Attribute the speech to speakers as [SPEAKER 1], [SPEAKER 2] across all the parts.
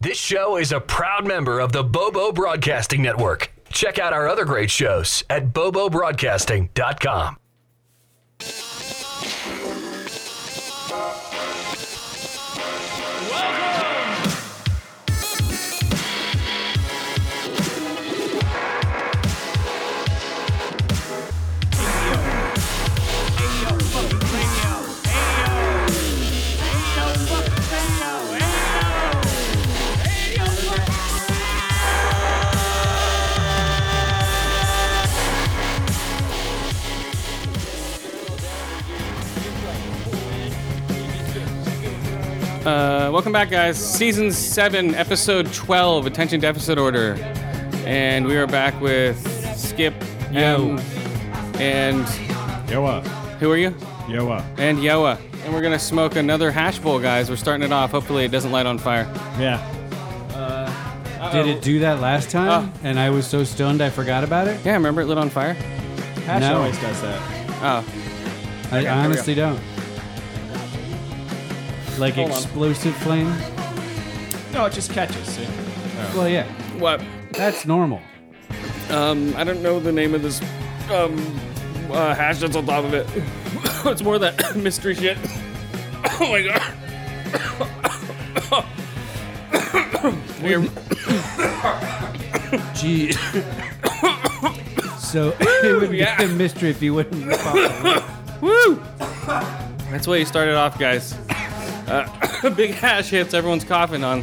[SPEAKER 1] This show is a proud member of the Bobo Broadcasting Network. Check out our other great shows at bobobroadcasting.com.
[SPEAKER 2] Uh, welcome back, guys. Season 7, Episode 12, Attention Deficit Order. And we are back with Skip, Yo, and
[SPEAKER 3] Yoa.
[SPEAKER 2] who are you?
[SPEAKER 3] Yoa.
[SPEAKER 2] And Yoa. And we're going to smoke another hash bowl, guys. We're starting it off. Hopefully, it doesn't light on fire.
[SPEAKER 3] Yeah.
[SPEAKER 4] Did it do that last time?
[SPEAKER 2] Oh.
[SPEAKER 4] and I was so stoned I forgot about it.
[SPEAKER 2] Yeah, remember it lit on fire?
[SPEAKER 3] Hash
[SPEAKER 4] No.
[SPEAKER 3] always does that.
[SPEAKER 2] Oh,
[SPEAKER 4] I
[SPEAKER 2] we
[SPEAKER 4] honestly don't. Like
[SPEAKER 2] Hold on.
[SPEAKER 4] explosive flames.
[SPEAKER 3] No, it just catches. See?
[SPEAKER 4] Well, yeah,
[SPEAKER 2] what?
[SPEAKER 4] that's normal.
[SPEAKER 2] Um, I don't know the name of this um, uh, hash that's on top of it. it's more that mystery shit. oh my god.
[SPEAKER 4] Gee. so it would
[SPEAKER 2] yeah.
[SPEAKER 4] be a mystery if you wouldn't. follow.
[SPEAKER 2] Woo! That's why you started off, guys. Uh, big hash hits everyone's coughing on.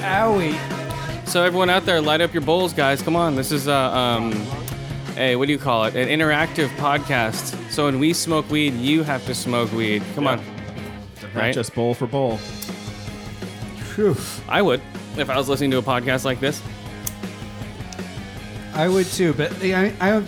[SPEAKER 4] Owie.
[SPEAKER 2] So everyone out there, light up your bowls, guys. Come on, this is a, um, a what do you call it? An interactive podcast. So when we smoke weed, you have to smoke weed. Come on,
[SPEAKER 3] Not
[SPEAKER 2] right?
[SPEAKER 3] just bowl for bowl.
[SPEAKER 4] Phew.
[SPEAKER 2] I would if I was listening to a podcast like this.
[SPEAKER 4] I would too, but I, I,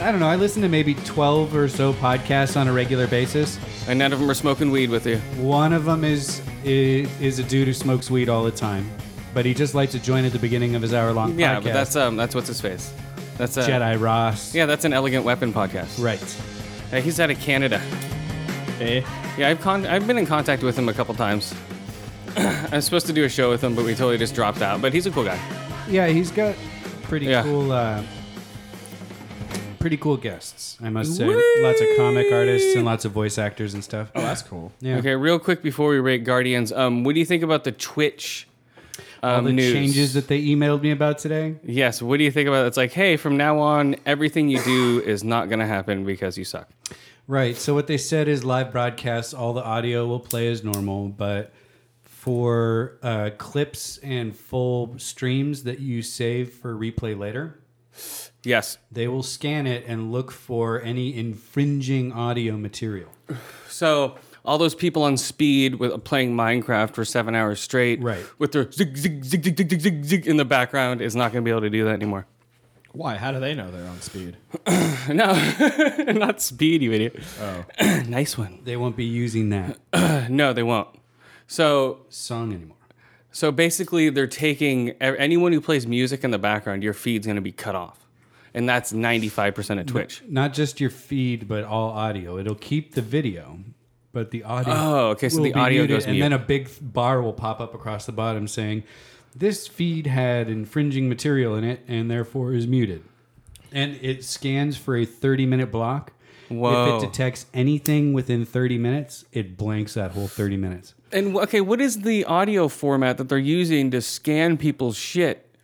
[SPEAKER 4] I don't know. I listen to maybe twelve or so podcasts on a regular basis.
[SPEAKER 2] And none of them are smoking weed with you.
[SPEAKER 4] One of them is is, is a dude who smokes weed all the time, but he just likes to join at the beginning of his hour-long
[SPEAKER 2] Yeah,
[SPEAKER 4] podcast.
[SPEAKER 2] but that's um, that's what's his face. That's a
[SPEAKER 4] Jedi Ross.
[SPEAKER 2] Uh, Yeah, that's an elegant weapon podcast.
[SPEAKER 4] Right.
[SPEAKER 2] Uh, he's out of Canada.
[SPEAKER 3] Eh?
[SPEAKER 2] Yeah, I've con- I've been in contact with him a couple times. I was supposed to do a show with him, but we totally just dropped out. But he's a cool guy.
[SPEAKER 4] Yeah, he's got pretty
[SPEAKER 2] Yeah.
[SPEAKER 4] cool, uh, pretty cool guests. I must say, lots of comic artists and lots of voice actors and stuff.
[SPEAKER 3] Oh, that's cool.
[SPEAKER 4] Yeah.
[SPEAKER 2] Okay, real quick before we rate Guardians, um, what do you think about the Twitch um,
[SPEAKER 4] All the
[SPEAKER 2] news?
[SPEAKER 4] changes that they emailed me about today.
[SPEAKER 2] yes, what do you think about? It? It's like, hey, from now on, everything you do is not gonna happen because you suck.
[SPEAKER 4] Right. So what they said is live broadcasts, all the audio will play as normal, but for uh, clips and full streams that you save for replay later,
[SPEAKER 2] Yes.
[SPEAKER 4] they will scan it and look for any infringing audio material.
[SPEAKER 2] So all those people on speed with playing Minecraft for seven hours straight,
[SPEAKER 4] Right.
[SPEAKER 2] With their zig zig zig zig zig zig zig zig in the background is not gonna be able to do that anymore.
[SPEAKER 3] Why? How do they know they're on speed?
[SPEAKER 2] No, not speed, you idiot.
[SPEAKER 3] Oh.
[SPEAKER 2] nice one.
[SPEAKER 4] They won't be using that
[SPEAKER 2] No, they won't. So,
[SPEAKER 4] song anymore.
[SPEAKER 2] so basically, they're taking e- anyone who plays music in the background. Your feed's going to be cut off, and that's ninety-five percent of Twitch.
[SPEAKER 4] not just your feed, but all audio. It'll keep the video, but the audio.
[SPEAKER 2] Oh, okay, so
[SPEAKER 4] will
[SPEAKER 2] the
[SPEAKER 4] be
[SPEAKER 2] audio
[SPEAKER 4] muted,
[SPEAKER 2] goes
[SPEAKER 4] and
[SPEAKER 2] mute.
[SPEAKER 4] then a big th- bar will pop up across the bottom saying, "This feed had infringing material in it, and therefore is muted." And it scans for a thirty-minute block.
[SPEAKER 2] Whoa.
[SPEAKER 4] If it detects anything within thirty minutes, it blanks that whole thirty minutes.
[SPEAKER 2] And wh- okay, what is the audio format that they're using to scan people's shit?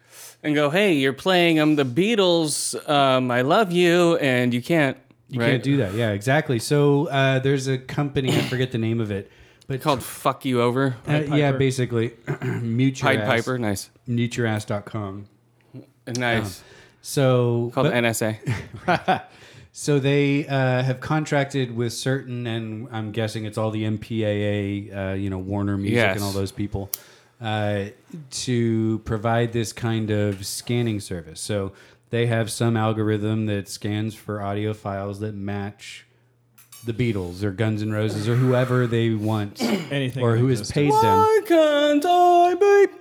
[SPEAKER 2] And go, hey, you're playing um the Beatles, um, I love you, and you can't.
[SPEAKER 4] You can't do that. Yeah, exactly. So uh, there's a company I forget the name of it, but
[SPEAKER 2] called "Fuck You Over."
[SPEAKER 4] uh, yeah, basically, mute your
[SPEAKER 2] Pied
[SPEAKER 4] ass,
[SPEAKER 2] Piper, nice,
[SPEAKER 4] muteyourass.com.
[SPEAKER 2] nice.
[SPEAKER 4] So
[SPEAKER 2] called
[SPEAKER 4] but-
[SPEAKER 2] NSA.
[SPEAKER 4] So they uh, have contracted with certain, and I'm guessing it's all the MPAA, uh, you know, Warner Music
[SPEAKER 2] Yes.
[SPEAKER 4] and all those people, uh, to provide this kind of scanning service. So they have some algorithm that scans for audio files that match the Beatles or Guns N' Roses or whoever they want,
[SPEAKER 3] Anything.
[SPEAKER 4] or
[SPEAKER 3] in
[SPEAKER 4] who has paid
[SPEAKER 3] existence.
[SPEAKER 4] them.
[SPEAKER 2] Why can't I be?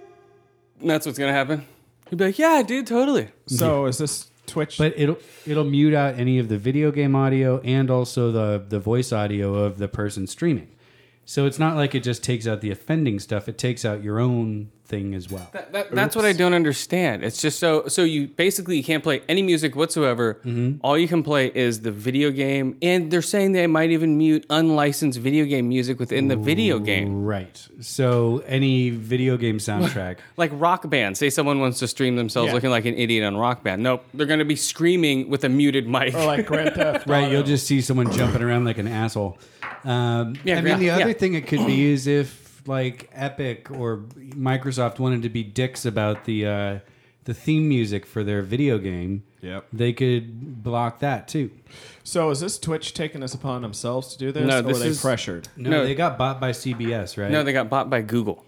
[SPEAKER 2] And That's what's gonna happen. You'd be like, yeah, dude, totally.
[SPEAKER 3] So is this Twitch?
[SPEAKER 4] But it'll it'll mute out any of the video game audio and also the the voice audio of the person streaming. So it's not like it just takes out the offending stuff; it takes out your own thing as well.
[SPEAKER 2] That, that, that's what I don't understand. It's just so so you basically you can't play any music whatsoever.
[SPEAKER 3] Mm-hmm.
[SPEAKER 2] All you can play is the video game, and they're saying they might even mute unlicensed video game music within the video game,
[SPEAKER 4] right. So any video game soundtrack.
[SPEAKER 2] like Rock Band. Say someone wants to stream themselves
[SPEAKER 3] Yeah.
[SPEAKER 2] looking like an idiot on Rock Band. Nope, they're going to be screaming with a muted mic.
[SPEAKER 3] Or like Grand Theft.
[SPEAKER 4] Right,
[SPEAKER 3] Auto.
[SPEAKER 4] you'll just see someone jumping around like an asshole. Um,
[SPEAKER 2] Yeah,
[SPEAKER 4] I mean, the
[SPEAKER 2] yeah,
[SPEAKER 4] other
[SPEAKER 2] yeah.
[SPEAKER 4] thing it could be is if like Epic or Microsoft wanted to be dicks about the uh, the theme music for their video game.
[SPEAKER 3] Yep.
[SPEAKER 4] they could block that too.
[SPEAKER 3] So is this Twitch taking this upon themselves to do this?
[SPEAKER 2] No,
[SPEAKER 3] or
[SPEAKER 2] this
[SPEAKER 3] were they
[SPEAKER 2] is-
[SPEAKER 3] pressured?
[SPEAKER 4] No,
[SPEAKER 2] No.
[SPEAKER 4] they got bought by CBS, right?
[SPEAKER 2] no, they got bought by Google.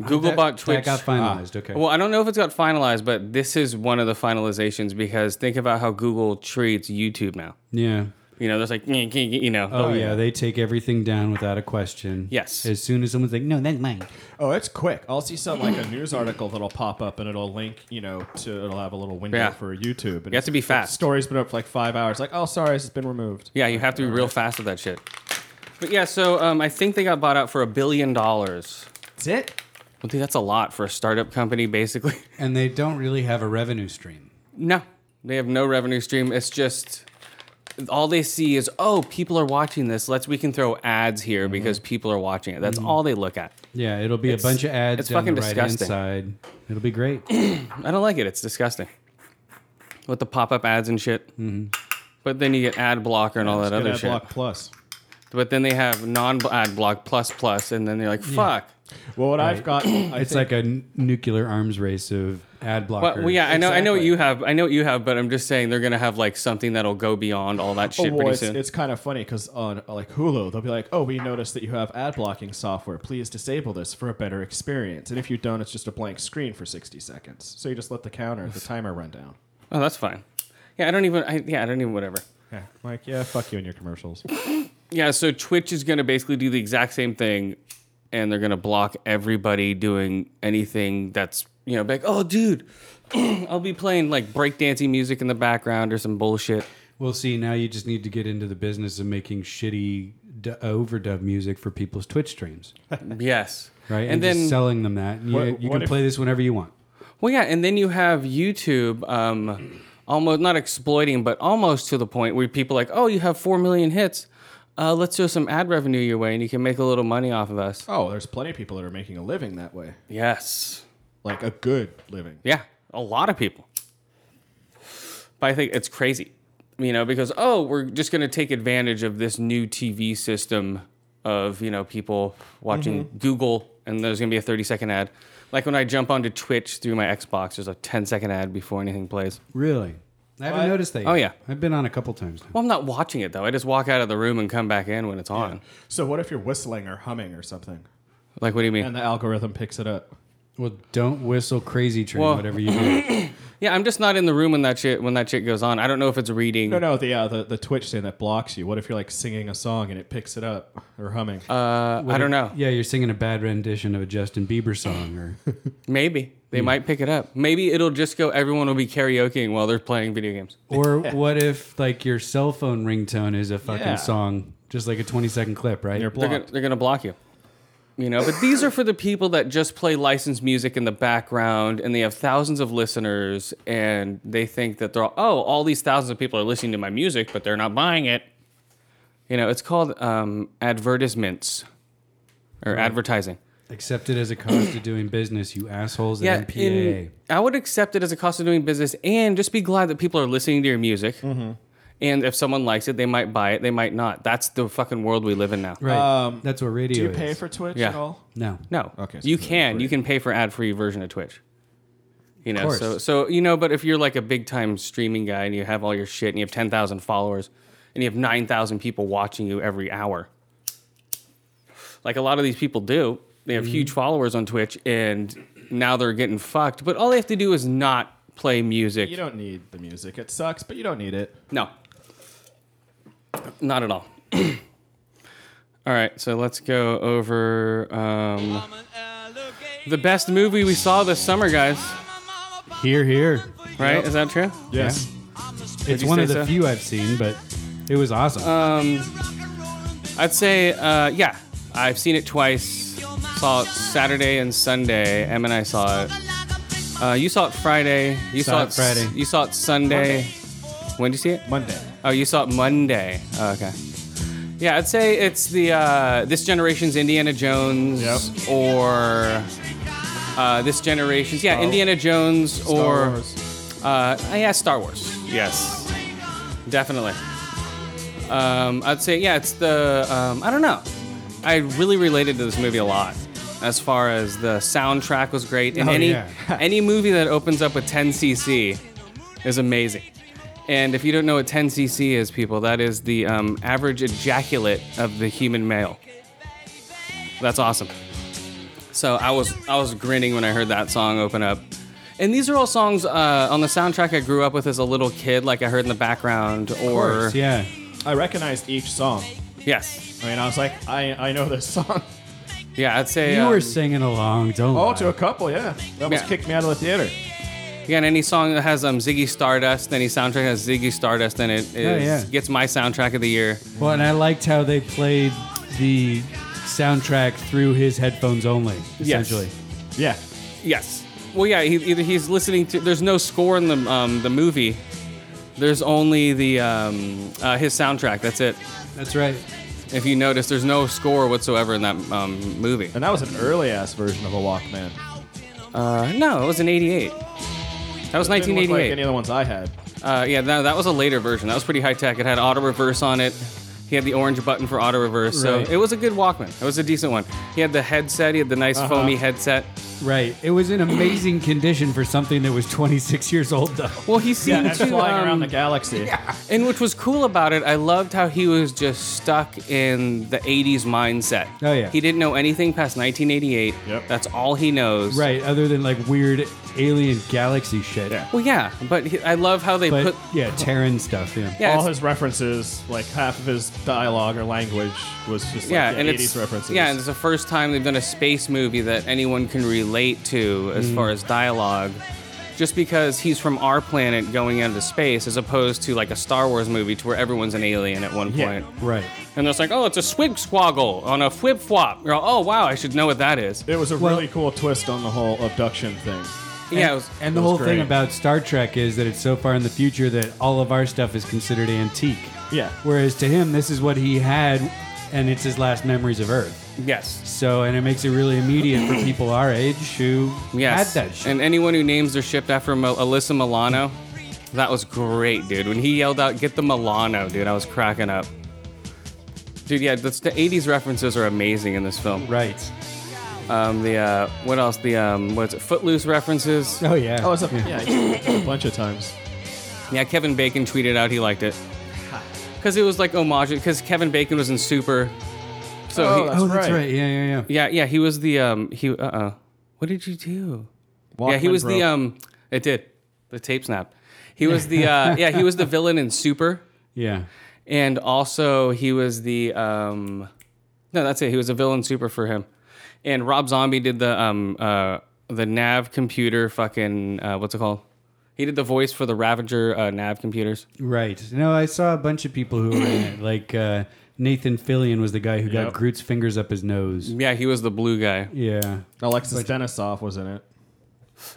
[SPEAKER 2] Google
[SPEAKER 4] That-
[SPEAKER 2] bought Twitch. Ah.
[SPEAKER 4] That got finalized. okay.
[SPEAKER 2] Well, I don't know if it's got finalized, but this is one of the finalizations because think about how Google treats YouTube now.
[SPEAKER 4] yeah.
[SPEAKER 2] You know, there's like, you know,
[SPEAKER 4] Oh, yeah, they take everything down without a question.
[SPEAKER 2] Yes.
[SPEAKER 4] As soon as someone's like, "No, that's mine."
[SPEAKER 3] Oh, it's quick. I'll see some like a news article that'll pop up and it'll link, you know, to it'll have a little window
[SPEAKER 2] Yeah.
[SPEAKER 3] for YouTube. And
[SPEAKER 2] You have to be fast.
[SPEAKER 3] Story's been up for like five hours. Like, oh, sorry, it's been removed.
[SPEAKER 2] Yeah, you have to be real fast with that shit. But yeah, so um, I think they got bought out for a billion dollars.
[SPEAKER 3] That's it.
[SPEAKER 2] Well, dude, that's a lot for a startup company, basically.
[SPEAKER 4] And they don't really have a revenue stream.
[SPEAKER 2] no, they have no revenue stream. It's just all they see is, oh, people are watching this. Let's we can throw ads
[SPEAKER 4] Mm-hmm.
[SPEAKER 2] here because people are watching it. That's all they look at.
[SPEAKER 4] Yeah, it'll be
[SPEAKER 2] It's-
[SPEAKER 4] a bunch of ads
[SPEAKER 2] it's
[SPEAKER 4] down
[SPEAKER 2] fucking
[SPEAKER 4] the right-hand
[SPEAKER 2] disgusting.
[SPEAKER 4] side. It'll be great.
[SPEAKER 2] I don't like it. It's disgusting with the pop-up ads and shit.
[SPEAKER 3] Mm-hmm.
[SPEAKER 2] But then you get ad blocker and all that other shit.
[SPEAKER 3] Block Plus.
[SPEAKER 2] But then they have non-ad block plus plus, and then they're like, fuck.
[SPEAKER 3] Well, what I've got, I
[SPEAKER 4] it's
[SPEAKER 3] think-
[SPEAKER 4] like a n- nuclear arms race of ad blockers.
[SPEAKER 2] But well, yeah, I know, I know what
[SPEAKER 3] Exactly.
[SPEAKER 2] you have. I know what you have, but I'm just saying they're gonna have like something that'll go beyond all that
[SPEAKER 3] Oh,
[SPEAKER 2] shit
[SPEAKER 3] well,
[SPEAKER 2] pretty
[SPEAKER 3] it's,
[SPEAKER 2] soon.
[SPEAKER 3] it's kind of funny because on uh, like Hulu, they'll be like, "Oh, we noticed that you have ad blocking software. Please disable this for a better experience." And if you don't, it's just a blank screen for sixty seconds. So you just let the counter, the timer run down.
[SPEAKER 2] oh, that's fine. Yeah, I don't even. I, yeah, I don't even. Whatever.
[SPEAKER 3] Yeah, like yeah, fuck you and your commercials.
[SPEAKER 2] Yeah, so Twitch is gonna basically do the exact same thing, and they're gonna block everybody doing anything that's you know like, oh, dude, I'll be playing like breakdancing music in the background or some bullshit.
[SPEAKER 4] We'll see. Now you just need to get into the business of making shitty d- overdub music for people's Twitch streams,
[SPEAKER 2] Yes.
[SPEAKER 4] right?
[SPEAKER 2] And,
[SPEAKER 4] And,
[SPEAKER 2] then
[SPEAKER 4] just selling them that. You,
[SPEAKER 3] What-
[SPEAKER 4] you
[SPEAKER 3] what
[SPEAKER 4] can
[SPEAKER 3] if-
[SPEAKER 4] play this whenever you want.
[SPEAKER 2] Well, yeah, and then you have YouTube, um, almost not exploiting, but almost to the point where people are like, oh, you have four million hits, uh, let's throw some ad revenue your way, and you can make a little money off of us.
[SPEAKER 3] oh, there's plenty of people that are making a living that way,
[SPEAKER 2] Yes,
[SPEAKER 3] like a good living.
[SPEAKER 2] yeah, a lot of people. But I think it's crazy, you know, because oh, we're just going to take advantage of this new TV system of you know people watching Google, and there's going to be a thirty second ad. Like when I jump onto Twitch through my Xbox, there's a 10 second ad before anything plays.
[SPEAKER 4] Really? I haven't
[SPEAKER 3] What?
[SPEAKER 4] noticed that. Yet.
[SPEAKER 2] Oh, yeah.
[SPEAKER 4] I've been on a couple times now.
[SPEAKER 2] Well, I'm not watching it though. I just walk out of the room and come back in when it's on.
[SPEAKER 3] So what if you're whistling or humming or something,
[SPEAKER 2] Like, what do you mean?
[SPEAKER 3] and the algorithm picks it up?
[SPEAKER 4] Well, don't whistle crazy train
[SPEAKER 2] Well-
[SPEAKER 4] whatever you do.
[SPEAKER 2] yeah, I'm just not in the room when that shit when that shit goes on. I don't know if it's reading.
[SPEAKER 3] No, no, the uh, the the Twitch thing that blocks you. What if you're like singing a song and it picks it up or humming?
[SPEAKER 2] Uh, I don't know.
[SPEAKER 4] yeah, you're singing a bad rendition of a Justin Bieber song, or
[SPEAKER 2] Maybe they might pick it up. Maybe it'll just go. Everyone will be karaokeing while they're playing video games.
[SPEAKER 4] or what if like your cell phone ringtone is a fucking
[SPEAKER 3] Yeah.
[SPEAKER 4] song, just like a 20 second clip, right?
[SPEAKER 3] you're
[SPEAKER 2] They're
[SPEAKER 3] blocked.
[SPEAKER 2] gonna, they're gonna block you. You know, but these are for the people that just play licensed music in the background, and they have thousands of listeners, and they think that they're all, oh, all these thousands of people are listening to my music, but they're not buying it. You know, it's called um, advertisements or advertising.
[SPEAKER 4] Accept it as a cost of doing business, you assholes at
[SPEAKER 2] Yeah,
[SPEAKER 4] MPAA.
[SPEAKER 2] and I would accept it as a cost of doing business, and just be glad that people are listening to your music. And if someone likes it, they might buy it. They might not. That's the fucking world we live in now.
[SPEAKER 4] Right.
[SPEAKER 3] Um,
[SPEAKER 4] That's what radio
[SPEAKER 3] Do you
[SPEAKER 4] is.
[SPEAKER 3] pay for Twitch
[SPEAKER 2] Yeah.
[SPEAKER 3] at all?
[SPEAKER 4] No.
[SPEAKER 2] No.
[SPEAKER 3] Okay, so
[SPEAKER 2] you
[SPEAKER 3] it's
[SPEAKER 2] can. You
[SPEAKER 3] free.
[SPEAKER 2] can pay for ad free version of Twitch. You know,
[SPEAKER 4] course.
[SPEAKER 2] so so you know, but if you're like a big time streaming guy and you have all your shit and you have ten thousand followers and you have nine thousand people watching you every hour, like a lot of these people do, they have
[SPEAKER 3] Mm-hmm.
[SPEAKER 2] huge followers on Twitch and now they're getting fucked. But all they have to do is not play music.
[SPEAKER 3] You don't need the music. It sucks, but you don't need it.
[SPEAKER 2] No. Not at all. all right, so let's go over um, the best movie we saw this summer, guys.
[SPEAKER 4] Here, here.
[SPEAKER 2] Right? Is that true?
[SPEAKER 3] Yes.
[SPEAKER 4] It's
[SPEAKER 2] you
[SPEAKER 4] one
[SPEAKER 2] say
[SPEAKER 4] of the
[SPEAKER 2] so? Uh,
[SPEAKER 4] few I've seen, but it was awesome.
[SPEAKER 2] I'd say, uh, yeah. I've seen it twice. Saw it Saturday and Sunday. Em and I saw it. Uh, you saw it Friday. You
[SPEAKER 4] Saw
[SPEAKER 2] saw,
[SPEAKER 4] it
[SPEAKER 2] it
[SPEAKER 4] Friday.
[SPEAKER 2] You saw it Sunday. When did you see it?
[SPEAKER 3] Monday.
[SPEAKER 2] Oh, you saw it Monday. Oh, okay. Yeah, I'd say it's the uh, this generation's Indiana Jones
[SPEAKER 3] Yep.
[SPEAKER 2] or uh, this generation's yeah Indiana Jones or uh, yeah Star Wars. Yes, definitely. Um, I'd say yeah, it's the um, I don't know. I really related to this movie a lot. As far as the soundtrack was great, and
[SPEAKER 4] Oh,
[SPEAKER 2] any
[SPEAKER 4] yeah.
[SPEAKER 2] any movie that opens up with 10cc is amazing. And if you don't know what 10cc is, people, that is the um, average ejaculate of the human male. That's awesome. So I was I was grinning when I heard that song open up. And these are all songs uh, on the soundtrack I grew up with as a little kid, like I heard in the background, or
[SPEAKER 4] Of course, yeah.
[SPEAKER 3] I recognized each song.
[SPEAKER 2] yes,
[SPEAKER 3] I mean, I was like, I, I know this song.
[SPEAKER 2] yeah, I'd say
[SPEAKER 4] You
[SPEAKER 2] um,
[SPEAKER 4] were singing along, don't
[SPEAKER 3] Oh,
[SPEAKER 4] lie.
[SPEAKER 3] to a couple, yeah. That almost
[SPEAKER 2] Yeah.
[SPEAKER 3] kicked me out of the theater.
[SPEAKER 2] Again, any song that has um, Ziggy Stardust, any soundtrack that has Ziggy Stardust in it, is,
[SPEAKER 4] Oh, yeah.
[SPEAKER 2] gets my soundtrack of the year.
[SPEAKER 4] Well, and I liked how they played the soundtrack through his headphones only,
[SPEAKER 2] Yes.
[SPEAKER 4] essentially.
[SPEAKER 3] Yeah.
[SPEAKER 2] Yes. Well, yeah. He, either he's listening to. There's no score in the um, the movie. There's only the um, uh, his soundtrack. That's it.
[SPEAKER 4] That's right.
[SPEAKER 2] If you notice, there's no score whatsoever in that um, movie.
[SPEAKER 3] And that was an early ass version of a Walkman.
[SPEAKER 2] Uh, no, it was in '88. That was
[SPEAKER 3] Didn't look like any
[SPEAKER 2] 1988.
[SPEAKER 3] of the ones I had.
[SPEAKER 2] Uh, yeah, that, that was a later version. That was pretty high tech. It had auto reverse on it. He had the orange button for auto reverse.
[SPEAKER 4] Right.
[SPEAKER 2] So it was a good Walkman. It was a decent one. He had the headset. He had the nice
[SPEAKER 3] Uh-huh.
[SPEAKER 2] foamy headset.
[SPEAKER 4] Right. It was in amazing condition for something that was 26 years old, though.
[SPEAKER 2] Well, he seemed
[SPEAKER 3] And
[SPEAKER 2] to
[SPEAKER 3] flying
[SPEAKER 2] um,
[SPEAKER 3] around the galaxy.
[SPEAKER 2] And which was cool about it, I loved how he was just stuck in the 80s mindset.
[SPEAKER 4] Oh, yeah.
[SPEAKER 2] He didn't know anything past 1988.
[SPEAKER 3] Yep.
[SPEAKER 2] That's all he knows.
[SPEAKER 4] Right. Other than like weird alien galaxy shit.
[SPEAKER 3] Yeah.
[SPEAKER 2] Well, yeah, but he, I love how they
[SPEAKER 4] But
[SPEAKER 2] put.
[SPEAKER 4] yeah, Terran stuff. Yeah.
[SPEAKER 2] Yeah,
[SPEAKER 3] All
[SPEAKER 2] it's-
[SPEAKER 3] his references, like half of his dialogue or language, was just like
[SPEAKER 2] yeah,
[SPEAKER 3] the
[SPEAKER 2] and
[SPEAKER 3] 80s
[SPEAKER 2] it's
[SPEAKER 3] references.
[SPEAKER 2] yeah, and it's the first time they've done a space movie that anyone can relate to as far as dialogue. Just because he's from our planet going into space, as opposed to like a Star Wars movie to where everyone's an alien at one
[SPEAKER 3] Yeah.
[SPEAKER 2] point.
[SPEAKER 4] Right.
[SPEAKER 2] And it's like, oh, it's a swig swoggle on a flip flop. You're all, oh, wow, I should know what that is.
[SPEAKER 3] It was a
[SPEAKER 4] Well-
[SPEAKER 3] really cool twist on the whole abduction thing.
[SPEAKER 2] Yeah, it was,
[SPEAKER 4] And the
[SPEAKER 3] It was
[SPEAKER 4] whole thing
[SPEAKER 3] great.
[SPEAKER 4] about Star Trek is that it's so far in the future that all of our stuff is considered antique.
[SPEAKER 3] Yeah.
[SPEAKER 4] Whereas to him, this is what he had, and it's his last memories of Earth.
[SPEAKER 2] yes,
[SPEAKER 4] So, and it makes it really immediate for people our age who
[SPEAKER 2] yes.
[SPEAKER 4] had that shit.
[SPEAKER 2] And anyone who names their ship after Mel- Alyssa Milano, that was great, dude. When he yelled out, "Get the Milano," dude, I was cracking up. Dude, yeah, that's, the '80s references are amazing in this film.
[SPEAKER 4] right.
[SPEAKER 2] Um, the uh, what else? The um, what's it? Footloose references.
[SPEAKER 4] Oh yeah.
[SPEAKER 3] Oh, it's a, yeah, a bunch of times.
[SPEAKER 2] Yeah, Kevin Bacon tweeted out he liked it because it was like homage. Because Kevin Bacon was in Super, so
[SPEAKER 3] Oh,
[SPEAKER 2] he,
[SPEAKER 3] that's
[SPEAKER 4] Oh, that's
[SPEAKER 3] right.
[SPEAKER 4] right. Yeah, yeah, yeah.
[SPEAKER 2] yeah, yeah, he was the um, he uh, uh what did you do? yeah, he
[SPEAKER 3] Walkman
[SPEAKER 2] was
[SPEAKER 3] broke.
[SPEAKER 2] the um. It did. The tape snapped. He was the uh, yeah. He was the villain in Super,
[SPEAKER 4] Yeah.
[SPEAKER 2] and also he was the um. No, that's it. He was a villain in Super for him, and Rob Zombie did the um uh the Nav computer fucking uh, what's it called? He did the voice for the Ravager uh, Nav computers.
[SPEAKER 4] Right. No, I saw a bunch of people who were in it. Like uh, Nathan Fillion was the guy who got
[SPEAKER 3] Yep.
[SPEAKER 4] Groot's fingers up his nose.
[SPEAKER 2] Yeah, he was the blue guy.
[SPEAKER 4] Yeah.
[SPEAKER 3] Alexis Denisov was in it.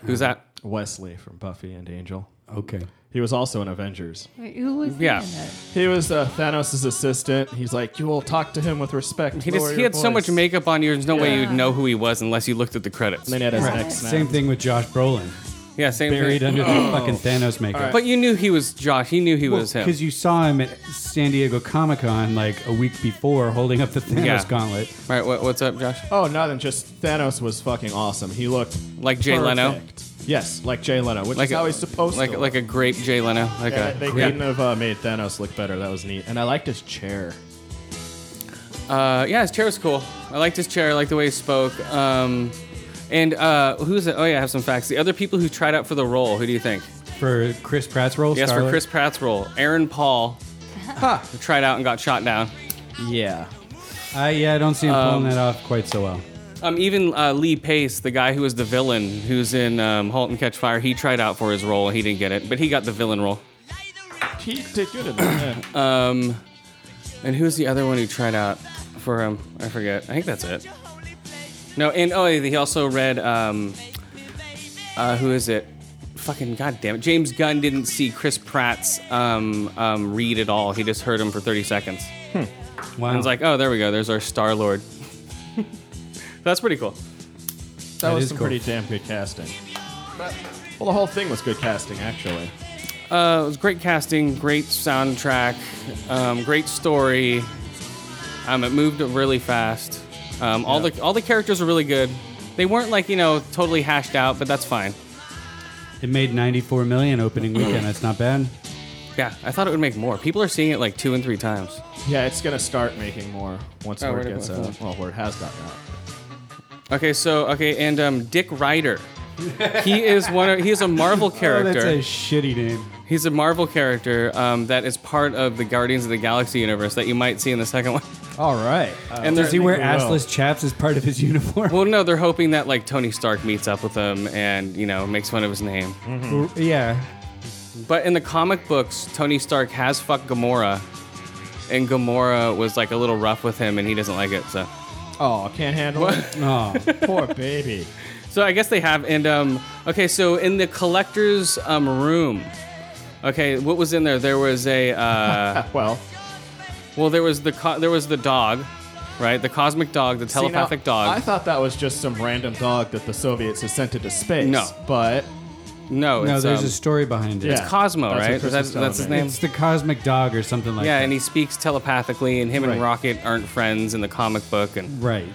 [SPEAKER 2] Who's that?
[SPEAKER 3] Wesley from Buffy and Angel.
[SPEAKER 4] Okay.
[SPEAKER 3] He was also in Avengers.
[SPEAKER 5] Wait, who was he
[SPEAKER 2] Yeah.
[SPEAKER 5] in it?
[SPEAKER 3] He was uh, Thanos' assistant. He's like, you will talk to him with respect.
[SPEAKER 2] He just
[SPEAKER 3] Lower
[SPEAKER 2] he
[SPEAKER 3] your
[SPEAKER 2] had so
[SPEAKER 3] voice."
[SPEAKER 2] much makeup on. you, There's no way you'd know who he was unless you looked at the credits.
[SPEAKER 3] And then he had his neck snapped.
[SPEAKER 4] Same thing with Josh Brolin,
[SPEAKER 2] Yeah, same
[SPEAKER 4] buried
[SPEAKER 2] thing. Oh.
[SPEAKER 4] under the fucking Thanos makeup.
[SPEAKER 2] But you knew he was Josh. He knew he was him.
[SPEAKER 4] Because you saw him at San Diego Comic Con like a week before, holding up the Thanos
[SPEAKER 2] Yeah.
[SPEAKER 4] gauntlet.
[SPEAKER 2] All right, what, what's up, Josh?
[SPEAKER 3] Oh, nothing. Just Thanos was fucking awesome. He looked
[SPEAKER 2] Like Jay Leno,
[SPEAKER 3] perfect. Yes, like Jay Leno, which
[SPEAKER 2] like
[SPEAKER 3] is how he's supposed
[SPEAKER 2] like
[SPEAKER 3] to.
[SPEAKER 2] like a great Jay Leno, like
[SPEAKER 3] Yeah,
[SPEAKER 2] a
[SPEAKER 3] they couldn't have uh, made Thanos look better. That was neat. And I liked his chair.
[SPEAKER 2] uh, yeah. His chair was cool. I liked his chair. I liked the way he spoke. Um, and uh, who's it? Oh yeah, I have some facts. The other people who tried out for the role, who do you think?
[SPEAKER 4] For Chris Pratt's role,
[SPEAKER 2] Yes, for
[SPEAKER 4] Scarlet?
[SPEAKER 2] Chris Pratt's role, Aaron Paul tried out and got shot down.
[SPEAKER 3] Yeah.
[SPEAKER 4] I yeah, I don't see him pulling that off quite so well.
[SPEAKER 2] Um, even uh, Lee Pace, the guy who was the villain, who's in um, *Halt and Catch Fire*, he tried out for his role. He didn't get it, but he got the villain role.
[SPEAKER 3] He did good in that. yeah.
[SPEAKER 2] And who's the other one who tried out for him. I forget. I think that's it. No, and oh, he also read. Um, uh, who is it? Fucking goddamn it! James Gunn didn't see Chris Pratt's um, um, read at all. He just heard him for 30 seconds.
[SPEAKER 4] Wow.
[SPEAKER 2] And it's like, oh, there we go. There's our Star Lord. that's pretty cool.
[SPEAKER 3] That,
[SPEAKER 4] That
[SPEAKER 3] was
[SPEAKER 4] is
[SPEAKER 3] some
[SPEAKER 4] cool.
[SPEAKER 3] pretty damn good casting. Well, the whole thing was good casting, actually.
[SPEAKER 2] Uh, it was great casting, great soundtrack, um, great story. Um, it moved really fast. Um, all the all the characters are really good. They weren't like you know totally hashed out, but that's fine.
[SPEAKER 4] it made 94 million opening weekend. That's not bad.
[SPEAKER 2] Yeah, I thought it would make more. People are seeing it like two and three times.
[SPEAKER 3] Yeah, it's gonna start making more once
[SPEAKER 2] Oh,
[SPEAKER 3] word
[SPEAKER 2] where'd it
[SPEAKER 3] gets
[SPEAKER 2] go?
[SPEAKER 3] out. Well, word has gotten out.
[SPEAKER 2] Okay, so okay, and um, Dick Ryder. he is one. Of, he is a Marvel character.
[SPEAKER 4] Oh, that's a shitty name.
[SPEAKER 2] He's a Marvel character um, that is part of the Guardians of the Galaxy universe that you might see in the second one.
[SPEAKER 3] All right.
[SPEAKER 2] and
[SPEAKER 4] Uh, Does
[SPEAKER 2] there's
[SPEAKER 4] he wear
[SPEAKER 3] think we will.
[SPEAKER 4] assless chaps as part of his uniform?
[SPEAKER 2] Well, no, they're hoping that like Tony Stark meets up with him and you know makes fun of his name.
[SPEAKER 4] Mm. yeah.
[SPEAKER 2] But in the comic books, Tony Stark has fucked Gamora, and Gamora was like a little rough with him, and he doesn't like it. So,
[SPEAKER 3] oh, can't handle it.
[SPEAKER 4] Oh,
[SPEAKER 3] Poor baby.
[SPEAKER 2] so I guess they have. And um, okay, so in the collector's um, room, okay, what was in there? There was a uh,
[SPEAKER 3] Well,
[SPEAKER 2] well, there was the co- there was the dog, right? The cosmic dog, the
[SPEAKER 3] see, now,
[SPEAKER 2] telepathic dog.
[SPEAKER 3] I thought that was just some random dog that the Soviets had sent into space.
[SPEAKER 2] No.
[SPEAKER 3] but
[SPEAKER 2] no,
[SPEAKER 4] no,
[SPEAKER 2] it's,
[SPEAKER 4] there's
[SPEAKER 2] um,
[SPEAKER 4] a story behind it.
[SPEAKER 3] Yeah.
[SPEAKER 2] it's Cosmo,
[SPEAKER 3] That's what
[SPEAKER 2] right?
[SPEAKER 3] Chris
[SPEAKER 2] That-
[SPEAKER 3] was telling
[SPEAKER 2] that's his
[SPEAKER 3] me.
[SPEAKER 2] name.
[SPEAKER 4] It's the cosmic dog or something like
[SPEAKER 2] Yeah,
[SPEAKER 4] that.
[SPEAKER 2] and he speaks telepathically, and him
[SPEAKER 3] Right.
[SPEAKER 2] and Rocket aren't friends in the comic book. And
[SPEAKER 4] Right.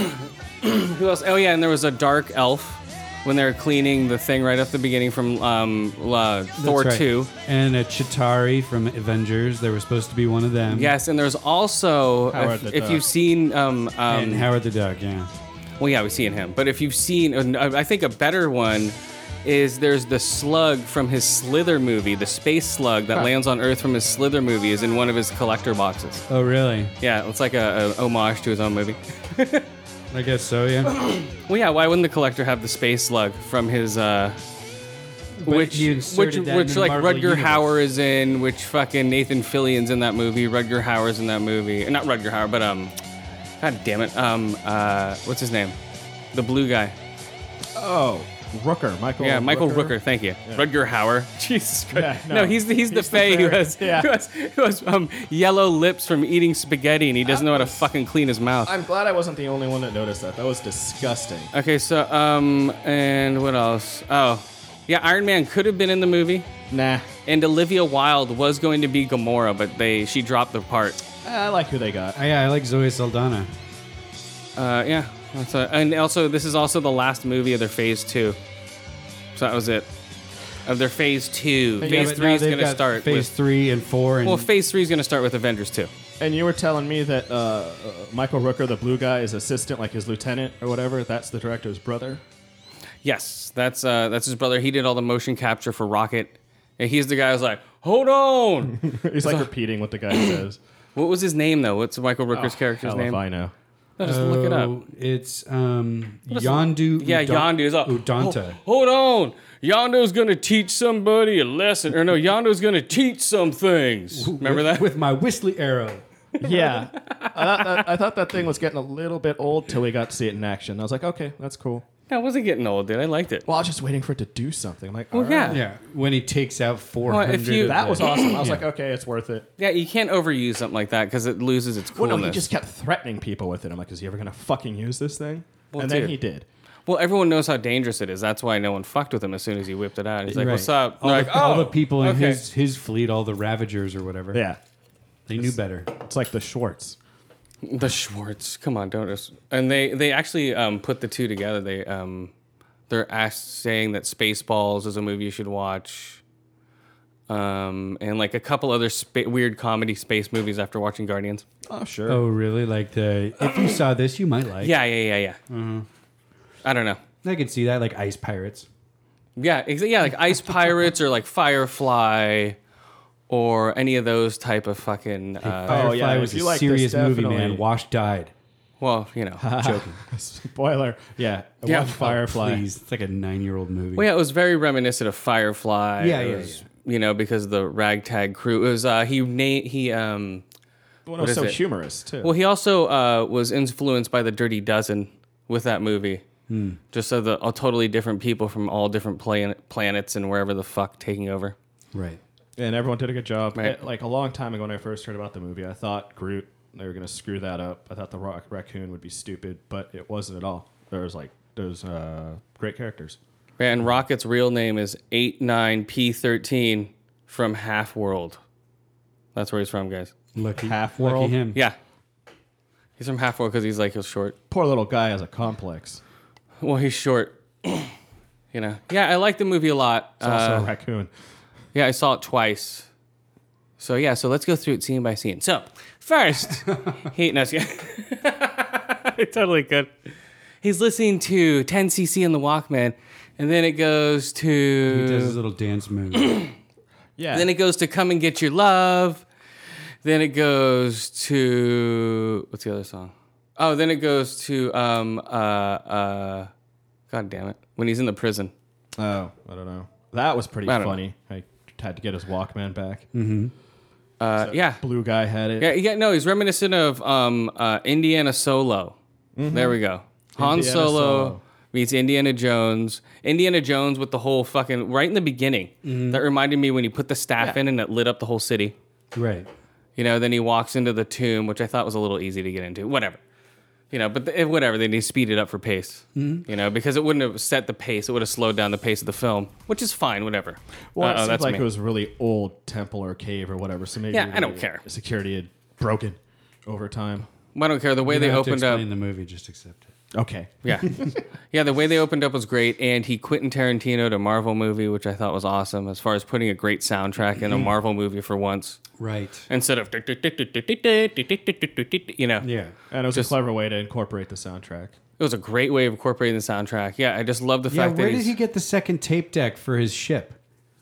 [SPEAKER 2] who else? Oh yeah, and there was a dark elf when they were cleaning the thing right at the beginning from um, uh, Thor
[SPEAKER 4] That's right.
[SPEAKER 2] two.
[SPEAKER 4] And a Chitari from Avengers. There was supposed to be one of them.
[SPEAKER 2] Yes, and there's also
[SPEAKER 3] Howard
[SPEAKER 2] if,
[SPEAKER 3] the
[SPEAKER 2] if
[SPEAKER 3] Duck.
[SPEAKER 2] you've seen um,
[SPEAKER 4] And
[SPEAKER 2] um,
[SPEAKER 4] Howard the Duck, yeah.
[SPEAKER 2] well yeah we've seen him, but if you've seen uh, I think a better one is there's the slug from his Slither movie, the space slug that lands on Earth from his Slither movie is in one of his collector boxes.
[SPEAKER 4] Oh, really?
[SPEAKER 2] Yeah, it's like a, a homage to his own movie.
[SPEAKER 4] I guess so, yeah. Oh,
[SPEAKER 2] Well, yeah. Why wouldn't the collector have the space slug from his, uh, which,
[SPEAKER 4] he
[SPEAKER 2] which,
[SPEAKER 4] inserted
[SPEAKER 2] which,
[SPEAKER 4] that into the
[SPEAKER 2] like
[SPEAKER 4] Marvel
[SPEAKER 2] Rudger
[SPEAKER 4] universe.
[SPEAKER 2] Hauer is in, which fucking Nathan Fillion's in that movie, Rudger Hauer's in that movie, Uh, not Rudger Hauer, but um, god damn it, um, uh, what's his name? The blue guy.
[SPEAKER 3] oh, Rooker, Michael.
[SPEAKER 2] Yeah, Michael Rooker. Thank you, Rudger Hauer. Jesus Christ.
[SPEAKER 3] Yeah,
[SPEAKER 2] no.
[SPEAKER 3] no.
[SPEAKER 2] he's the, he's the fae who
[SPEAKER 3] fair-
[SPEAKER 2] has,
[SPEAKER 3] yeah.
[SPEAKER 2] who has who has um yellow lips from eating spaghetti, and he doesn't know how to fucking clean his mouth.
[SPEAKER 3] I'm glad I wasn't the only one that noticed that. That was disgusting.
[SPEAKER 2] Okay, so um, and what else? Oh, yeah, Iron Man could have been in the movie,
[SPEAKER 3] Nah,
[SPEAKER 2] and Olivia Wilde was going to be Gamora, but they she dropped the part.
[SPEAKER 3] I like who they got.
[SPEAKER 4] I, yeah, I like Zoe Saldana.
[SPEAKER 2] Uh, yeah, that's a, and also this is also the last movie of their Phase Two, so that was it. Of their Phase Two,
[SPEAKER 4] Yeah,
[SPEAKER 2] Phase
[SPEAKER 4] but
[SPEAKER 2] Three
[SPEAKER 4] now
[SPEAKER 2] is
[SPEAKER 4] they've
[SPEAKER 2] going to
[SPEAKER 4] got
[SPEAKER 2] start
[SPEAKER 4] Phase
[SPEAKER 2] with.
[SPEAKER 4] three and four and
[SPEAKER 2] Well, Phase Three is going to start with Avengers Two.
[SPEAKER 3] And you were telling me that uh, uh, Michael Rooker, the blue guy, is assistant, like his lieutenant or whatever. That's the director's brother.
[SPEAKER 2] Yes, that's uh, that's his brother. He did all the motion capture for Rocket, and he's the guy who's like, hold on.
[SPEAKER 3] He's like repeating what the guy says.
[SPEAKER 2] what was his name though? What's Michael Rooker's character's
[SPEAKER 3] Hell
[SPEAKER 2] name?
[SPEAKER 3] if I know.
[SPEAKER 2] No, just look it up.
[SPEAKER 4] Oh, It's um, Yondu.
[SPEAKER 2] Yeah,
[SPEAKER 4] Udan-
[SPEAKER 2] Yondu's up. Oh,
[SPEAKER 4] Udanta.
[SPEAKER 2] Hold on. Yondu's gonna teach somebody a lesson. Or no, Yondu's gonna teach some things. Remember that?
[SPEAKER 4] With my whistly arrow.
[SPEAKER 3] Yeah, I thought, that, I thought that thing was getting a little bit old till we got to see it in action. I was like, okay, that's cool.
[SPEAKER 2] That wasn't getting old, dude. I liked it.
[SPEAKER 3] Well, I was just waiting for it to do something. I'm like,
[SPEAKER 2] Well,
[SPEAKER 3] all
[SPEAKER 2] yeah.
[SPEAKER 3] right.
[SPEAKER 4] Yeah, when he takes out 400.
[SPEAKER 2] if you-
[SPEAKER 4] of
[SPEAKER 3] that
[SPEAKER 4] the-
[SPEAKER 3] was awesome. I was like, okay, it's worth it.
[SPEAKER 2] Yeah, you can't overuse something like that because it loses its
[SPEAKER 3] Well,
[SPEAKER 2] coolness.
[SPEAKER 3] no, he just kept threatening people with it. I'm like, is he ever gonna fucking use this thing?
[SPEAKER 2] Well,
[SPEAKER 3] and
[SPEAKER 2] dude.
[SPEAKER 3] then he did.
[SPEAKER 2] Well, everyone knows how dangerous it is. That's why no one fucked with him as soon as he whipped it out. He's like,
[SPEAKER 4] Right.
[SPEAKER 2] "What's up?" And
[SPEAKER 4] All,
[SPEAKER 2] they're
[SPEAKER 4] the,
[SPEAKER 2] like,
[SPEAKER 4] all
[SPEAKER 2] "Oh,
[SPEAKER 4] the people in
[SPEAKER 2] okay."
[SPEAKER 4] his, his fleet, all the Ravagers or whatever,
[SPEAKER 3] Yeah,
[SPEAKER 4] they knew better.
[SPEAKER 3] it's like the Schwartz.
[SPEAKER 2] The Schwartz. Come on, don't just. And they they actually um, put the two together. They um, they're asked saying that Spaceballs is a movie you should watch. Um, and like a couple other spa- weird comedy space movies after watching Guardians.
[SPEAKER 3] Oh sure.
[SPEAKER 4] Oh, really? Like the if you saw this, you might like.
[SPEAKER 2] Yeah, yeah, yeah, yeah. Mm-hmm. I don't know.
[SPEAKER 4] I could see that. Like Ice Pirates.
[SPEAKER 2] Yeah, exa- yeah, like Ice Pirates or like Firefly, or any of those type of fucking. Uh,
[SPEAKER 4] Firefly
[SPEAKER 3] Oh, yeah,
[SPEAKER 4] was
[SPEAKER 3] if you
[SPEAKER 4] a
[SPEAKER 3] like this,
[SPEAKER 4] serious movie, man.
[SPEAKER 3] definitely.
[SPEAKER 4] Wash died.
[SPEAKER 2] well, you know.
[SPEAKER 4] Joking.
[SPEAKER 3] Spoiler. Yeah. I
[SPEAKER 2] Yeah.
[SPEAKER 3] watched Firefly.
[SPEAKER 4] Please, it's like a nine-year-old movie.
[SPEAKER 2] Well, yeah, it was very reminiscent of Firefly.
[SPEAKER 4] Yeah,
[SPEAKER 2] It
[SPEAKER 4] yeah,
[SPEAKER 2] was, You know, because of the ragtag crew. It was uh, he na- he um,
[SPEAKER 3] Well, no,
[SPEAKER 2] is
[SPEAKER 3] so
[SPEAKER 2] it?
[SPEAKER 3] humorous too.
[SPEAKER 2] Well, he also uh, was influenced by the Dirty Dozen with that movie.
[SPEAKER 4] Hmm.
[SPEAKER 2] Just so the all totally different people from all different plan- planets and wherever the fuck taking over.
[SPEAKER 4] Right.
[SPEAKER 3] and everyone did a good job.
[SPEAKER 2] Right.
[SPEAKER 3] Uh, Like a long time ago, when I first heard about the movie, I thought Groot they were gonna screw that up. I thought the rock raccoon would be stupid, but it wasn't at all. There was like those uh, great characters.
[SPEAKER 2] And Rocket's real name is 89P13 from Half World. That's where he's from, guys.
[SPEAKER 4] Lucky
[SPEAKER 3] Half
[SPEAKER 4] Lucky
[SPEAKER 3] world.
[SPEAKER 4] him.
[SPEAKER 2] Yeah. He's from Half World because he's like, he's short.
[SPEAKER 3] Poor little guy has a complex.
[SPEAKER 2] Well, he's short. you know? Yeah, I like the movie a lot. Uh,
[SPEAKER 3] It's also a raccoon.
[SPEAKER 2] Yeah, I saw it twice. So yeah, so let's go through it scene by scene. So first, he no, yeah, totally good. He's listening to 10cc in the Walkman, and then it goes
[SPEAKER 4] He does his
[SPEAKER 2] to
[SPEAKER 4] little dance move.
[SPEAKER 3] Yeah.
[SPEAKER 2] then it goes to Come and Get Your Love. Then it goes to what's the other song? Oh, then it goes to um uh uh, God damn it, when he's in the prison.
[SPEAKER 3] oh, I don't know. That was pretty
[SPEAKER 2] I don't
[SPEAKER 3] funny. I had to get his Walkman back.
[SPEAKER 4] Mm-hmm.
[SPEAKER 2] Uh, yeah,
[SPEAKER 3] Blue guy had it.
[SPEAKER 2] Yeah, yeah, no, he's reminiscent of um, uh, Indiana Solo. There we go. Han
[SPEAKER 3] Mm-hmm. Indiana
[SPEAKER 2] Solo,
[SPEAKER 3] Solo.
[SPEAKER 2] meets Indiana Jones. Indiana Jones with the whole fucking right in the beginning.
[SPEAKER 3] Mm-hmm.
[SPEAKER 2] That reminded me when he put the staff in and it lit up the whole city.
[SPEAKER 4] right.
[SPEAKER 2] You know, then he walks into the tomb, which I thought was a little easy to get into. Whatever. You know, but the, eh, whatever. They need to speed it up for pace.
[SPEAKER 3] Mm-hmm.
[SPEAKER 2] You know, because it wouldn't have set the pace. It would have slowed down the pace of the film, which is fine. Whatever.
[SPEAKER 3] Well,
[SPEAKER 2] Uh-oh,
[SPEAKER 3] it seemed
[SPEAKER 2] that's
[SPEAKER 3] like
[SPEAKER 2] me.
[SPEAKER 3] it was really old temple or cave or whatever. So maybe
[SPEAKER 2] Yeah, I don't
[SPEAKER 3] the
[SPEAKER 2] care.
[SPEAKER 3] Security had broken over time.
[SPEAKER 2] I don't care. The way
[SPEAKER 4] You don't
[SPEAKER 2] they
[SPEAKER 4] have to
[SPEAKER 2] opened up.
[SPEAKER 4] explain the movie. Just accept it.
[SPEAKER 3] Okay.
[SPEAKER 2] Yeah. yeah, the way they opened up was great. And he Quentin Tarantino to Marvel movie, which I thought was awesome as far as putting a great soundtrack
[SPEAKER 4] Mm-hmm.
[SPEAKER 2] in a Marvel movie for once.
[SPEAKER 4] Right.
[SPEAKER 2] Instead of you know.
[SPEAKER 4] Yeah.
[SPEAKER 3] And it was a clever way to incorporate the soundtrack.
[SPEAKER 2] It was a great way of incorporating the soundtrack. Yeah, I just love the
[SPEAKER 4] Yeah.
[SPEAKER 2] fact
[SPEAKER 4] Where
[SPEAKER 2] that
[SPEAKER 4] did
[SPEAKER 2] he's
[SPEAKER 4] he get the second tape deck for his ship?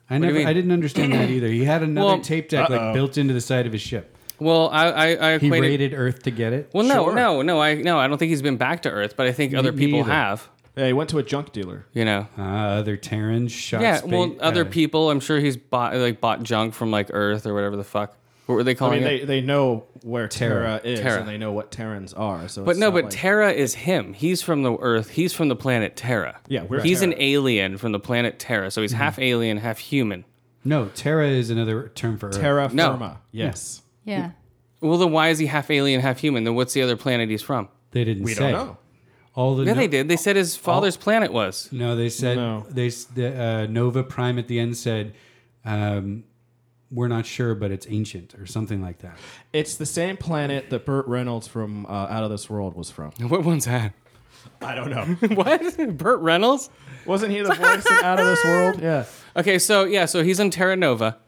[SPEAKER 4] I
[SPEAKER 2] do you
[SPEAKER 4] never.
[SPEAKER 2] mean?
[SPEAKER 4] I didn't understand that either. He had another
[SPEAKER 2] Well,
[SPEAKER 4] tape deck like built into the side of his ship.
[SPEAKER 2] Well, I I, I
[SPEAKER 4] He
[SPEAKER 2] equated
[SPEAKER 4] raided Earth to get it.
[SPEAKER 2] Well no,
[SPEAKER 3] Sure.
[SPEAKER 2] no, no, I no, I don't think he's been back to Earth, but I think other
[SPEAKER 4] me
[SPEAKER 2] people
[SPEAKER 4] either.
[SPEAKER 2] have.
[SPEAKER 3] Yeah, he went to a junk dealer.
[SPEAKER 2] You know.
[SPEAKER 4] Ah, other Terrans shot.
[SPEAKER 2] yeah,
[SPEAKER 4] spa-
[SPEAKER 2] well other
[SPEAKER 4] uh,
[SPEAKER 2] people, I'm sure he's bought like bought junk from like Earth or whatever the fuck. What were they
[SPEAKER 3] I
[SPEAKER 2] calling
[SPEAKER 3] mean,
[SPEAKER 2] it?
[SPEAKER 3] they, they know where Terra, is
[SPEAKER 2] Oh, Terra.
[SPEAKER 3] and they know what Terrans are. So
[SPEAKER 2] But
[SPEAKER 3] it's
[SPEAKER 2] no,
[SPEAKER 3] not
[SPEAKER 2] but
[SPEAKER 3] like-
[SPEAKER 2] Terra is him. He's from the Earth. He's from the planet Terra.
[SPEAKER 3] Yeah, we're
[SPEAKER 2] he's an
[SPEAKER 3] Terra. Mm-hmm.
[SPEAKER 2] alien from the planet Terra, so he's half alien, half human.
[SPEAKER 4] No, Terra is another term for Earth.
[SPEAKER 3] Terra
[SPEAKER 2] No.
[SPEAKER 3] Firma. Yes.
[SPEAKER 5] Yeah.
[SPEAKER 2] Well, then why is he half alien, half human? Then what's the other planet he's from?
[SPEAKER 4] They didn't
[SPEAKER 3] We
[SPEAKER 4] say.
[SPEAKER 3] don't know.
[SPEAKER 4] All the
[SPEAKER 2] Yeah,
[SPEAKER 4] no-
[SPEAKER 2] they did. They said
[SPEAKER 3] Oh.
[SPEAKER 2] his father's planet was.
[SPEAKER 4] No, they said
[SPEAKER 3] No.
[SPEAKER 4] they s- the, uh, Nova Prime at the end said, um, "We're not sure, but it's ancient or something like that."
[SPEAKER 3] It's the same planet that Burt Reynolds from uh, Out of This World was from.
[SPEAKER 2] What one's that?
[SPEAKER 3] I don't know.
[SPEAKER 2] What? Burt Reynolds?
[SPEAKER 3] Wasn't he the voice in Out of This World? Yeah.
[SPEAKER 2] Okay, so yeah, so he's on Terra Nova,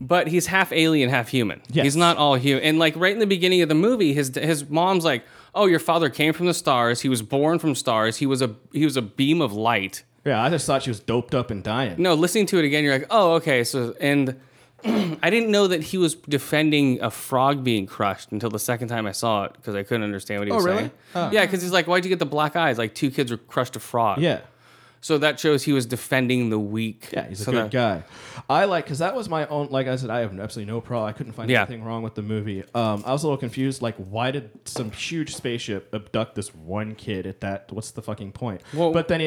[SPEAKER 2] but he's half alien, half human.
[SPEAKER 3] Yes.
[SPEAKER 2] He's not all human. And like right in the beginning of the movie, his his mom's like, "Oh, your father came from the stars. He was born from stars. He was a he was a beam of light."
[SPEAKER 3] Yeah, I just thought she was doped up and dying.
[SPEAKER 2] no, listening to it again, you're like, oh, okay. So, and I didn't know that he was defending a frog being crushed until the second time I saw it because I couldn't understand what he was
[SPEAKER 3] Oh, really?
[SPEAKER 2] saying. Yeah, because he's like, why'd you get the black eyes? Like two kids were crushed a frog.
[SPEAKER 3] Yeah.
[SPEAKER 2] So that shows he was defending the weak.
[SPEAKER 3] Yeah, he's a
[SPEAKER 2] So
[SPEAKER 3] good
[SPEAKER 2] that-
[SPEAKER 3] guy. I like because that was my own. Like I said, I have absolutely no problem. I couldn't find
[SPEAKER 2] Yeah.
[SPEAKER 3] anything wrong with the movie. Um, I was a little confused. Like, why did some huge spaceship abduct this one kid at that? What's the fucking point?
[SPEAKER 2] Well-
[SPEAKER 3] but then he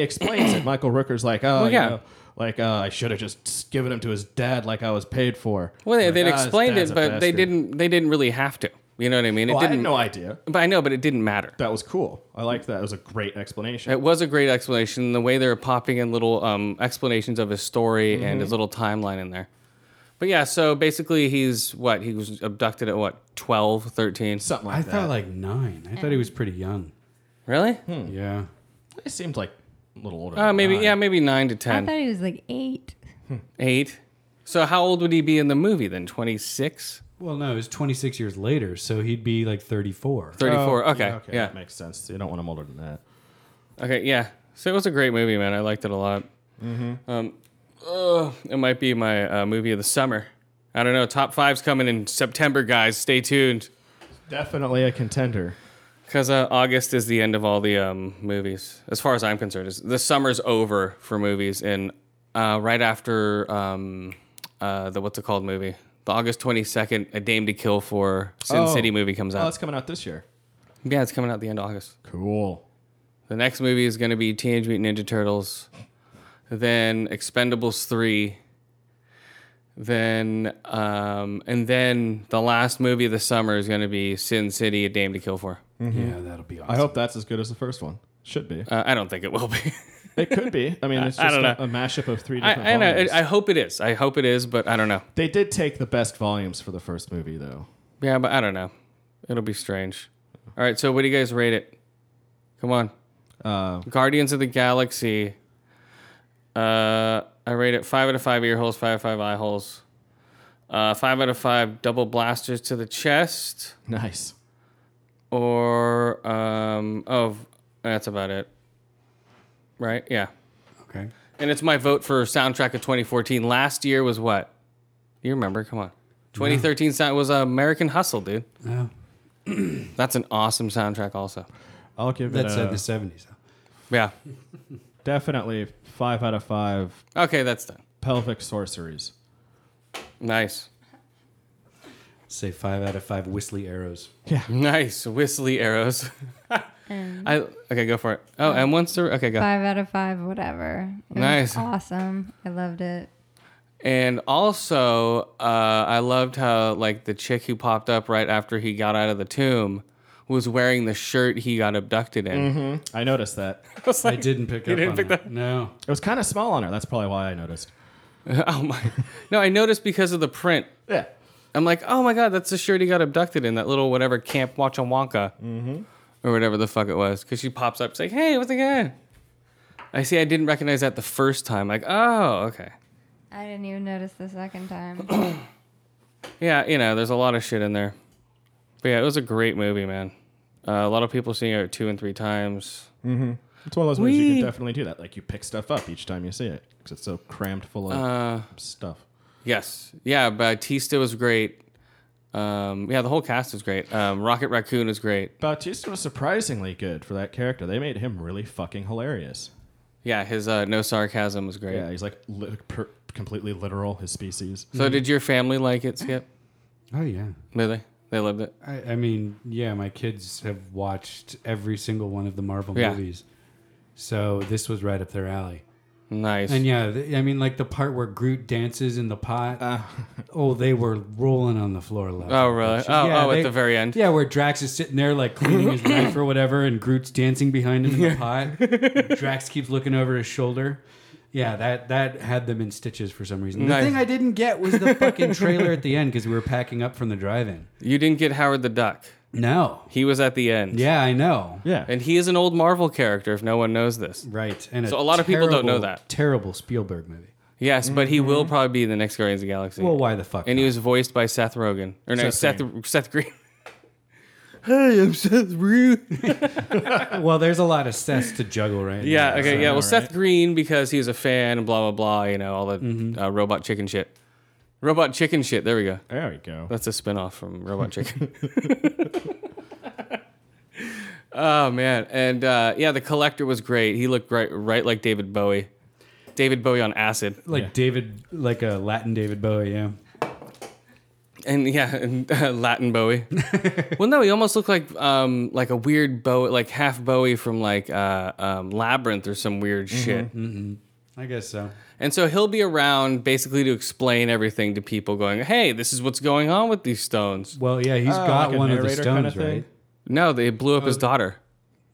[SPEAKER 3] explains it. Michael Rooker's like, oh
[SPEAKER 2] yeah.
[SPEAKER 3] yeah. like uh, I should have just s- given him to his dad, like I was paid for.
[SPEAKER 2] Well, they,
[SPEAKER 3] Like,
[SPEAKER 2] they'd
[SPEAKER 3] "Ah, his
[SPEAKER 2] explained
[SPEAKER 3] dad's
[SPEAKER 2] it,
[SPEAKER 3] a
[SPEAKER 2] but they
[SPEAKER 3] bastard."
[SPEAKER 2] didn't. They didn't really have to. You know what I mean? It
[SPEAKER 3] Well, I had
[SPEAKER 2] didn't.
[SPEAKER 3] no idea.
[SPEAKER 2] But I know, but it didn't matter.
[SPEAKER 3] That was cool. I liked that. It was a great explanation.
[SPEAKER 2] It was a great explanation. The way they were popping in little um, explanations of his story and
[SPEAKER 3] Mm-hmm.
[SPEAKER 2] his little timeline in there. But yeah, so basically he's what? He was abducted at what? 12, 13?
[SPEAKER 3] Something like
[SPEAKER 4] I
[SPEAKER 3] that.
[SPEAKER 4] thought like nine. I thought he was pretty young.
[SPEAKER 2] Really?
[SPEAKER 3] Hmm,
[SPEAKER 4] Yeah.
[SPEAKER 3] it seemed like a little older.
[SPEAKER 2] Uh,
[SPEAKER 3] than
[SPEAKER 2] maybe,
[SPEAKER 3] I.
[SPEAKER 2] yeah, maybe 9 to
[SPEAKER 5] I
[SPEAKER 2] 10.
[SPEAKER 5] thought he was like eight.
[SPEAKER 2] 8. So how old would he be in the movie then? 26?
[SPEAKER 4] Well, no, it was 26 years later, so he'd be like 34.
[SPEAKER 2] 34?
[SPEAKER 3] Oh,
[SPEAKER 2] okay. Yeah,
[SPEAKER 3] okay,
[SPEAKER 2] yeah.
[SPEAKER 3] that makes sense. You don't want him older than that.
[SPEAKER 2] Okay, yeah. So it was a great movie, man. I liked it a lot.
[SPEAKER 3] Mm-hmm.
[SPEAKER 2] Um, ugh, it might be my uh, movie of the summer. I don't know. Top five's coming in September, guys. Stay tuned.
[SPEAKER 3] Definitely a contender.
[SPEAKER 2] Because uh, August is the end of all the um, movies, as far as I'm concerned. Is the summer's over for movies, and uh, right after um, uh, the what's it called movie, the August 22nd, A Dame to Kill For Sin
[SPEAKER 3] Oh.
[SPEAKER 2] City movie comes
[SPEAKER 3] Oh,
[SPEAKER 2] out.
[SPEAKER 3] it's coming out this year.
[SPEAKER 2] yeah, it's coming out the end of August.
[SPEAKER 3] Cool.
[SPEAKER 2] The next movie is going to be Teenage Mutant Ninja Turtles, then Expendables 3, then um, and then the last movie of the summer is going to be Sin City: A Dame to Kill For.
[SPEAKER 4] Yeah, that'll be awesome.
[SPEAKER 3] I hope that's as good as the first one. Should be.
[SPEAKER 2] Uh, I don't think it will be.
[SPEAKER 3] It could be. I mean, it's
[SPEAKER 2] I
[SPEAKER 3] just
[SPEAKER 2] don't
[SPEAKER 3] a, a mashup of three
[SPEAKER 2] I,
[SPEAKER 3] different
[SPEAKER 2] I, know,
[SPEAKER 3] volumes.
[SPEAKER 2] I hope it is. I hope it is, but I don't know.
[SPEAKER 3] they did take the best volumes for the first movie, though.
[SPEAKER 2] Yeah, but I don't know. It'll be strange. All right, so what do you guys rate it? Come on.
[SPEAKER 3] Uh,
[SPEAKER 2] Guardians of the Galaxy. Uh, I rate it five out of five ear holes, five out of five eye holes, uh, five out of five double blasters to the chest,
[SPEAKER 3] nice.
[SPEAKER 2] or um, oh, that's about it. Right? Yeah.
[SPEAKER 4] Okay.
[SPEAKER 2] And it's my vote for soundtrack of 2014. Last year was what? You remember? Come on. 2013 sound was American Hustle, dude.
[SPEAKER 4] Oh,
[SPEAKER 2] That's an awesome soundtrack, also.
[SPEAKER 3] I'll give
[SPEAKER 4] that
[SPEAKER 3] it
[SPEAKER 4] said,
[SPEAKER 3] a,
[SPEAKER 4] the 70s. though.
[SPEAKER 2] Yeah.
[SPEAKER 3] definitely five out of five
[SPEAKER 2] Okay, that's done.
[SPEAKER 3] pelvic sorceries.
[SPEAKER 2] Nice.
[SPEAKER 4] Say five out of five whistly arrows.
[SPEAKER 2] Nice whistly arrows. I okay, go for it. Oh, and once the okay, go.
[SPEAKER 5] Five out of five, whatever. It was
[SPEAKER 2] Nice.
[SPEAKER 5] awesome. I loved it.
[SPEAKER 2] And also, uh, I loved how like the chick who popped up right after he got out of the tomb was wearing the shirt he got abducted in.
[SPEAKER 3] I noticed that.
[SPEAKER 4] I didn't pick up
[SPEAKER 2] didn't
[SPEAKER 4] on
[SPEAKER 2] pick
[SPEAKER 4] that. No.
[SPEAKER 3] It was kind of small on her. That's probably why I noticed.
[SPEAKER 2] oh my! No, I noticed because of the print.
[SPEAKER 3] Yeah.
[SPEAKER 2] I'm like, oh my god, that's the shirt he got abducted in. That little whatever camp Watcha Wonka or whatever the fuck it was. Because she pops up, it's like, hey, what's the guy? I see. I didn't recognize that the first time. Like, oh, okay.
[SPEAKER 5] I didn't even notice the second time.
[SPEAKER 2] Yeah, you know, there's a lot of shit in there. But yeah, it was a great movie, man. Uh, a lot of people seeing it two and three times.
[SPEAKER 3] It's one of those movies you
[SPEAKER 2] Whee!
[SPEAKER 3] can definitely do that. Like you pick stuff up each time you see it because it's so crammed full of stuff.
[SPEAKER 2] Yes. Yeah, Batista was great. Um, yeah, the whole cast was great. Um, Rocket Raccoon is great.
[SPEAKER 3] Bautista was surprisingly good for that character. They made him really fucking hilarious.
[SPEAKER 2] Yeah, his uh, no sarcasm was great.
[SPEAKER 3] Yeah, he's like li- per- completely literal. His species.
[SPEAKER 2] So, did your family like it, Skip?
[SPEAKER 4] Oh, yeah.
[SPEAKER 2] Did they? They loved it.
[SPEAKER 4] I, I mean, yeah, my kids have watched every single one of the Marvel
[SPEAKER 2] Yeah.
[SPEAKER 4] movies. So this was right up their alley.
[SPEAKER 2] Nice.
[SPEAKER 4] And yeah, th- I mean, like the part where Groot dances in the pot. oh, they were rolling on the floor. Laughing.
[SPEAKER 2] Oh, really? Oh, oh, at the very end.
[SPEAKER 4] Yeah, where Drax is sitting there like cleaning his knife or whatever, and Groot's dancing behind him in the pot. Drax keeps looking over his shoulder. Yeah, that that had them in stitches for some reason. The
[SPEAKER 2] Nice.
[SPEAKER 4] thing I didn't get was the fucking trailer at the end because we were packing up from the drive-in.
[SPEAKER 2] You didn't get Howard the Duck.
[SPEAKER 4] No.
[SPEAKER 2] He was at the end.
[SPEAKER 4] Yeah, I know.
[SPEAKER 3] Yeah,
[SPEAKER 2] And he is an old Marvel character, if no one knows this.
[SPEAKER 4] Right. And
[SPEAKER 2] So a lot of people don't know
[SPEAKER 4] terrible-
[SPEAKER 2] that.
[SPEAKER 4] Terrible Spielberg movie.
[SPEAKER 2] Yes, but he will probably be in the next Guardians of the Galaxy.
[SPEAKER 4] Mm-hmm. Well, why the fuck?
[SPEAKER 2] And he
[SPEAKER 4] not?
[SPEAKER 2] was voiced by Seth Rogen. Or no, Seth
[SPEAKER 3] Seth
[SPEAKER 2] Seth Green. hey, I'm Seth Green.
[SPEAKER 4] well, there's a lot of sets to juggle right
[SPEAKER 2] Yeah,
[SPEAKER 4] now.
[SPEAKER 2] okay, yeah. Well, Seth Green because he's a fan and blah blah blah. You know all the
[SPEAKER 4] Mm-hmm.
[SPEAKER 2] uh, robot chicken shit. Robot chicken shit. There we go.
[SPEAKER 3] there we go.
[SPEAKER 2] That's a spinoff from Robot Chicken. oh man, and uh, yeah, the collector was great. He looked right, right like David Bowie. David Bowie on acid.
[SPEAKER 4] Like
[SPEAKER 3] Yeah.
[SPEAKER 4] David, like a Latin David Bowie, yeah.
[SPEAKER 2] and yeah, and, uh, Latin Bowie. well, no, he almost looked like um like a weird Bowie, like half Bowie from like uh um, Labyrinth or some weird shit.
[SPEAKER 4] I guess so.
[SPEAKER 2] And so he'll be around basically to explain everything to people, going, "Hey, this is what's going on with these stones."
[SPEAKER 4] Well, yeah, he's
[SPEAKER 3] Oh,
[SPEAKER 4] got
[SPEAKER 3] like a
[SPEAKER 4] one of the
[SPEAKER 3] narrator kinda
[SPEAKER 4] stones,
[SPEAKER 3] thing?
[SPEAKER 4] right?
[SPEAKER 2] No, they blew up his daughter.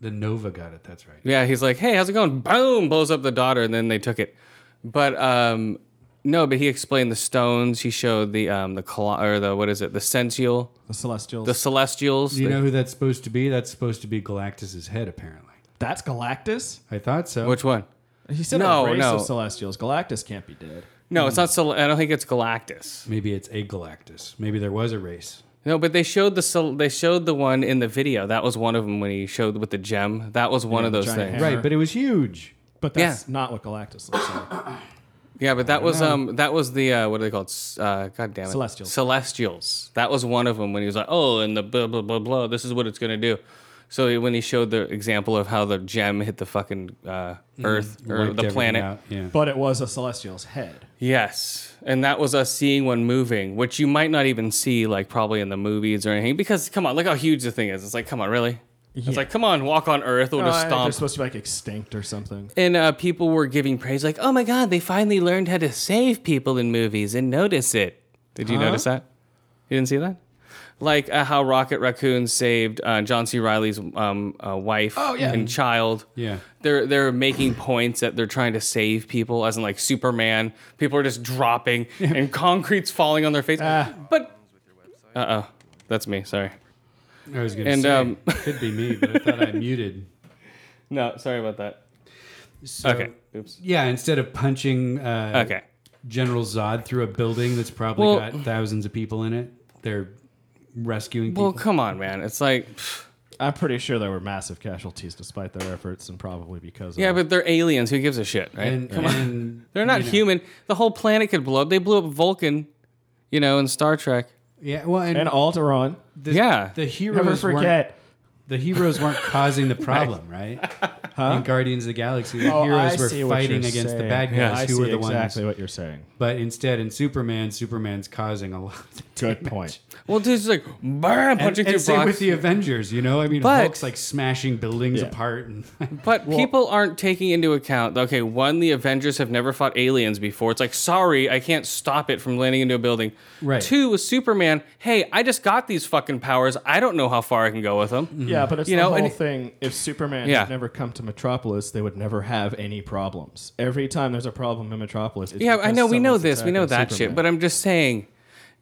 [SPEAKER 4] The Nova got it. That's right.
[SPEAKER 2] Yeah, he's like, "Hey, how's it going?" Boom, blows up the daughter, and then they took it. But um, no, but he explained the stones. He showed the um the col- or the what is it, the sensual,
[SPEAKER 3] The Celestials.
[SPEAKER 2] the celestials.
[SPEAKER 4] Do you
[SPEAKER 2] the-
[SPEAKER 4] know who that's supposed to be? That's supposed to be Galactus's head, apparently.
[SPEAKER 3] That's Galactus.
[SPEAKER 4] I thought so.
[SPEAKER 2] which one?
[SPEAKER 3] He said
[SPEAKER 2] No,
[SPEAKER 3] a race
[SPEAKER 2] no.
[SPEAKER 3] of Hmm. Celestials. Galactus can't be dead.
[SPEAKER 2] No, it's not. Cel- I don't think it's Galactus.
[SPEAKER 4] Maybe it's a Galactus. Maybe there was a race.
[SPEAKER 2] No, but they showed the sol- they showed the one in the video. That was one of them when he showed with the gem. That was one of
[SPEAKER 3] the
[SPEAKER 2] those
[SPEAKER 3] giant
[SPEAKER 2] things.
[SPEAKER 3] hand.
[SPEAKER 4] Right, but it was huge.
[SPEAKER 3] But that's not what Galactus looks like.
[SPEAKER 2] Yeah, but that was um that was the uh, what are they called? S- Uh, God damn it,
[SPEAKER 3] Celestials.
[SPEAKER 2] Celestials. That was one of them when he was like, oh, and the blah blah blah blah. This is what it's gonna do. So when he showed the example of how the gem hit the fucking uh, Earth or
[SPEAKER 4] Mm-hmm. Wiped
[SPEAKER 2] the
[SPEAKER 4] everything
[SPEAKER 2] planet,
[SPEAKER 4] out, Yeah.
[SPEAKER 3] But it was a celestial's head.
[SPEAKER 2] Yes. And that was us seeing one moving, which you might not even see, like, probably in the movies or anything. Because, come on, look how huge the thing is. It's like, come on, really? It's like, come on, walk on Earth. We'll just
[SPEAKER 3] Uh, they're
[SPEAKER 2] stomp.
[SPEAKER 3] supposed to be like extinct or something.
[SPEAKER 2] and uh, people were giving praise, like, oh my God, they finally learned how to save people in movies and notice it. Did you notice that? You didn't see that? Like uh, how Rocket Raccoon saved uh, John C. Riley's um, uh, wife and child
[SPEAKER 4] Yeah.
[SPEAKER 2] they're they're making points that they're trying to save people, as in like Superman. People are just dropping and concrete's falling on their face. But uh oh, that's me. Sorry.
[SPEAKER 4] I was gonna
[SPEAKER 2] And,
[SPEAKER 4] say
[SPEAKER 2] um,
[SPEAKER 4] could be me, but I thought I muted.
[SPEAKER 2] No, sorry about that.
[SPEAKER 4] So,
[SPEAKER 2] okay. Oops.
[SPEAKER 4] Yeah, instead of punching uh,
[SPEAKER 2] Okay.
[SPEAKER 4] General Zod through a building that's probably
[SPEAKER 2] Well-
[SPEAKER 4] got thousands of people in it, they're rescuing people.
[SPEAKER 2] Well, come on, man. It's like
[SPEAKER 3] I'm pretty sure there were massive casualties despite their efforts, and probably because
[SPEAKER 2] yeah,
[SPEAKER 3] of it.
[SPEAKER 2] but they're aliens. Who gives a shit, right?
[SPEAKER 4] and, and
[SPEAKER 2] they're not
[SPEAKER 4] you know.
[SPEAKER 2] human. The whole planet could blow up. They blew up Vulcan, you know, in Star Trek.
[SPEAKER 4] yeah, well, and,
[SPEAKER 3] and Alderaan.
[SPEAKER 4] the,
[SPEAKER 2] yeah.
[SPEAKER 4] the heroes
[SPEAKER 3] Never
[SPEAKER 4] weren't-
[SPEAKER 3] forget.
[SPEAKER 4] the heroes weren't causing the problem, right? In Guardians of the Galaxy, the
[SPEAKER 3] Oh,
[SPEAKER 4] heroes
[SPEAKER 3] I
[SPEAKER 4] were
[SPEAKER 3] see what you're
[SPEAKER 4] fighting against the
[SPEAKER 3] saying.
[SPEAKER 4] bad guys,
[SPEAKER 3] I
[SPEAKER 4] who
[SPEAKER 3] see
[SPEAKER 4] were the
[SPEAKER 3] exactly
[SPEAKER 4] ones.
[SPEAKER 3] what you're saying.
[SPEAKER 4] But instead, in Superman, Superman's causing a lot.
[SPEAKER 3] Good point.
[SPEAKER 2] Well, dude's like, "Brr,"
[SPEAKER 4] And,
[SPEAKER 2] punching
[SPEAKER 4] and
[SPEAKER 2] through
[SPEAKER 4] same
[SPEAKER 2] rocks.
[SPEAKER 4] with the Avengers, you know. I mean,
[SPEAKER 2] But-
[SPEAKER 4] Hulk's like smashing buildings
[SPEAKER 3] Yeah.
[SPEAKER 4] apart, and
[SPEAKER 2] But people aren't taking into account. Okay, one, the Avengers have never fought aliens before. It's like, sorry, I can't stop it from landing into a building.
[SPEAKER 4] Right.
[SPEAKER 2] Two, with Superman, hey, I just got these fucking powers. I don't know how far I can go with them.
[SPEAKER 4] Mm.
[SPEAKER 3] Yeah, but it's
[SPEAKER 2] You
[SPEAKER 3] the
[SPEAKER 2] know,
[SPEAKER 3] whole
[SPEAKER 2] and-
[SPEAKER 3] thing. If Superman
[SPEAKER 2] Yeah.
[SPEAKER 3] had never come to Metropolis, they would never have any problems. Every time there's a problem in Metropolis, it's
[SPEAKER 2] Yeah, I
[SPEAKER 3] because
[SPEAKER 2] know. We know
[SPEAKER 3] someone's
[SPEAKER 2] this. We know
[SPEAKER 3] attacking
[SPEAKER 2] that shit.
[SPEAKER 3] Superman.
[SPEAKER 2] But uh, I'm just saying,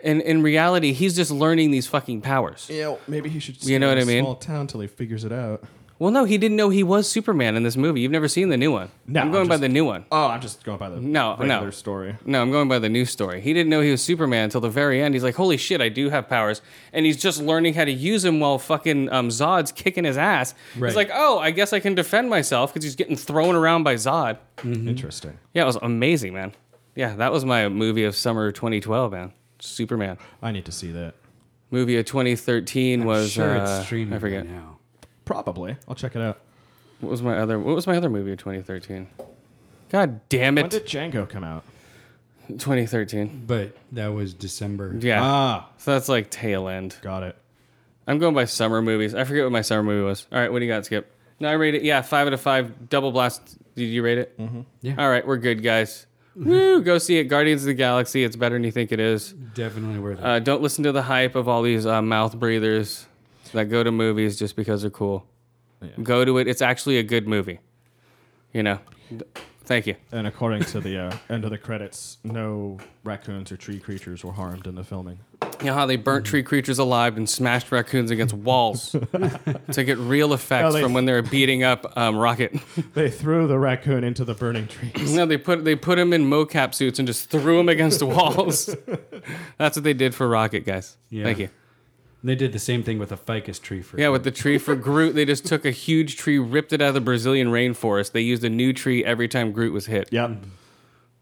[SPEAKER 2] in in reality, he's just learning these fucking powers.
[SPEAKER 3] you know, maybe he should.
[SPEAKER 2] You know
[SPEAKER 3] stay in
[SPEAKER 2] what
[SPEAKER 3] a
[SPEAKER 2] I mean?
[SPEAKER 3] Small town till he figures it out.
[SPEAKER 2] Well, no, he didn't know he was Superman in this movie. You've never seen the new one.
[SPEAKER 3] No,
[SPEAKER 2] I'm going
[SPEAKER 3] I'm
[SPEAKER 2] by
[SPEAKER 3] just-
[SPEAKER 2] the new one.
[SPEAKER 3] Oh, I'm just going by the
[SPEAKER 2] No,
[SPEAKER 3] regular
[SPEAKER 2] no.
[SPEAKER 3] story.
[SPEAKER 2] No, I'm going by the news story. He didn't know he was Superman until the very end. He's like, "Holy shit, I do have powers," and he's just learning how to use them while fucking um, Zod's kicking his ass.
[SPEAKER 4] Right.
[SPEAKER 2] He's like, "Oh, I guess I can defend myself" because he's getting thrown around by Zod.
[SPEAKER 4] Mm.
[SPEAKER 3] Interesting.
[SPEAKER 2] Yeah, it was amazing, man. Yeah, that was my movie of summer 2012, man. Superman.
[SPEAKER 3] I need to see that.
[SPEAKER 2] Movie of 2013 was
[SPEAKER 4] sure
[SPEAKER 2] uh,
[SPEAKER 4] it's streaming
[SPEAKER 2] I forget
[SPEAKER 4] right now.
[SPEAKER 3] Probably. I'll check it out.
[SPEAKER 2] what was my other What was my other movie of 2013? God damn
[SPEAKER 3] When
[SPEAKER 2] it,
[SPEAKER 3] did Django come out?
[SPEAKER 2] 2013.
[SPEAKER 4] But that was December.
[SPEAKER 2] Yeah,
[SPEAKER 3] Ah,
[SPEAKER 2] so that's like tail end.
[SPEAKER 3] got it.
[SPEAKER 2] I'm going by summer movies. I forget what my summer movie was. All right, what do you got, Skip? No, I rate it. Yeah, five out of five. Double blast. Did you rate it? Mm-hmm.
[SPEAKER 4] Yeah.
[SPEAKER 2] All right, we're good, guys. Woo! Go see it, Guardians of the Galaxy. It's better than you think it is.
[SPEAKER 4] Definitely worth it.
[SPEAKER 2] Uh, don't listen to the hype of all these uh, mouth breathers that go to movies just because they're cool. Go to it. It's actually a good movie. You know. Thank you.
[SPEAKER 3] And according to the uh, end of the credits, no raccoons or tree creatures were harmed in the filming.
[SPEAKER 2] You know how they burnt tree creatures alive and smashed raccoons against walls to get real effects
[SPEAKER 3] they-
[SPEAKER 2] from when they were beating up um, Rocket.
[SPEAKER 3] They threw the raccoon into the burning trees.
[SPEAKER 2] No, they put they put him in mocap suits and just threw him against the walls. That's what they did for Rocket, guys.
[SPEAKER 4] Yeah.
[SPEAKER 2] Thank you.
[SPEAKER 4] they did the same thing with a ficus tree for
[SPEAKER 2] Yeah, with the tree for Groot, they just took a huge tree, ripped it out of the Brazilian rainforest. They used a new tree every time Groot was hit.
[SPEAKER 3] yep.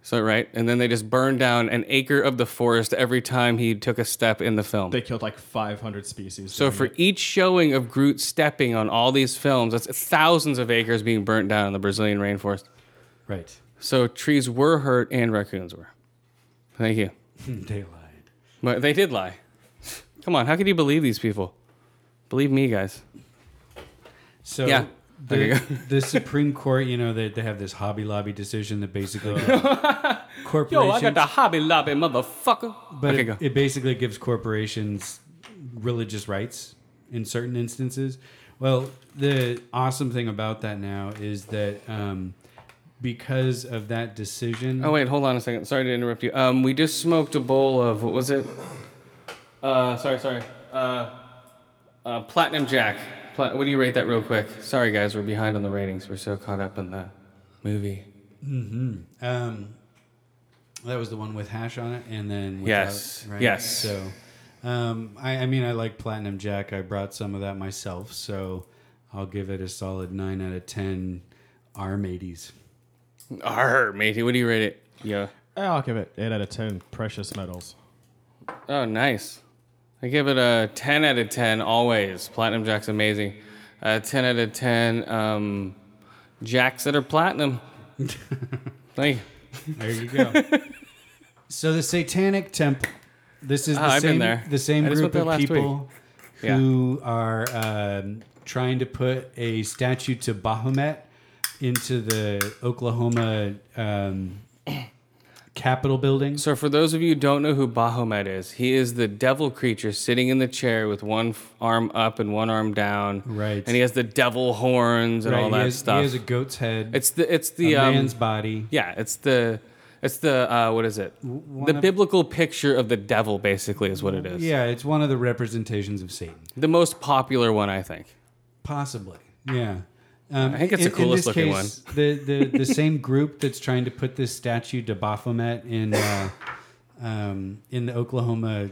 [SPEAKER 2] So right, and then they just burned down an acre of the forest every time he took a step in the film.
[SPEAKER 3] They killed like 500 species.
[SPEAKER 2] so
[SPEAKER 3] doing
[SPEAKER 2] for
[SPEAKER 3] it.
[SPEAKER 2] each showing of Groot stepping on all these films, that's thousands of acres being burnt down in the Brazilian rainforest.
[SPEAKER 4] right.
[SPEAKER 2] So trees were hurt and raccoons were. Thank you.
[SPEAKER 4] Daylight.
[SPEAKER 2] But they did lie. Come on, how could you believe these people? Believe me, guys.
[SPEAKER 4] So
[SPEAKER 2] Yeah. There you
[SPEAKER 4] The, the Supreme Court, you know, they, they have this Hobby Lobby decision that basically corporations,
[SPEAKER 2] Hobby Lobby, motherfucker.
[SPEAKER 4] but
[SPEAKER 2] okay,
[SPEAKER 4] it,
[SPEAKER 2] go.
[SPEAKER 4] it basically gives corporations religious rights in certain instances. Well, the awesome thing about that now is that um, because of that decision,
[SPEAKER 2] oh wait, hold on a second. Sorry to interrupt you. Um, we just smoked a bowl of what was it? Uh, sorry, sorry. Uh, uh Platinum Jack. Pla- what do you rate that real quick? Sorry, guys, we're behind on the ratings. We're so caught up in the movie.
[SPEAKER 4] Um, that was the one with hash on it, and then without,
[SPEAKER 2] Yes. Yes.
[SPEAKER 4] So, um, I, I mean, I like Platinum Jack. I brought some of that myself, so I'll give it a solid nine out of ten. Arm 80s.
[SPEAKER 2] Arr, matey. What do you rate it? Yeah.
[SPEAKER 3] Eh, I'll give it 8 out of 10 precious metals.
[SPEAKER 2] Oh, nice. I give it a 10 out of 10 always. Platinum Jack's amazing. Uh, 10 out of 10 um, jacks that are platinum. Thank you.
[SPEAKER 4] There you go. so the Satanic Temple. This is the
[SPEAKER 2] Ah, I've been
[SPEAKER 4] same.
[SPEAKER 2] there.
[SPEAKER 4] The same
[SPEAKER 2] I just went
[SPEAKER 4] group
[SPEAKER 2] there
[SPEAKER 4] of
[SPEAKER 2] last
[SPEAKER 4] people
[SPEAKER 2] Yeah.
[SPEAKER 4] who are um, trying to put a statue to Bahamut into the Oklahoma um, Capitol building.
[SPEAKER 2] So, for those of you who don't know who Bahamut is, he is the devil creature sitting in the chair with one f- arm up and one arm down.
[SPEAKER 4] Right.
[SPEAKER 2] And he has the devil horns and
[SPEAKER 4] Right,
[SPEAKER 2] all
[SPEAKER 4] he
[SPEAKER 2] that
[SPEAKER 4] has,
[SPEAKER 2] stuff.
[SPEAKER 4] He has a goat's head.
[SPEAKER 2] it's the it's
[SPEAKER 4] a
[SPEAKER 2] the um,
[SPEAKER 4] man's body.
[SPEAKER 2] yeah. It's the it's the uh, what is it? The
[SPEAKER 4] of-
[SPEAKER 2] biblical picture of the devil, basically, is what it is.
[SPEAKER 4] Yeah, it's one of the representations of Satan.
[SPEAKER 2] The most popular one, I think.
[SPEAKER 4] Possibly. Yeah. Um,
[SPEAKER 2] I think it's the coolest looking
[SPEAKER 4] one. The, the, the same group that's trying to put this statue to Baphomet in, uh, um, in the Oklahoma,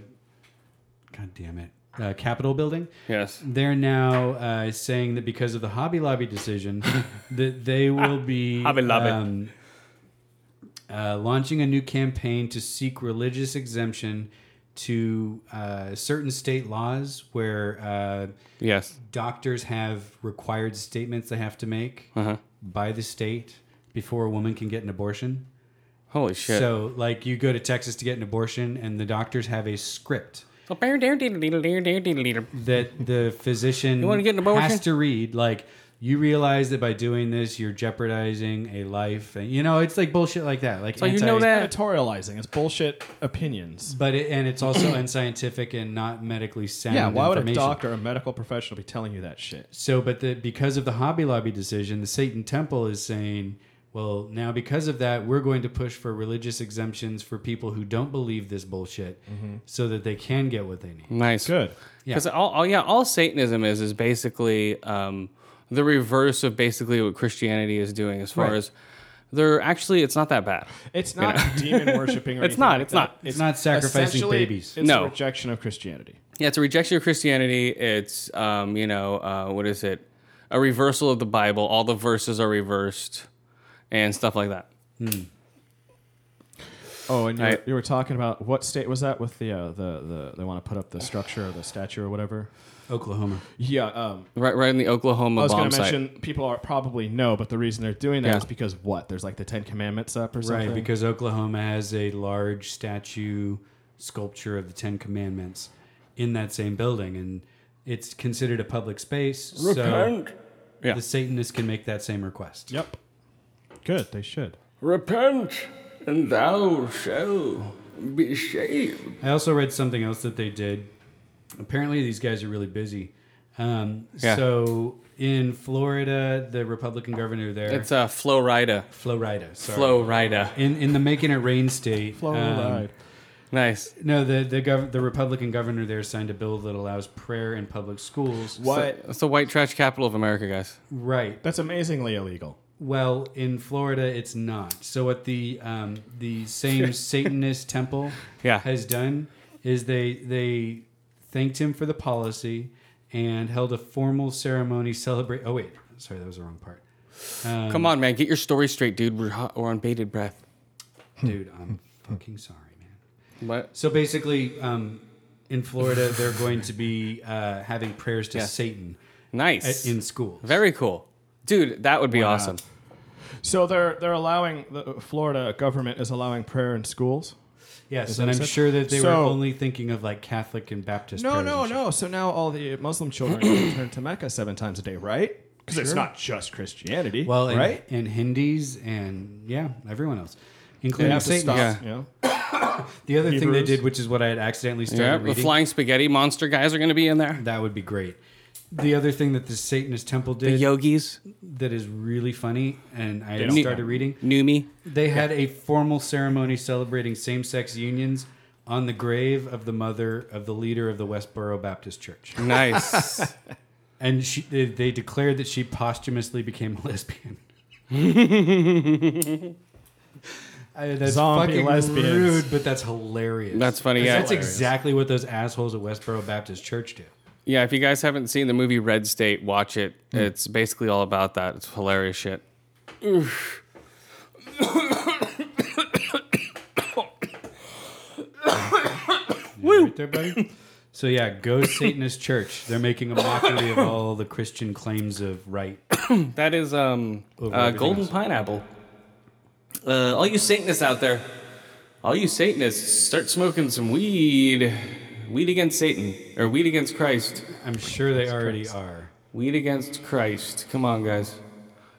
[SPEAKER 4] God damn it, uh, Capitol building.
[SPEAKER 2] Yes.
[SPEAKER 4] They're now uh, saying that because of the Hobby Lobby decision, that they will be
[SPEAKER 2] Hobby Lobby.
[SPEAKER 4] um, uh, launching a new campaign to seek religious exemption to uh, certain state laws where uh,
[SPEAKER 2] Yes.
[SPEAKER 4] doctors have required statements they have to make
[SPEAKER 2] Uh-huh.
[SPEAKER 4] by the state before a woman can get an abortion.
[SPEAKER 2] Holy shit.
[SPEAKER 4] So, like, you go to Texas to get an abortion, and the doctors have a script
[SPEAKER 2] Right.
[SPEAKER 4] that the physician
[SPEAKER 2] wanna get an abortion?
[SPEAKER 4] has to read. Like, you realize that by doing this, you're jeopardizing a life, and you know it's like bullshit like that. Like, so
[SPEAKER 2] you know that-
[SPEAKER 3] Editorializing. It's bullshit opinions.
[SPEAKER 4] but it, and it's also unscientific and not medically sound.
[SPEAKER 3] Yeah, why would a
[SPEAKER 4] information.
[SPEAKER 3] doctor, or a medical professional, be telling you that shit?
[SPEAKER 4] So, but the, because of the Hobby Lobby decision, the Satan Temple is saying, well, now because of that, we're going to push for religious exemptions for people who don't believe this bullshit, so that they can get what they need.
[SPEAKER 2] Nice.
[SPEAKER 3] Good.
[SPEAKER 2] Because all, all, yeah, all Satanism is is basically um, the reverse of basically what Christianity is doing, as far
[SPEAKER 4] Right.
[SPEAKER 2] as they're actually, it's not that bad.
[SPEAKER 3] It's not demon worshipping. Or
[SPEAKER 2] It's
[SPEAKER 3] anything
[SPEAKER 2] not,
[SPEAKER 3] like
[SPEAKER 2] it's
[SPEAKER 3] that.
[SPEAKER 2] not.
[SPEAKER 4] It's not sacrificing
[SPEAKER 3] essentially-
[SPEAKER 4] babies.
[SPEAKER 3] It's
[SPEAKER 2] No.
[SPEAKER 3] a rejection of Christianity.
[SPEAKER 2] Yeah, it's a rejection of Christianity. It's um, you know, uh, what is it? A reversal of the Bible. All the verses are reversed, and stuff like that.
[SPEAKER 3] Oh, and you,
[SPEAKER 2] I-
[SPEAKER 3] were, you were talking about what state was that with the uh, the the they want to put up the structure or the statue or whatever.
[SPEAKER 4] Oklahoma.
[SPEAKER 3] Yeah, um,
[SPEAKER 2] Right, right in the Oklahoma
[SPEAKER 3] I was
[SPEAKER 2] bomb
[SPEAKER 3] going to
[SPEAKER 2] site.
[SPEAKER 3] mention people are probably no, but the reason they're doing that is
[SPEAKER 2] Yeah.
[SPEAKER 3] because what? There's like the Ten Commandments up or something.
[SPEAKER 4] Right, because Oklahoma has a large statue sculpture of the Ten Commandments in that same building, and it's considered a public space. So
[SPEAKER 2] Yeah.
[SPEAKER 4] the Satanists can make that same request.
[SPEAKER 3] Yep. Good. They should.
[SPEAKER 2] Repent, and thou shalt be saved.
[SPEAKER 4] I also read something else that they did. Apparently, these guys are really busy. Um,
[SPEAKER 2] Yeah.
[SPEAKER 4] So in Florida, the Republican governor there,
[SPEAKER 2] It's uh, Florida.
[SPEAKER 4] Florida. Sorry.
[SPEAKER 2] Florida.
[SPEAKER 4] In in the making it rain state. um,
[SPEAKER 2] Nice.
[SPEAKER 4] No, the the gov- the Republican governor there signed a bill that allows prayer in public schools.
[SPEAKER 3] What?
[SPEAKER 2] That's the white trash capital of America, guys.
[SPEAKER 4] Right.
[SPEAKER 3] That's amazingly illegal.
[SPEAKER 4] Well, in Florida, it's not. So what the um, the same Satanist temple
[SPEAKER 2] Yeah.
[SPEAKER 4] has done is they they thanked him for the policy and held a formal ceremony celebrate. Oh wait, sorry, that was the wrong part,
[SPEAKER 2] Come on, man. Get your story straight, dude. We're, hot, we're on bated breath.
[SPEAKER 3] Hmm.
[SPEAKER 4] dude. I'm fucking sorry, man.
[SPEAKER 2] What?
[SPEAKER 4] So basically, um, in Florida, they're going to be uh, having prayers to
[SPEAKER 2] Yeah.
[SPEAKER 4] Satan
[SPEAKER 2] Nice.
[SPEAKER 4] at, in schools.
[SPEAKER 2] Very cool. Dude, that would be awesome.
[SPEAKER 3] So they're they're allowing the Florida government is allowing prayer in schools.
[SPEAKER 4] Yes,
[SPEAKER 3] that
[SPEAKER 4] and I'm
[SPEAKER 3] said?
[SPEAKER 4] sure that they were
[SPEAKER 3] So-
[SPEAKER 4] only thinking of like Catholic and Baptist.
[SPEAKER 3] No,
[SPEAKER 4] prayers
[SPEAKER 3] no,
[SPEAKER 4] and shit.
[SPEAKER 3] no. So now all the Muslim children can return to Mecca seven times a day, right? Because it's not just Christianity,
[SPEAKER 4] Well, and,
[SPEAKER 3] right?
[SPEAKER 4] and Hindis and yeah, everyone else,
[SPEAKER 3] They
[SPEAKER 4] including
[SPEAKER 3] have to
[SPEAKER 4] Satan.
[SPEAKER 3] stop.
[SPEAKER 2] yeah.
[SPEAKER 3] You know?
[SPEAKER 4] The other thing they
[SPEAKER 3] Hebrews.
[SPEAKER 4] did, which is what I had accidentally started
[SPEAKER 2] Yeah, the
[SPEAKER 4] reading,
[SPEAKER 2] flying spaghetti monster guys are going to be in there.
[SPEAKER 4] that would be great. The other thing that the Satanist temple
[SPEAKER 2] The
[SPEAKER 4] did
[SPEAKER 2] yogis,
[SPEAKER 4] that is really funny, and I
[SPEAKER 3] don't
[SPEAKER 4] started reading,
[SPEAKER 2] Numi.
[SPEAKER 4] they had a formal ceremony celebrating same-sex unions on the grave of the mother of the leader of the Westboro Baptist Church,
[SPEAKER 2] Nice.
[SPEAKER 4] and she, they, they declared that she posthumously became a lesbian. I- that's
[SPEAKER 3] Zombie
[SPEAKER 4] fucking
[SPEAKER 3] lesbians.
[SPEAKER 4] rude, but that's hilarious.
[SPEAKER 2] That's funny,
[SPEAKER 4] 'Cause
[SPEAKER 2] yeah.
[SPEAKER 4] That's exactly what those assholes at Westboro Baptist Church do.
[SPEAKER 2] yeah, if you guys haven't seen the movie Red State, watch it.
[SPEAKER 4] Hmm.
[SPEAKER 2] It's basically all about that. It's hilarious shit.
[SPEAKER 4] Right there, buddy. So yeah, go Satanist Church. They're making a mockery of all the Christian claims of right.
[SPEAKER 2] That is um,
[SPEAKER 4] Over
[SPEAKER 2] uh,
[SPEAKER 4] everything
[SPEAKER 2] golden
[SPEAKER 4] else.
[SPEAKER 2] pineapple. Uh, all you Satanists out there, all you Satanists, start smoking some weed. Weed against Satan, or weed against Christ.
[SPEAKER 4] I'm sure they already are.
[SPEAKER 2] Weed against Christ. Come on, guys.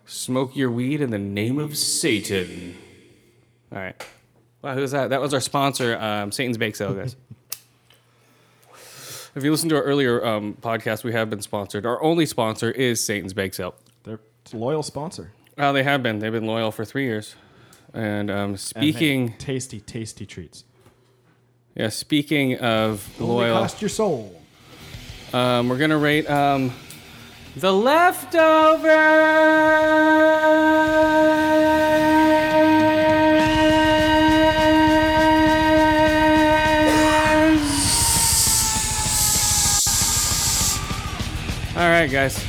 [SPEAKER 2] Smoke your weed in the name of Satan. All right. Wow, who's that? That was our sponsor, um, Satan's Bake Sale, guys. if you listened to our earlier um, podcast, we have been sponsored. Our only sponsor is Satan's Bake Sale.
[SPEAKER 3] They're a loyal sponsor.
[SPEAKER 2] Oh, they have been. They've been loyal for three years. And um,
[SPEAKER 3] And they-
[SPEAKER 2] speaking,
[SPEAKER 3] tasty, tasty treats.
[SPEAKER 2] yeah, speaking of loyal,
[SPEAKER 6] cost your soul.
[SPEAKER 2] um, we're gonna rate um, the leftovers. All right, guys.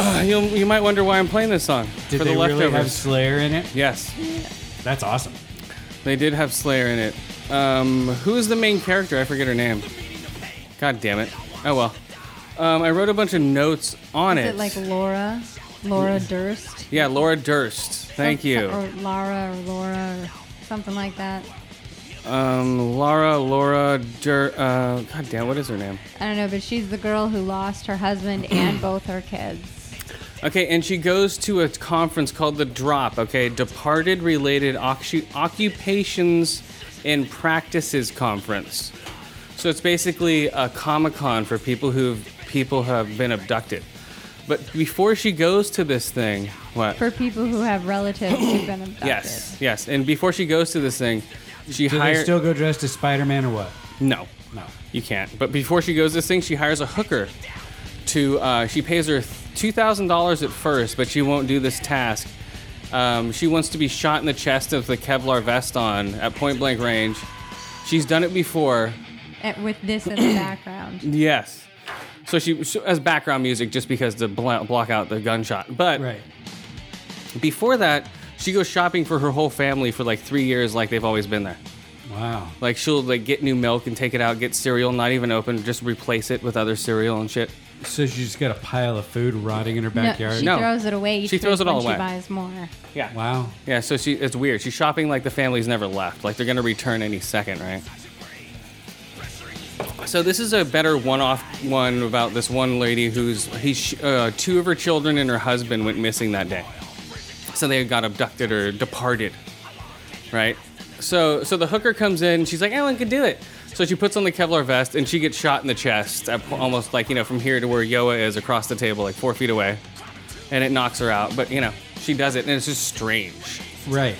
[SPEAKER 2] Uh, you, you might wonder why I'm playing this song
[SPEAKER 4] Did
[SPEAKER 2] for
[SPEAKER 4] they
[SPEAKER 2] the leftovers.
[SPEAKER 4] really have Slayer in it?
[SPEAKER 2] yes.
[SPEAKER 4] That's awesome.
[SPEAKER 2] They did have Slayer in it. Um, who is the main character? I forget her name. God damn it. Oh well. Um, I wrote a bunch of notes on
[SPEAKER 5] Is it like Laura? Laura Durst?
[SPEAKER 2] yeah, Laura Durst. Thank
[SPEAKER 5] Some-
[SPEAKER 2] you.
[SPEAKER 5] Or Lara or Laura or something like that.
[SPEAKER 2] Um, Laura, Laura Dur. Uh, God damn, what is her name?
[SPEAKER 5] I don't know, but she's the girl who lost her husband and both her kids.
[SPEAKER 2] Okay, and she goes to a conference called The Drop, okay? Departed Related Occu- Occupations and Practices Conference. So it's basically a Comic Con for people who people have been abducted. But before she goes to this thing, what?
[SPEAKER 5] For people who have relatives who've been abducted.
[SPEAKER 2] yes, yes. And before she goes to this thing, she
[SPEAKER 4] Do they
[SPEAKER 2] hires.
[SPEAKER 4] still go dressed as Spider-Man or what?
[SPEAKER 2] no,
[SPEAKER 4] No.
[SPEAKER 2] you can't. But before she goes this thing, she hires a hooker to. Uh, she pays her two thousand dollars at first, but she won't do this task. Um, she wants to be shot in the chest with a Kevlar vest on at point blank range. She's done it before.
[SPEAKER 5] And Eh, with this in the background.
[SPEAKER 2] Yes. So she so as background music just because to bl- block out the gunshot. But
[SPEAKER 4] Right.
[SPEAKER 2] before that, she goes shopping for her whole family for like three years, like they've always been there.
[SPEAKER 4] Wow.
[SPEAKER 2] Like she'll like get new milk and take it out, get cereal, not even open, just replace it with other cereal and shit.
[SPEAKER 4] So she just got a pile of food rotting in her
[SPEAKER 5] No,
[SPEAKER 4] backyard.
[SPEAKER 5] she
[SPEAKER 2] No.
[SPEAKER 5] throws it away. Each
[SPEAKER 2] She throws
[SPEAKER 5] week
[SPEAKER 2] it all
[SPEAKER 5] when
[SPEAKER 2] away.
[SPEAKER 5] She buys more.
[SPEAKER 2] Yeah.
[SPEAKER 4] Wow.
[SPEAKER 2] Yeah, so she it's weird. She's shopping like the family's never left. Like they're gonna return any second, right? So this is a better one-off one about this one lady who's he's uh, two of her children and her husband went missing that day. So they got abducted or departed, right? So so the hooker comes in. She's like, Ellen could do it. So she puts on the Kevlar vest and she gets shot in the chest, at almost like you know from here to where Yoa is across the table, like four feet away, and it knocks her out. But you know she does it, and it's just strange
[SPEAKER 4] Right.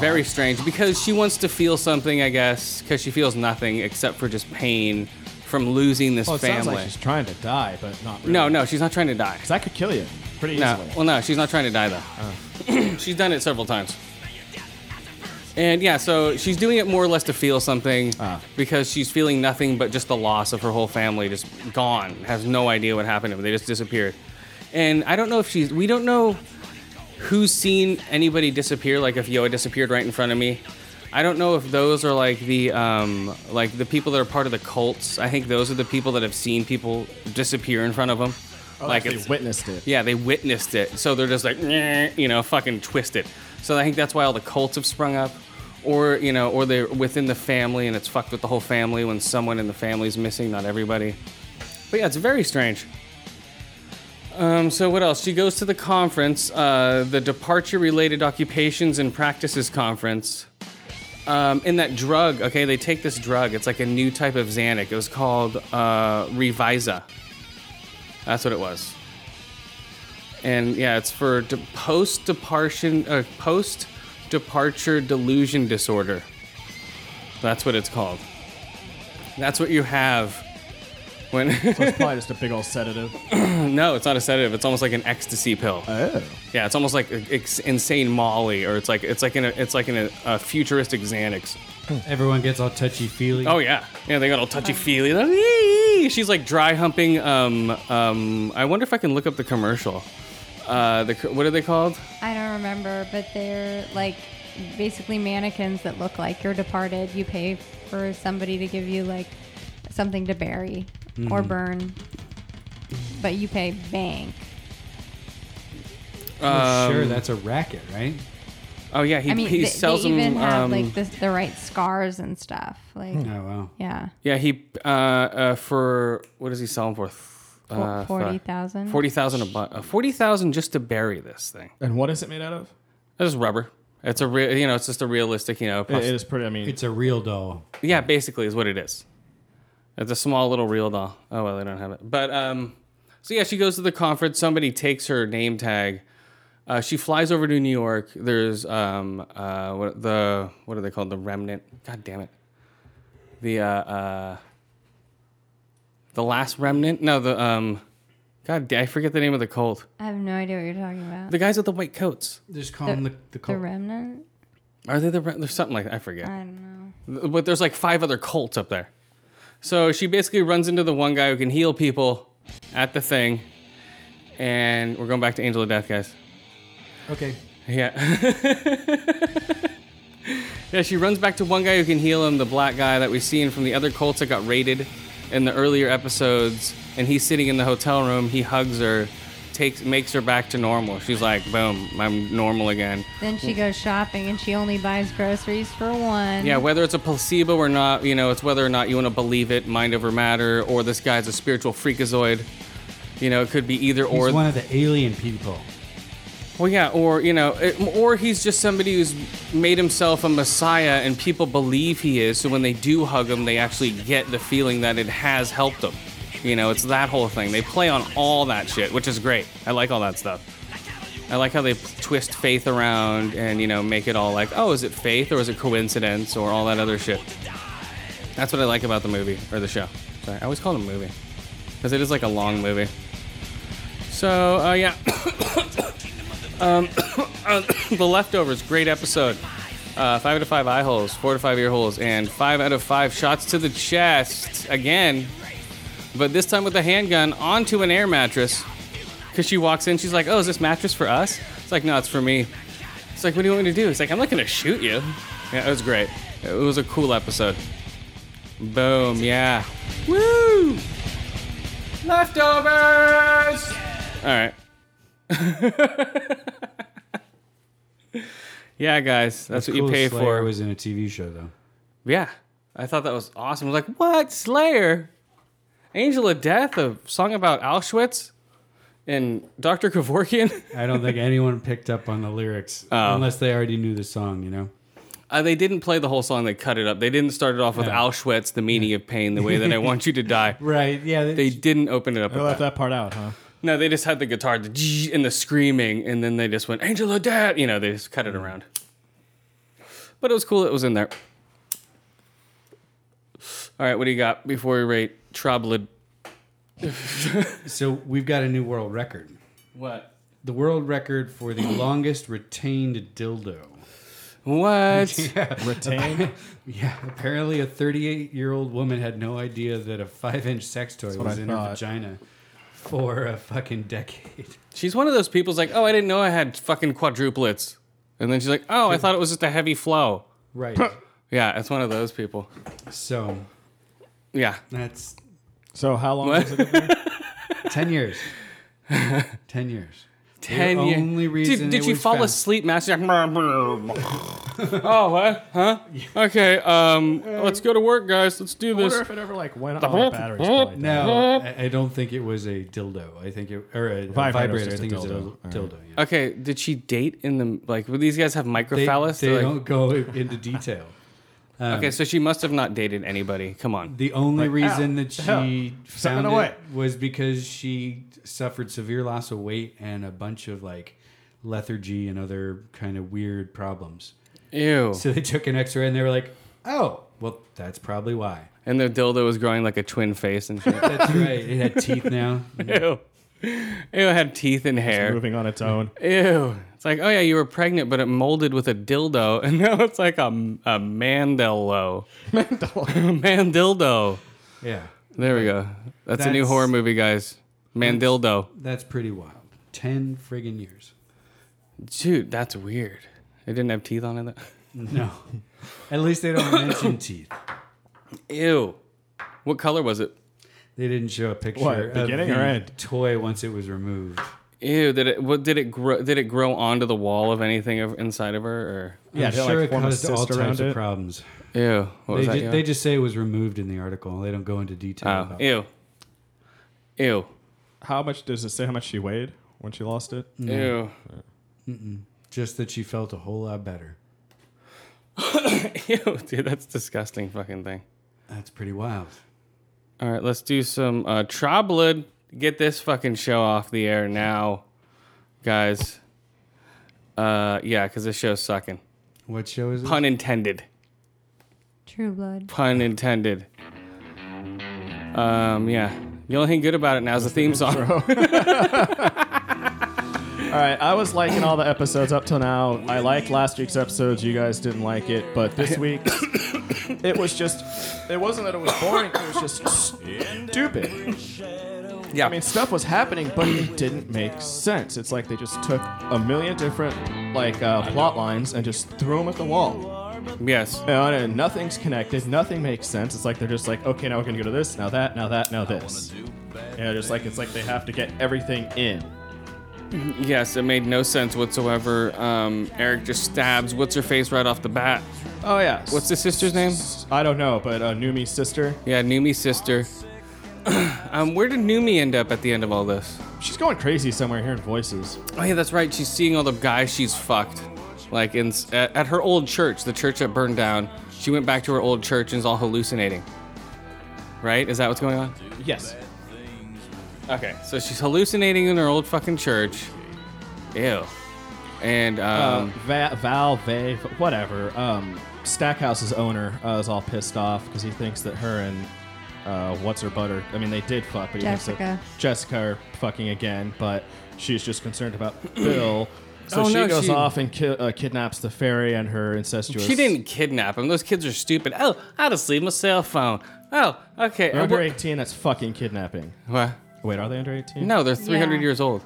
[SPEAKER 2] very strange because she wants to feel something, I guess, because she feels nothing except for just pain from losing this
[SPEAKER 3] Well, it sounds
[SPEAKER 2] family.
[SPEAKER 3] like she's trying to die, but not really.
[SPEAKER 2] no, no, she's not trying to die.
[SPEAKER 3] 'Cause that could kill you pretty
[SPEAKER 2] No,
[SPEAKER 3] easily. Oh.
[SPEAKER 2] well, no, she's not trying to die though. she's done it several times. And yeah, so she's doing it more or less to feel something
[SPEAKER 3] Ah.
[SPEAKER 2] because she's feeling nothing but just the loss of her whole family, just gone, has no idea what happened to them. They just disappeared. And I don't know if she's, we don't know who's seen anybody disappear. Like if Yoa disappeared right in front of me, I don't know if those are like the um, like the people that are part of the cults. I think those are the people that have seen people disappear in front of them.
[SPEAKER 3] like Oh, they
[SPEAKER 2] it's-
[SPEAKER 3] witnessed it.
[SPEAKER 2] yeah, they witnessed it. So they're just like, "Nyeh," you know, fucking twisted. So I think that's why all the cults have sprung up. Or, you know, or they're within the family and it's fucked with the whole family when someone in the family's missing, not everybody. But yeah, it's very strange. Um, so what else? She goes to the conference, uh, the Departure Related Occupations and Practices Conference. Um, in that drug, okay, they take this drug. It's like a new type of Xanax. It was called uh, Revisa. That's what it was and yeah, it's for de- post departion uh, post departure delusion disorder. That's what it's called. That's what you have when
[SPEAKER 3] So it's probably just a big old sedative.
[SPEAKER 2] no, it's not a sedative. It's almost like an ecstasy pill.
[SPEAKER 3] Oh.
[SPEAKER 2] Yeah, it's almost like a, it's insane Molly, or it's like it's like in a, it's like in a, a futuristic Xanax.
[SPEAKER 4] Everyone gets all touchy feely.
[SPEAKER 2] Oh yeah, yeah. They got all touchy feely. She's like dry humping. Um, um. I wonder if I can look up the commercial. Uh, the co- what are they called?
[SPEAKER 5] I don't remember, but they're like basically mannequins that look like you're departed. You pay for somebody to give you like something to bury
[SPEAKER 2] Mm-hmm.
[SPEAKER 5] or burn, but you pay bank.
[SPEAKER 4] Well, sure,
[SPEAKER 2] Um,
[SPEAKER 4] that's a racket, right?
[SPEAKER 2] Oh yeah, he,
[SPEAKER 5] I mean,
[SPEAKER 2] he
[SPEAKER 5] they,
[SPEAKER 2] sells
[SPEAKER 5] they
[SPEAKER 2] them.
[SPEAKER 5] even have
[SPEAKER 2] um,
[SPEAKER 5] like the, the right scars and stuff. Like,
[SPEAKER 4] Oh wow.
[SPEAKER 5] yeah,
[SPEAKER 2] yeah, he uh, uh, for what does he sell them for?
[SPEAKER 5] Fo- 40,000?
[SPEAKER 2] Uh, Forty thousand a buck. Uh, Forty thousand just to bury this thing.
[SPEAKER 3] And what is it made out of?
[SPEAKER 2] That's rubber. It's a real, you know, it's just a realistic, you know.
[SPEAKER 3] It-
[SPEAKER 2] pos-
[SPEAKER 3] it is pretty. I mean,
[SPEAKER 4] It's a real doll.
[SPEAKER 2] Yeah, basically is what it is. It's a small little real doll. Oh well, they don't have it. But um, so yeah, she goes to the conference. Somebody takes her name tag. Uh, she flies over to New York. There's um, uh, what the what are they called? The remnant. God damn it. The uh, uh, the last remnant. No, the um, God, da- I forget the name of the cult.
[SPEAKER 5] I have no idea what you're talking about.
[SPEAKER 2] The guys with the white coats.
[SPEAKER 4] Just call him the the,
[SPEAKER 5] the
[SPEAKER 4] cult.
[SPEAKER 5] remnant?
[SPEAKER 2] Are they the? Re- there's something like that. I forget.
[SPEAKER 5] I don't know.
[SPEAKER 2] but there's like five other cults up there. So she basically runs into the one guy who can heal people at the thing, and we're going back to Angel of Death, guys.
[SPEAKER 4] Okay.
[SPEAKER 2] Yeah. yeah, she runs back to one guy who can heal him, the black guy that we've seen from the other cults that got raided in the earlier episodes, and he's sitting in the hotel room. He hugs her, takes makes her back to normal. She's like, boom, I'm normal again.
[SPEAKER 5] Then she goes shopping and she only buys groceries for one.
[SPEAKER 2] Yeah, whether it's a placebo or not, you know, it's whether or not you want to believe it, mind over matter, or this guy's a spiritual freakazoid. You know, it could be either
[SPEAKER 4] He's
[SPEAKER 2] or.
[SPEAKER 4] one of the alien people.
[SPEAKER 2] well, yeah, or you know, it, or he's just somebody who's made himself a messiah, and people believe he is. So when they do hug him, they actually get the feeling that it has helped them. You know, it's that whole thing. They play on all that shit, which is great. I like all that stuff. I like how they twist faith around and you know make it all like, oh, is it faith or is it coincidence or all that other shit. That's what I like about the movie or the show. Sorry, I always call it a movie because it is like a long movie. So uh, yeah, um, the leftovers, great episode. Uh, five out of five eye holes, four to five ear holes, and five out of five shots to the chest again, but this time with a handgun onto an air mattress. Because she walks in, she's like, "Oh, is this mattress for us?" It's like, "No, it's for me." It's like, "What do you want me to do?" It's like, "I'm not gonna shoot you." Yeah, it was great. It was a cool episode. Boom! Yeah. Woo! Leftovers. All right. yeah, guys, that's what you
[SPEAKER 4] Cool
[SPEAKER 2] pay
[SPEAKER 4] Slayer
[SPEAKER 2] for.
[SPEAKER 4] was in a TV show though.
[SPEAKER 2] Yeah. I thought that was awesome. I was like, what? Slayer? Angel of Death? A song about Auschwitz? And Dr. Kevorkian?
[SPEAKER 4] I don't think anyone picked up on the lyrics
[SPEAKER 2] Oh.
[SPEAKER 4] unless they already knew the song. You know.
[SPEAKER 2] uh, they didn't play the whole song. They cut it up. They didn't start it off with
[SPEAKER 4] Yeah.
[SPEAKER 2] Auschwitz, the meaning of pain, the way that I want you to die.
[SPEAKER 4] Right. Yeah.
[SPEAKER 2] They didn't open it up.
[SPEAKER 3] I
[SPEAKER 2] with
[SPEAKER 3] left
[SPEAKER 2] that.
[SPEAKER 3] that part out, huh?
[SPEAKER 2] No, they just had the guitar the zzz, and the screaming, and then they just went, Angel of Death. You know, they just cut it around. But it was cool. It was in there. All right, what do you got before we rate Troblid?
[SPEAKER 4] so we've got a new world record.
[SPEAKER 2] What?
[SPEAKER 4] The world record for the longest retained dildo.
[SPEAKER 2] What?
[SPEAKER 3] Retain.
[SPEAKER 4] Yeah, apparently a 38 year old woman had no idea that a five inch sex toy
[SPEAKER 3] what
[SPEAKER 4] was
[SPEAKER 3] I
[SPEAKER 4] in
[SPEAKER 3] thought.
[SPEAKER 4] her vagina for a fucking decade.
[SPEAKER 2] She's one of those people's like, oh, I didn't know I had fucking quadruplets. And then she's like, oh, I thought it was just a heavy flow.
[SPEAKER 4] Right.
[SPEAKER 2] Yeah, it's one of those people.
[SPEAKER 4] so
[SPEAKER 2] Yeah.
[SPEAKER 4] that's
[SPEAKER 3] so how long
[SPEAKER 2] What?
[SPEAKER 3] was it? Been there?
[SPEAKER 4] 10 years. 10 years.
[SPEAKER 2] Ten
[SPEAKER 4] The
[SPEAKER 2] years.
[SPEAKER 4] only reason
[SPEAKER 2] Dude, did
[SPEAKER 4] it
[SPEAKER 2] she
[SPEAKER 4] was
[SPEAKER 2] fall
[SPEAKER 4] found-
[SPEAKER 2] asleep, Master? Like, oh, what? Huh? Okay, um, let's go to work, guys. Let's do
[SPEAKER 3] I wonder
[SPEAKER 2] this.
[SPEAKER 3] if it ever like went on batteries. probably died.
[SPEAKER 4] No, I, I don't think it was a dildo. I think it, or a, a
[SPEAKER 3] Vibrator was
[SPEAKER 4] vibrator. I
[SPEAKER 3] just a
[SPEAKER 4] think it was a
[SPEAKER 3] dildo. All right.
[SPEAKER 4] dildo. yeah.
[SPEAKER 2] Okay, did she date in the, like, would these guys have
[SPEAKER 4] They,
[SPEAKER 2] microphallus?
[SPEAKER 4] they
[SPEAKER 2] They're like-
[SPEAKER 4] don't go into detail.
[SPEAKER 2] okay, so she must have not dated anybody. Come on.
[SPEAKER 4] The only reason
[SPEAKER 3] ow,
[SPEAKER 4] that she
[SPEAKER 3] hell,
[SPEAKER 4] found
[SPEAKER 3] something
[SPEAKER 4] it
[SPEAKER 3] away.
[SPEAKER 4] was because she suffered severe loss of weight and a bunch of like lethargy and other kind of weird problems.
[SPEAKER 2] Ew.
[SPEAKER 4] So they took an X-ray and they were like, "Oh, well, that's probably why."
[SPEAKER 2] And their dildo was growing like a twin face and shit.
[SPEAKER 4] That's right. It had teeth now.
[SPEAKER 2] Ew. Ew, it had teeth and hair.
[SPEAKER 3] Moving on its own.
[SPEAKER 2] Ew. It's like, oh yeah, you were pregnant, but it molded with a dildo, and now it's like a, a mandillo. Mandillo. Mandildo.
[SPEAKER 4] Yeah,
[SPEAKER 2] There we go. That's, a new
[SPEAKER 4] That's-
[SPEAKER 2] horror movie, guys. Mandildo.
[SPEAKER 4] that's pretty wild. Ten friggin' years.
[SPEAKER 2] Dude, that's weird. It didn't have teeth on it.
[SPEAKER 4] No, at least they don't mention teeth.
[SPEAKER 2] Ew. What color was it?
[SPEAKER 4] They didn't show a picture
[SPEAKER 3] What,
[SPEAKER 4] of
[SPEAKER 3] beginning
[SPEAKER 4] the
[SPEAKER 3] or end?
[SPEAKER 4] toy once it was removed.
[SPEAKER 2] Ew. Did it? What did it grow? Did it grow onto the wall of anything of, inside of her?
[SPEAKER 3] Yeah,
[SPEAKER 4] I'm
[SPEAKER 3] did it,
[SPEAKER 4] sure
[SPEAKER 3] like,
[SPEAKER 4] it
[SPEAKER 3] form a
[SPEAKER 4] caused all
[SPEAKER 3] cyst around
[SPEAKER 4] types of
[SPEAKER 3] it?
[SPEAKER 4] problems.
[SPEAKER 2] Or ew. What
[SPEAKER 4] They,
[SPEAKER 2] was that?
[SPEAKER 4] ju-
[SPEAKER 2] Yo?
[SPEAKER 4] they just say it was removed in the article. They don't go into detail.
[SPEAKER 2] oh,
[SPEAKER 4] about it.
[SPEAKER 2] ew. Ew.
[SPEAKER 3] How much does it say? How much she weighed when she lost it?
[SPEAKER 2] Ew.
[SPEAKER 4] Just that she felt a whole lot better.
[SPEAKER 2] Ew, dude, that's disgusting fucking thing.
[SPEAKER 4] That's pretty wild.
[SPEAKER 2] All right, let's do some uh Troblid. Get this fucking show off the air now, guys. Uh yeah, cuz this show's sucking.
[SPEAKER 4] What show is it?
[SPEAKER 2] Pun intended.
[SPEAKER 5] True blood.
[SPEAKER 2] Pun intended. Um yeah. The only thing good about it now is the theme song.
[SPEAKER 3] All right, I was liking all the episodes up till now. I liked last week's episodes. You guys didn't like it, but this week it was just. It wasn't that it was boring. It was just stupid.
[SPEAKER 2] yeah.
[SPEAKER 3] I mean, stuff was happening, but it didn't make sense. It's like they just took a million different like uh, plot lines and just threw them at the wall.
[SPEAKER 2] yes.
[SPEAKER 3] You know, and nothing's connected. Nothing makes sense. It's like they're just like, okay, now we're gonna go to this, now that, now that, now this. You know, just like it's like they have to get everything in.
[SPEAKER 2] Yes, it made no sense whatsoever. Um Eric just stabs what's her face right off the bat.
[SPEAKER 3] Oh yeah.
[SPEAKER 2] What's the sister's name?
[SPEAKER 3] I don't know, but uh, Numi's sister.
[SPEAKER 2] Yeah, Numi's sister. um, where did Numi end up at the end of all this?
[SPEAKER 3] She's going crazy somewhere hearing voices.
[SPEAKER 2] Oh yeah, that's right. She's seeing all the guys she's fucked, like in at, at her old church, the church that burned down. She went back to her old church and is all hallucinating. Right? Is that what's going on?
[SPEAKER 3] Yes.
[SPEAKER 2] Okay. So she's hallucinating in her old fucking church. Ew. And um,
[SPEAKER 4] Uh,
[SPEAKER 3] Va- Val, Vay, whatever. Um, Stackhouse's owner uh, is all pissed off because he thinks that her and uh, what's her butter? I mean, they did fuck, but he
[SPEAKER 5] Jessica.
[SPEAKER 3] thinks that Jessica are fucking again. But she's just concerned about Bill, so
[SPEAKER 2] Oh,
[SPEAKER 3] she
[SPEAKER 2] no,
[SPEAKER 3] goes
[SPEAKER 2] she-
[SPEAKER 3] off and ki- uh, kidnaps the fairy and her incestuous.
[SPEAKER 2] she didn't kidnap him. Those kids are stupid. Oh, I just leave my cell phone. Oh, okay.
[SPEAKER 3] They're
[SPEAKER 2] and
[SPEAKER 3] under
[SPEAKER 2] we're-
[SPEAKER 3] eighteen. That's fucking kidnapping.
[SPEAKER 2] What?
[SPEAKER 3] Wait, are they under eighteen?
[SPEAKER 2] No, they're 300
[SPEAKER 5] Yeah.
[SPEAKER 2] years old.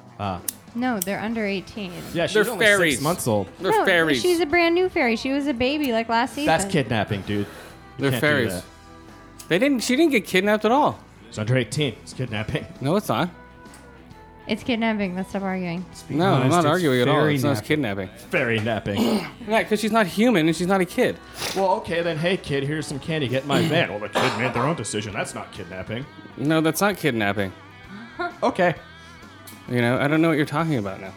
[SPEAKER 5] No, they're under 18.
[SPEAKER 3] Yeah, she's
[SPEAKER 2] They're
[SPEAKER 3] only
[SPEAKER 2] fairies.
[SPEAKER 3] six months old.
[SPEAKER 2] They're
[SPEAKER 5] no,
[SPEAKER 2] fairies.
[SPEAKER 5] Oh, She's a brand new fairy. She was a baby like last season.
[SPEAKER 3] That's kidnapping, dude. You
[SPEAKER 2] They're
[SPEAKER 3] can't do
[SPEAKER 2] fairies.
[SPEAKER 3] that.
[SPEAKER 2] They didn't. She didn't get kidnapped at all.
[SPEAKER 3] It's under eighteen. It's kidnapping.
[SPEAKER 2] No, it's not.
[SPEAKER 5] It's kidnapping. Let's stop arguing.
[SPEAKER 4] Being
[SPEAKER 2] No, I'm
[SPEAKER 4] honest,
[SPEAKER 2] not
[SPEAKER 4] it's
[SPEAKER 2] arguing at all.
[SPEAKER 4] very
[SPEAKER 2] It's not
[SPEAKER 4] nappy.
[SPEAKER 2] kidnapping.
[SPEAKER 3] Fairy napping.
[SPEAKER 2] Yeah, because she's not human and she's not a kid.
[SPEAKER 3] well, okay then. Hey, kid, here's some candy. Get in my van. Well, the kid made their own decision. That's not kidnapping.
[SPEAKER 2] No, that's not kidnapping.
[SPEAKER 3] Okay.
[SPEAKER 2] You know, I don't know what you're talking about now.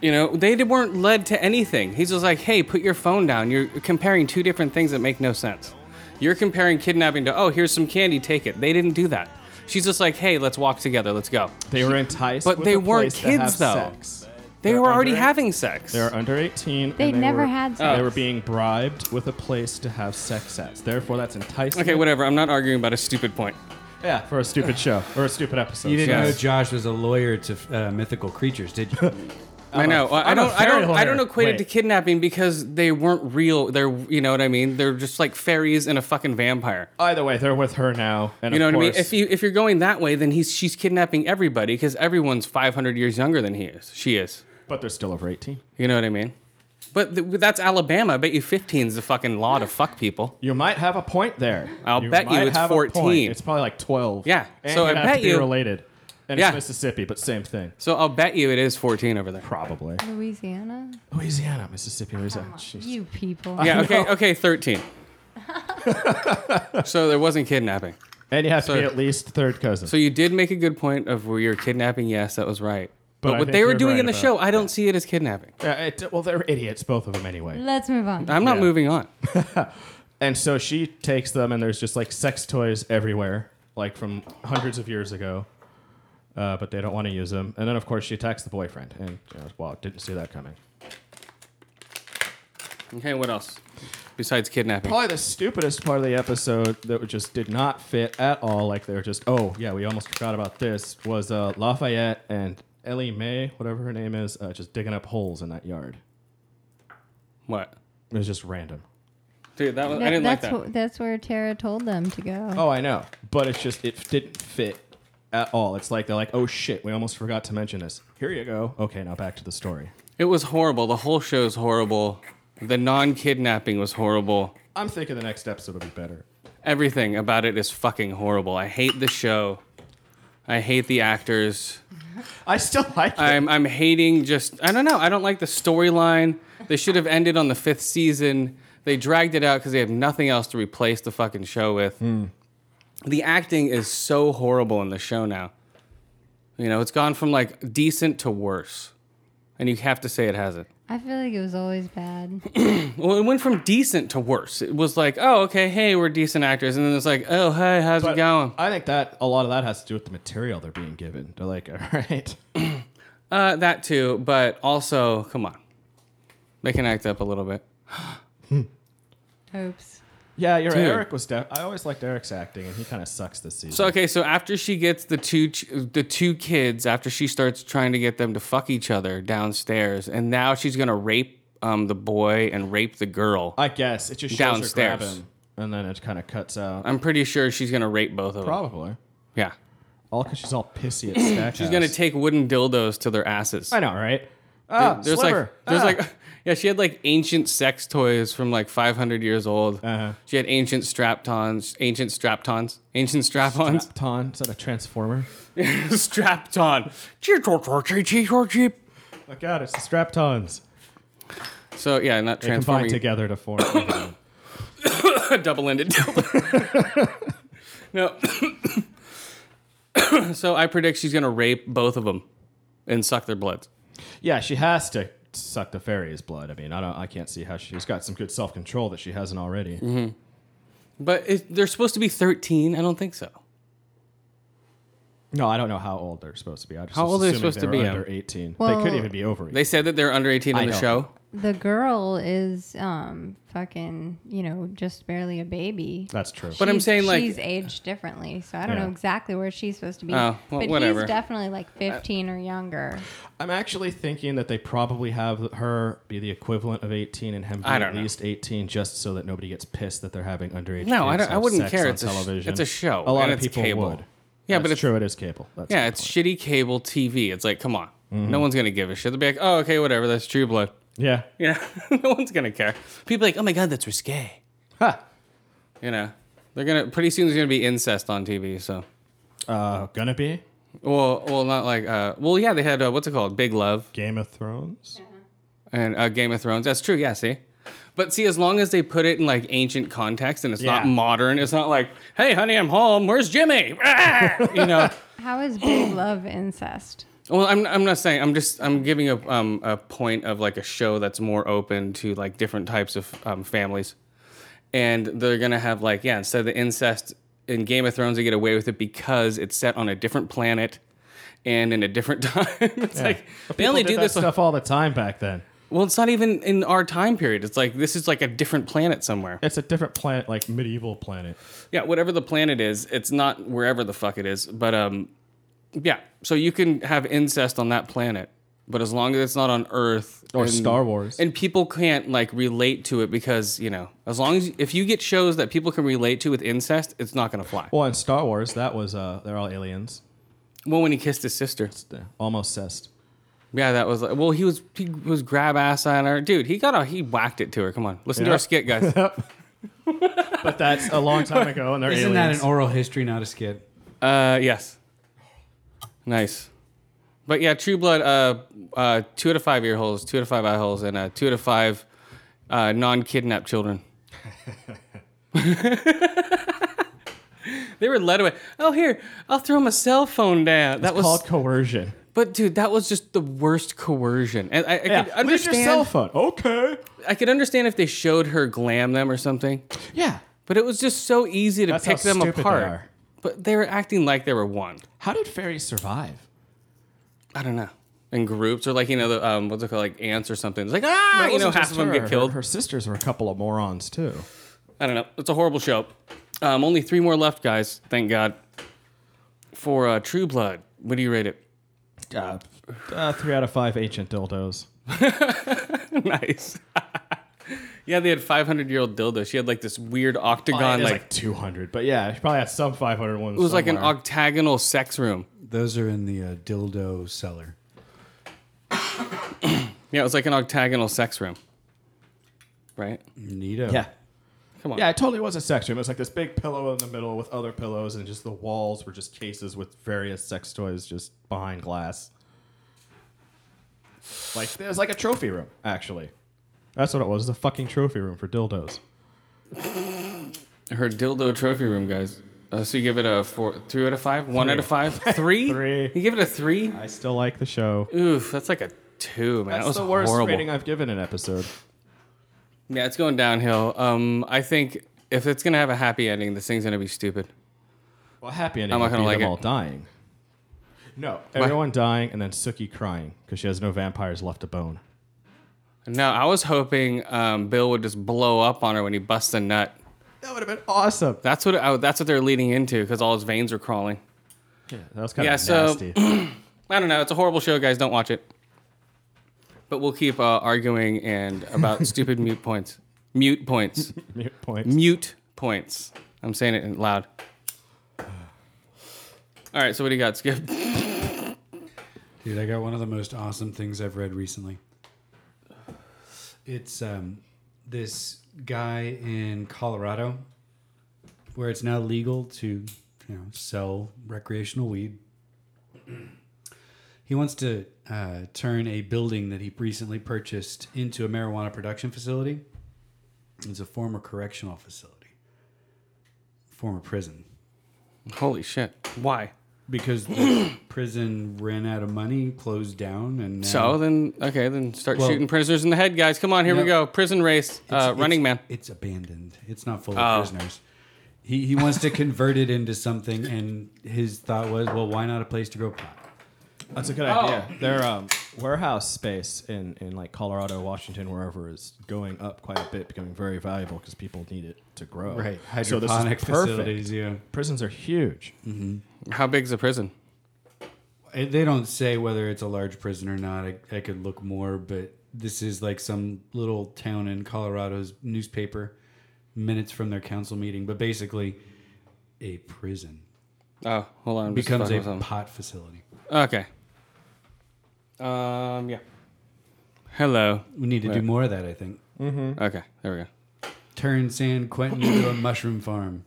[SPEAKER 2] You know, they d- weren't led to anything. He's just like, hey, put your phone down. You're comparing two different things that make no sense. You're comparing kidnapping to, oh, here's some candy, take it. They didn't do that. She's just like, hey, let's walk together, let's go.
[SPEAKER 3] They were enticed,
[SPEAKER 2] But
[SPEAKER 3] with
[SPEAKER 2] they
[SPEAKER 3] a
[SPEAKER 2] weren't
[SPEAKER 3] place to
[SPEAKER 2] kids,
[SPEAKER 3] have
[SPEAKER 2] though.
[SPEAKER 3] Sex.
[SPEAKER 2] They
[SPEAKER 3] They're
[SPEAKER 2] were already
[SPEAKER 3] under-
[SPEAKER 2] having sex.
[SPEAKER 3] They're under 18. and
[SPEAKER 5] They never
[SPEAKER 3] were-
[SPEAKER 5] had
[SPEAKER 2] Oh.
[SPEAKER 5] sex.
[SPEAKER 3] They were being bribed with a place to have sex at. Therefore, that's enticing.
[SPEAKER 2] okay, whatever. I'm not arguing about a stupid point.
[SPEAKER 3] Yeah, for a stupid show or a stupid episode.
[SPEAKER 4] You didn't
[SPEAKER 2] Yes.
[SPEAKER 4] know Josh was a lawyer to uh, mythical creatures, did you?
[SPEAKER 2] I know. I- I
[SPEAKER 3] I'm a
[SPEAKER 2] don't. I don't.
[SPEAKER 3] fairy
[SPEAKER 2] I don't
[SPEAKER 3] hunter.
[SPEAKER 2] equate it
[SPEAKER 3] Wait.
[SPEAKER 2] to kidnapping because they weren't real. They're. You know what I mean? They're just like fairies and a fucking vampire.
[SPEAKER 3] Either way, they're with her now. And
[SPEAKER 2] You know
[SPEAKER 3] of
[SPEAKER 2] what I mean?
[SPEAKER 3] course-
[SPEAKER 2] If you if you're going that way, then he's she's kidnapping everybody because everyone's 500 years younger than he is. She is.
[SPEAKER 3] but they're still over 18.
[SPEAKER 2] You know what I mean? But th- that's Alabama. I bet you 15 is the fucking law to fuck people.
[SPEAKER 3] You might have a point there.
[SPEAKER 2] I'll bet you
[SPEAKER 3] might
[SPEAKER 2] it's
[SPEAKER 3] have a point.
[SPEAKER 2] 14.
[SPEAKER 3] It's probably like 12.
[SPEAKER 2] Yeah,
[SPEAKER 3] And
[SPEAKER 2] so
[SPEAKER 3] you'd
[SPEAKER 2] I
[SPEAKER 3] have to
[SPEAKER 2] bet
[SPEAKER 3] be
[SPEAKER 2] you-
[SPEAKER 3] related. And
[SPEAKER 2] Yeah.
[SPEAKER 3] it's Mississippi, but same thing.
[SPEAKER 2] So I'll bet you it is 14 over there.
[SPEAKER 3] Probably.
[SPEAKER 5] Louisiana?
[SPEAKER 3] Louisiana, Mississippi, Louisiana. Jeez.
[SPEAKER 5] You people.
[SPEAKER 2] Yeah. Okay. Okay. 13. so there wasn't kidnapping.
[SPEAKER 3] And you have
[SPEAKER 2] So-
[SPEAKER 3] to be at least third cousin.
[SPEAKER 2] So you did make a good point of where you're kidnapping. Yes, that was right. But,
[SPEAKER 3] But I
[SPEAKER 2] what
[SPEAKER 3] think
[SPEAKER 2] they were
[SPEAKER 3] you're
[SPEAKER 2] doing
[SPEAKER 3] right
[SPEAKER 2] in the
[SPEAKER 3] about-
[SPEAKER 2] show, I don't see it as kidnapping.
[SPEAKER 3] Uh, it- well, they're idiots, both of them anyway.
[SPEAKER 5] Let's move on.
[SPEAKER 2] I'm not
[SPEAKER 3] Yeah.
[SPEAKER 2] moving on.
[SPEAKER 3] And so she takes them, and there's just like sex toys everywhere, like from hundreds of years ago. Uh, but they don't want to use them. And then, of course, she attacks the boyfriend. And you know, wow, didn't see that coming.
[SPEAKER 2] Okay, what else besides kidnapping?
[SPEAKER 3] Probably the stupidest part of the episode that just did not fit at all. Like they were just, oh yeah, we almost forgot about this. Was uh, Lafayette and Ellie Mae, whatever her name is, uh, just digging up holes in that yard.
[SPEAKER 2] What?
[SPEAKER 3] It was just random.
[SPEAKER 2] Dude, that was,
[SPEAKER 5] That-
[SPEAKER 2] I didn't like
[SPEAKER 5] that's
[SPEAKER 2] that.
[SPEAKER 5] wh- that's where Tara told them to go.
[SPEAKER 3] Oh, I know, but it's just it didn't fit at all. It's like they're like, oh shit, we almost forgot to mention this. Here you go. Okay, now back to the story.
[SPEAKER 2] It was horrible. The whole show is horrible. The non-kidnapping was horrible.
[SPEAKER 3] I'm thinking the next episode will be better.
[SPEAKER 2] Everything about it is fucking horrible. I hate the show. I hate the actors.
[SPEAKER 3] I still like it.
[SPEAKER 2] I'm I'm hating just I don't know. I don't like the storyline. They should have ended on the fifth season. They dragged it out because they have nothing else to replace the fucking show with. The acting is so horrible in the show now. You know, it's gone from like decent to worse, and you have to say it hasn't.
[SPEAKER 5] I feel like it was always bad.
[SPEAKER 2] Well, it went from decent to worse. It was like, oh, okay, hey, we're decent actors, and then it's like, oh, hey, how's
[SPEAKER 3] But
[SPEAKER 2] it going?
[SPEAKER 3] I think that a lot of that has to do with the material they're being given. They're like, all right.
[SPEAKER 2] Uh, that too, but also, come on, they can act up a little bit.
[SPEAKER 5] Hopes.
[SPEAKER 3] Yeah, you're right.
[SPEAKER 2] Dude.
[SPEAKER 3] Eric was. Def- I always liked Eric's acting, and he kind of sucks this season.
[SPEAKER 2] So okay, so after she gets the two ch- the two kids, after she starts trying to get them to fuck each other downstairs, and now she's gonna rape um the boy and rape the girl.
[SPEAKER 3] I guess it just shows
[SPEAKER 2] Downstairs.
[SPEAKER 3] her grab him, and then it kind of cuts out.
[SPEAKER 2] I'm pretty sure she's gonna rape both of them.
[SPEAKER 3] Probably
[SPEAKER 2] Yeah,
[SPEAKER 3] all because she's all pissy at Stackhouse.
[SPEAKER 2] she's gonna take wooden dildos to their asses.
[SPEAKER 3] I know, right? Ah,
[SPEAKER 2] There's
[SPEAKER 3] sliver.
[SPEAKER 2] like there's
[SPEAKER 3] Ah.
[SPEAKER 2] like yeah, she had like ancient sex toys from like 500 years old.
[SPEAKER 3] Uh-huh.
[SPEAKER 2] She had ancient strap-tons, ancient strap-tons, ancient strap-ons,
[SPEAKER 3] Ton. Is that a transformer?
[SPEAKER 2] strap-ton.
[SPEAKER 3] My God, it's the Straptons.
[SPEAKER 2] So yeah, not
[SPEAKER 3] They
[SPEAKER 2] transforming.
[SPEAKER 3] combine together to form.
[SPEAKER 2] double ended. no. so I predict she's going to rape both of them and suck their blood.
[SPEAKER 3] yeah, she has to suck the fairy's blood. I mean, I don't. I can't see how she's got some good self control that she hasn't already.
[SPEAKER 2] Mm-hmm. But if they're supposed to be 13. I don't think so.
[SPEAKER 3] No, I don't know how old they're supposed to be. I just
[SPEAKER 2] How
[SPEAKER 3] was
[SPEAKER 2] old are they
[SPEAKER 3] assuming
[SPEAKER 2] supposed to
[SPEAKER 3] were
[SPEAKER 2] be,
[SPEAKER 3] Under
[SPEAKER 2] Em?
[SPEAKER 3] eighteen. they
[SPEAKER 5] Well-
[SPEAKER 3] could even be over. 18.
[SPEAKER 2] They said that they're under 18
[SPEAKER 3] I
[SPEAKER 2] on the
[SPEAKER 3] know.
[SPEAKER 2] show.
[SPEAKER 5] The girl is um fucking, you know, just barely a baby.
[SPEAKER 3] That's true.
[SPEAKER 2] But I'm
[SPEAKER 5] She's-
[SPEAKER 2] saying, like-
[SPEAKER 5] she's aged differently, so I don't
[SPEAKER 3] Yeah.
[SPEAKER 5] know exactly where she's supposed to be.
[SPEAKER 2] Oh, well,
[SPEAKER 5] but
[SPEAKER 2] whatever. Uh,
[SPEAKER 5] he's definitely like 15 or younger.
[SPEAKER 3] I'm actually thinking that they probably have her be the equivalent of 18 and him be
[SPEAKER 2] I don't
[SPEAKER 3] at
[SPEAKER 2] know.
[SPEAKER 3] least 18 just so that nobody gets pissed that they're having underage.
[SPEAKER 2] No, I
[SPEAKER 3] kids
[SPEAKER 2] don't- I
[SPEAKER 3] have
[SPEAKER 2] wouldn't
[SPEAKER 3] sex
[SPEAKER 2] care.
[SPEAKER 3] on
[SPEAKER 2] It's a sh-
[SPEAKER 3] television.
[SPEAKER 2] it's a show,
[SPEAKER 3] A lot
[SPEAKER 2] and
[SPEAKER 3] of
[SPEAKER 2] it's
[SPEAKER 3] people
[SPEAKER 2] cable.
[SPEAKER 3] would.
[SPEAKER 2] Yeah, but
[SPEAKER 3] That's
[SPEAKER 2] it's-
[SPEAKER 3] true. It is cable. That's
[SPEAKER 2] Yeah,
[SPEAKER 3] my
[SPEAKER 2] it's
[SPEAKER 3] point.
[SPEAKER 2] shitty cable TV. It's like, come on.
[SPEAKER 3] Mm-hmm.
[SPEAKER 2] No one's going to give a shit. They'll be like, oh, okay, whatever. That's true blood.
[SPEAKER 3] yeah.
[SPEAKER 2] You know, no one's going to care. People are like, oh my God, that's risque.
[SPEAKER 3] Ha.
[SPEAKER 2] You know, they're going to, pretty soon there's going to be incest on TV. So,
[SPEAKER 3] Uh, gonna be
[SPEAKER 2] well, well, not like, uh, well, yeah, they had, uh, what's it called? Big Love.
[SPEAKER 3] Game of Thrones.
[SPEAKER 2] and uh, Game of Thrones. That's true. Yeah, see. But see, as long as they put it in like ancient context and it's not
[SPEAKER 3] Yeah.
[SPEAKER 2] modern, it's not like, "Hey, honey, I'm home. Where's Jimmy?" Ah! you know.
[SPEAKER 5] How is big love incest?
[SPEAKER 2] Well, I'm, I'm not saying. I'm just I'm giving a um a point of like a show that's more open to like different types of um, families, and they're gonna have like yeah instead of the incest in Game of Thrones they get away with it because it's set on a different planet, and in a different time. it's like
[SPEAKER 3] But
[SPEAKER 2] they
[SPEAKER 3] people
[SPEAKER 2] only
[SPEAKER 3] did
[SPEAKER 2] do
[SPEAKER 3] that
[SPEAKER 2] this on-
[SPEAKER 3] stuff all the time back then.
[SPEAKER 2] Well, it's not even in our time period. It's like this is like a different planet somewhere.
[SPEAKER 3] It's a different planet, like medieval planet.
[SPEAKER 2] Yeah, whatever the planet is, it's not wherever the fuck it is. But um, yeah. So you can have incest on that planet, but as long as it's not on Earth
[SPEAKER 3] Or Star Wars.
[SPEAKER 2] and people can't like relate to it because you know, as long as if you get shows that people can relate to with incest, it's not gonna fly. Well,
[SPEAKER 3] Well, in Star Wars, that was uh, they're all aliens.
[SPEAKER 2] when he kissed his sister,
[SPEAKER 3] Almost cessed.
[SPEAKER 2] yeah, that was like, well, he was he was grab ass on her, dude. He got a he whacked it to her. Come on, listen to
[SPEAKER 3] Yeah.
[SPEAKER 2] our skit, guys.
[SPEAKER 3] But that's a long time ago, and they're
[SPEAKER 4] Isn't that
[SPEAKER 3] aliens.
[SPEAKER 4] an oral history, not a skit?
[SPEAKER 2] Uh, yes. Nice. But yeah, True Blood, uh, uh, two out of five ear holes, two out of five eye holes, and uh, two out of five uh, non kidnapped children. they were led away. Oh, here, I'll throw my cell phone down. that was,
[SPEAKER 3] called coercion.
[SPEAKER 2] but dude, that was just the worst coercion. And I, I
[SPEAKER 3] Yeah,
[SPEAKER 2] could
[SPEAKER 3] leave your cell
[SPEAKER 2] understand.
[SPEAKER 3] phone. Okay.
[SPEAKER 2] I could understand if they showed her glam them or something,
[SPEAKER 3] Yeah.
[SPEAKER 2] but it was just so easy to
[SPEAKER 3] That's
[SPEAKER 2] pick
[SPEAKER 3] how
[SPEAKER 2] them
[SPEAKER 3] stupid they
[SPEAKER 2] apart.
[SPEAKER 3] are.
[SPEAKER 2] But they were acting like they were one.
[SPEAKER 3] How did fairies survive?
[SPEAKER 2] I don't know. In groups or like you know the um what's it called like ants or something. It's like ah, you know half of them get killed.
[SPEAKER 3] Her, sisters were a couple of morons too.
[SPEAKER 2] I don't know. It's a horrible show. Um, only three more left, guys. Thank God. For uh, True Blood, what do you rate it?
[SPEAKER 3] Uh, uh, three out of five ancient dildos.
[SPEAKER 2] nice. yeah, they had 500 year old dildo. She had like this weird octagon,
[SPEAKER 3] It was
[SPEAKER 2] like,
[SPEAKER 3] like two hundred, but yeah, she probably had some five hundred ones.
[SPEAKER 2] it was like an octagonal sex room.
[SPEAKER 4] Those are in the uh, dildo cellar.
[SPEAKER 2] Yeah, it was like an octagonal sex room. Right.
[SPEAKER 4] Neato.
[SPEAKER 3] yeah.
[SPEAKER 2] Come on.
[SPEAKER 3] Yeah, it totally was a sex room. It was like this big pillow in the middle with other pillows, and just the walls were just cases with various sex toys just behind glass. Like it was like a trophy room, actually. That's what it was. It was a fucking trophy room for dildos.
[SPEAKER 2] Her dildo trophy room, guys. Uh, so you give it a four, two out of five, one out of five, three.
[SPEAKER 3] Three.
[SPEAKER 2] You give it a three.
[SPEAKER 3] I still like the show.
[SPEAKER 2] Oof, that's like a two, man.
[SPEAKER 3] That's
[SPEAKER 2] that was
[SPEAKER 3] the worst
[SPEAKER 2] horrible.
[SPEAKER 3] rating I've given an episode.
[SPEAKER 2] Yeah, it's going downhill. Um, I think if it's gonna have a happy ending, this thing's gonna be stupid.
[SPEAKER 3] Well, happy ending.
[SPEAKER 2] I'm not
[SPEAKER 3] would
[SPEAKER 2] gonna
[SPEAKER 3] be
[SPEAKER 2] like
[SPEAKER 3] them
[SPEAKER 2] it.
[SPEAKER 3] all dying. No, everyone dying, and then Suki crying because she has no vampires left to bone.
[SPEAKER 2] No, I was hoping um, Bill would just blow up on her when he busts a nut.
[SPEAKER 3] That would have been awesome.
[SPEAKER 2] That's what I, that's what they're leading into because all his veins are crawling.
[SPEAKER 3] That was kind
[SPEAKER 2] Yeah,
[SPEAKER 3] of
[SPEAKER 2] so-
[SPEAKER 3] nasty.
[SPEAKER 2] I don't know. It's a horrible show, guys. Don't watch it. But we'll keep uh, arguing and about stupid mute points. Mute points.
[SPEAKER 3] Mute points.
[SPEAKER 2] mute points. I'm saying it loud. All right, so what do you got, Skip?
[SPEAKER 4] Dude, I got one of the most awesome things I've read recently. It's um, this guy in Colorado where it's now legal to you know, sell recreational weed. He wants to uh, turn a building that he recently purchased into a marijuana production facility. It's a former correctional facility, former prison
[SPEAKER 2] Holy shit. Why?
[SPEAKER 4] because the prison ran out of money, closed down, and now
[SPEAKER 2] So uh, then, okay, then start
[SPEAKER 4] Mm-hmm. Well-
[SPEAKER 2] shooting prisoners in the head, guys. Come on, here we
[SPEAKER 4] No.
[SPEAKER 2] go. Prison race,
[SPEAKER 4] It's-
[SPEAKER 2] uh,
[SPEAKER 4] it's-
[SPEAKER 2] running man.
[SPEAKER 4] It's abandoned. It's not full
[SPEAKER 2] Oh.
[SPEAKER 4] of prisoners. He he wants to convert it into something, and his thought was, well, why not a place to grow pot?
[SPEAKER 3] That's a good idea. Their um, warehouse space in, in like Colorado, Washington, wherever is going up quite a bit, becoming very valuable because people need it to grow. So this is
[SPEAKER 4] hydroponic
[SPEAKER 3] perfect.
[SPEAKER 4] facilities. Yeah,
[SPEAKER 3] Prisons are huge.
[SPEAKER 2] How big's the prison?
[SPEAKER 4] Uh, they don't say whether it's a large prison or not. I, I could look more, but this is like some little town in Colorado's newspaper, minutes from their council meeting, but basically, a prison
[SPEAKER 2] Oh, hold on. I'm just
[SPEAKER 4] becomes
[SPEAKER 2] fucking
[SPEAKER 4] a
[SPEAKER 2] with something.
[SPEAKER 4] pot facility.
[SPEAKER 2] Okay. Um, yeah. Hello.
[SPEAKER 4] We need to do
[SPEAKER 2] Right.
[SPEAKER 4] more of that. I think.
[SPEAKER 2] Okay, there we go.
[SPEAKER 4] Turn San Quentin into a mushroom farm.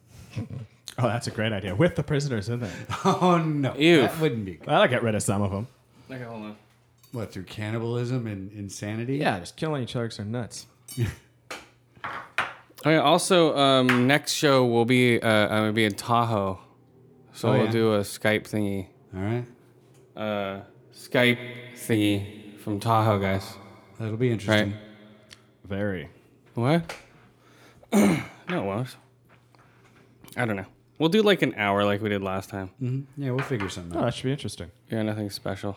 [SPEAKER 3] Oh, that's a great idea. With the prisoners in there.
[SPEAKER 4] Oh no,
[SPEAKER 2] Ew.
[SPEAKER 4] that wouldn't be good.
[SPEAKER 3] That'll get rid of some of them.
[SPEAKER 2] Okay, hold on.
[SPEAKER 4] What through cannibalism and insanity?
[SPEAKER 3] Yeah, just killing each other 'cause they're nuts.
[SPEAKER 2] Okay, also, um, next show will be uh, I'm gonna be in Tahoe, so
[SPEAKER 4] Oh,
[SPEAKER 2] we'll
[SPEAKER 4] yeah.
[SPEAKER 2] do a Skype thingy,
[SPEAKER 4] All right,
[SPEAKER 2] uh, Skype thingy from Tahoe, guys.
[SPEAKER 4] that'll be
[SPEAKER 2] Right?
[SPEAKER 4] interesting.
[SPEAKER 3] Very.
[SPEAKER 2] What? no, it was. I don't know. We'll do like an hour, like we did last time.
[SPEAKER 4] Yeah, we'll figure something
[SPEAKER 3] Oh,
[SPEAKER 4] out.
[SPEAKER 3] that should be interesting.
[SPEAKER 2] Yeah, nothing special.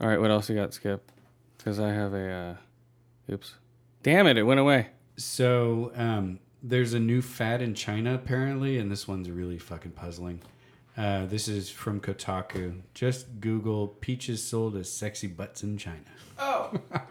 [SPEAKER 2] All right, what else you got, Skip? Because I have a. Uh, oops. Damn it! It went away.
[SPEAKER 4] So um, there's a new fad in China apparently, and this one's really fucking puzzling. Uh, this is from Kotaku. Just Google peaches sold as sexy butts in China.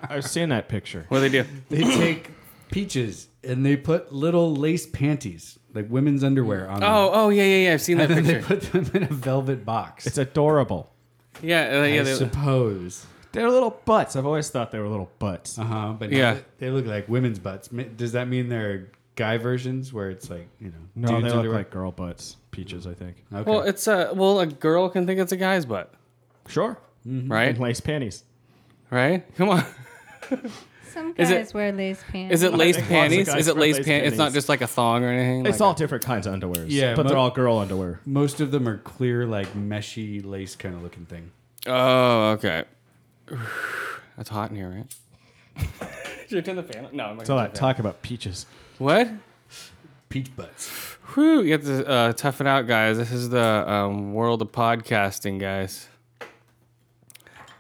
[SPEAKER 3] I've seen that picture.
[SPEAKER 2] What do they do?
[SPEAKER 4] They take peaches and they put little lace panties, like women's underwear, on them.
[SPEAKER 2] Oh, oh yeah, yeah, yeah. I've seen that
[SPEAKER 4] And then
[SPEAKER 2] picture.
[SPEAKER 4] they put them in a velvet box.
[SPEAKER 3] It's adorable.
[SPEAKER 2] yeah, uh, yeah.
[SPEAKER 4] I
[SPEAKER 2] They,
[SPEAKER 4] suppose.
[SPEAKER 3] They're little butts. I've always thought they were little butts.
[SPEAKER 4] Uh huh. But
[SPEAKER 2] Yeah.
[SPEAKER 4] yeah, they look like women's butts. Ma- Does that mean they're guy versions where it's like you know?
[SPEAKER 3] No,
[SPEAKER 4] dudes
[SPEAKER 3] they look
[SPEAKER 4] underwear?
[SPEAKER 3] like girl butts. Peaches, I think.
[SPEAKER 4] Okay.
[SPEAKER 2] well, it's a well, a girl can think it's a guy's butt,
[SPEAKER 3] Sure.
[SPEAKER 4] Mm-hmm.
[SPEAKER 2] right?
[SPEAKER 3] And lace panties.
[SPEAKER 4] Oh
[SPEAKER 2] right? Come on.
[SPEAKER 5] Some
[SPEAKER 2] Is
[SPEAKER 5] guys
[SPEAKER 2] it-
[SPEAKER 5] wear lace pants.
[SPEAKER 2] Is it lace
[SPEAKER 3] think lots of
[SPEAKER 2] panties?
[SPEAKER 3] guys
[SPEAKER 2] Is it
[SPEAKER 3] wear
[SPEAKER 2] lace
[SPEAKER 3] lace
[SPEAKER 2] pants? It's not
[SPEAKER 3] panties.
[SPEAKER 2] just like a thong or anything.
[SPEAKER 3] It's
[SPEAKER 2] like
[SPEAKER 3] all different kinds of underwears.
[SPEAKER 4] Yeah,
[SPEAKER 3] but
[SPEAKER 4] mo-
[SPEAKER 3] they're all girl underwear.
[SPEAKER 4] Most of them are clear, like meshy lace kind of looking thing.
[SPEAKER 2] a- oh, okay. That's hot in here, right? Should I turn the fan? on? No, I'm not.
[SPEAKER 3] So
[SPEAKER 2] gonna
[SPEAKER 3] that talk about peaches.
[SPEAKER 2] What?
[SPEAKER 4] Peach butts.
[SPEAKER 2] Whew, you have to uh, tough it out, guys. This is the um, world of podcasting, guys.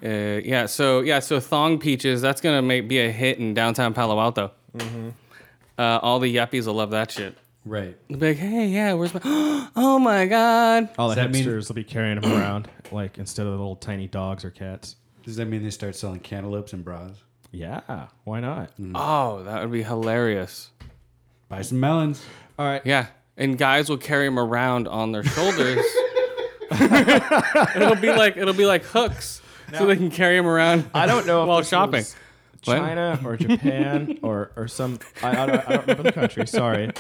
[SPEAKER 2] Uh, yeah, so yeah, so thong peaches. That's gonna make, be a hit in downtown Palo Alto. Uh, all the yuppies will love that shit.
[SPEAKER 4] Right.
[SPEAKER 2] They'll be like, hey, yeah, where's my? oh my god!
[SPEAKER 3] All the
[SPEAKER 4] Does that mean-
[SPEAKER 3] hipsters will be carrying them around, like instead of the little tiny dogs or cats.
[SPEAKER 4] Does that mean they start selling cantaloupes and bras?
[SPEAKER 3] Yeah, why not?
[SPEAKER 2] Oh, that would be hilarious.
[SPEAKER 4] Buy some melons.
[SPEAKER 3] All right.
[SPEAKER 2] Yeah, and guys will carry them around on their shoulders. it'll be like it'll be like hooks, so they can carry them around
[SPEAKER 3] I don't know if
[SPEAKER 2] while
[SPEAKER 3] this
[SPEAKER 2] shopping.
[SPEAKER 3] was
[SPEAKER 2] What?
[SPEAKER 3] China or Japan or or some I, I, don't, I don't remember the country. Sorry,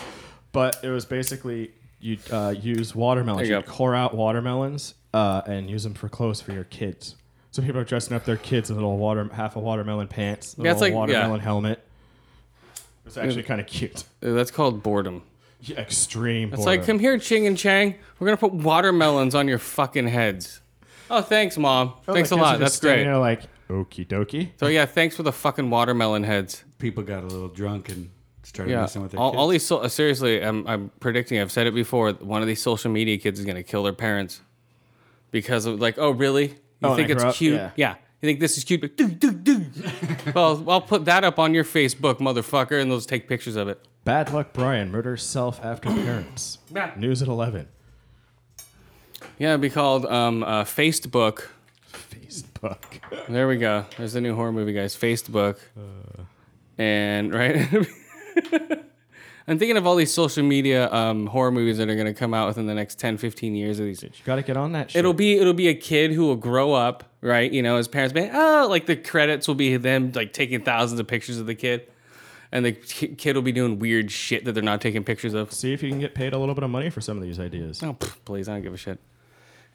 [SPEAKER 3] but it was basically you uh, use watermelons.
[SPEAKER 2] There you
[SPEAKER 3] You'd
[SPEAKER 2] go.
[SPEAKER 3] core out watermelons uh, and use them for clothes for your kids. So people are dressing up their kids in little water half a watermelon pants, a
[SPEAKER 2] Yeah, it's
[SPEAKER 3] little
[SPEAKER 2] like- yeah.
[SPEAKER 3] watermelon helmet. It's actually kind of cute.
[SPEAKER 2] Uh, That's called boredom.
[SPEAKER 3] Yeah, extreme.
[SPEAKER 2] It's like, come here, Ching and Chang. We're gonna put watermelons on your fucking heads. Oh, thanks, mom. thanks a lot. That's great.
[SPEAKER 3] You know, like okie dokie.
[SPEAKER 2] So yeah, thanks for the fucking watermelon heads.
[SPEAKER 4] People got a little drunk and started
[SPEAKER 2] Yeah,
[SPEAKER 4] messing with their
[SPEAKER 2] all,
[SPEAKER 4] kids.
[SPEAKER 2] all these. So- uh, seriously, I'm, I'm predicting. I've said it before. One of these social media kids is gonna kill their parents because of like, oh really? You
[SPEAKER 3] Oh, when
[SPEAKER 2] think
[SPEAKER 3] I
[SPEAKER 2] it's
[SPEAKER 3] grow up?
[SPEAKER 2] cute?
[SPEAKER 3] Yeah.
[SPEAKER 2] Yeah. You think this is cute? But do do do. well, I'll put that up on your Facebook, motherfucker, and they'll just take pictures of it.
[SPEAKER 3] Bad luck, Brian. Murders self after parents.
[SPEAKER 2] Nah.
[SPEAKER 3] News at eleven.
[SPEAKER 2] Yeah, it'd be called um, uh, Facebook.
[SPEAKER 3] Facebook.
[SPEAKER 2] There we go. There's the new horror movie, guys. Facebook. And right. I'm thinking of all these social media um, horror movies that are going to come out within the next 10, 15 years of these.
[SPEAKER 3] You gotta get on that. Shit.
[SPEAKER 2] It'll be it'll be a kid who will grow up, right? You know, his parents being oh, like the credits will be them like taking thousands of pictures of the kid, and the ki- kid will be doing weird shit that they're not taking pictures of.
[SPEAKER 3] see if you can get paid a little bit of money for some of these ideas.
[SPEAKER 2] Oh, pff, please, I don't give a shit.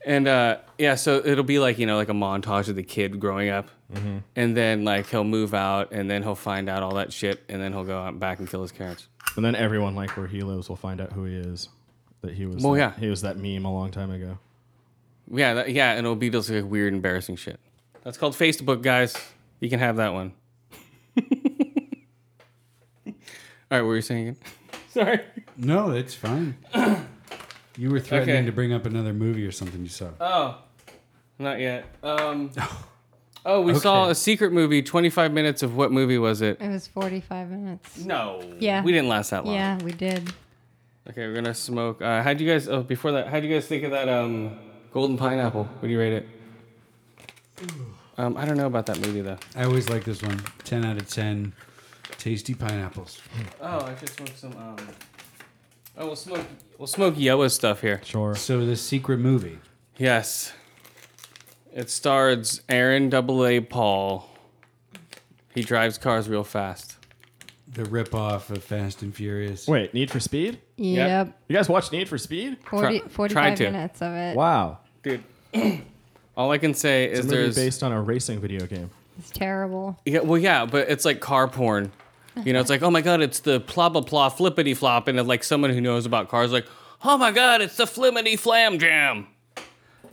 [SPEAKER 2] And uh, yeah, so it'll be like you know, like a montage of the kid growing up, and then like he'll move out, and then he'll find out all that shit, and then he'll go out back and kill his parents.
[SPEAKER 3] And then everyone like where he lives will find out who he is. That he was.
[SPEAKER 2] Well,
[SPEAKER 3] that-
[SPEAKER 2] yeah.
[SPEAKER 3] He was that meme a long time ago.
[SPEAKER 2] Yeah, that, yeah, and it'll be just like weird, embarrassing shit. That's called Facebook, guys. You can have that one. all right, what were you saying again? Sorry.
[SPEAKER 4] No, it's fine. you were threatening
[SPEAKER 2] Okay.
[SPEAKER 4] to bring up another movie or something you saw.
[SPEAKER 2] Oh, not yet. Um, oh, we saw
[SPEAKER 4] Okay.
[SPEAKER 2] a secret movie. Twenty-five minutes of what movie was it?
[SPEAKER 5] It was 45 minutes.
[SPEAKER 2] No.
[SPEAKER 5] Yeah.
[SPEAKER 2] We didn't last that long.
[SPEAKER 5] Yeah, we did.
[SPEAKER 2] Okay, we're gonna smoke. Uh, how'd you guys? Oh, before that, how'd you guys think of that um, golden pineapple? What do you rate it? Um, I don't know about that movie though.
[SPEAKER 4] I always like this one. 10 out of 10. Tasty pineapples.
[SPEAKER 2] Oh, I should smoke some. Um... Oh, we'll smoke. We'll smoke Yoa stuff here.
[SPEAKER 3] Sure.
[SPEAKER 4] So the secret movie.
[SPEAKER 2] Yes. It stars Aaron Double A Paul. He drives cars real fast.
[SPEAKER 4] The ripoff of Fast and Furious.
[SPEAKER 3] Wait, Need for Speed.
[SPEAKER 5] Yep.
[SPEAKER 3] You guys watch Need for Speed?
[SPEAKER 5] 40,
[SPEAKER 2] Try-
[SPEAKER 5] 45
[SPEAKER 2] try to.
[SPEAKER 5] minutes of it.
[SPEAKER 3] Wow.
[SPEAKER 2] Dude. All I can say
[SPEAKER 3] It's
[SPEAKER 2] is
[SPEAKER 3] a movie
[SPEAKER 2] there's
[SPEAKER 3] based on a racing video game.
[SPEAKER 5] It's terrible.
[SPEAKER 2] Yeah, well, yeah, but it's like car porn. You know, it's like, oh my god, it's the plah blah blah flippity flop, and then, like someone who knows about cars, like, oh my god, it's the flimmity flam jam.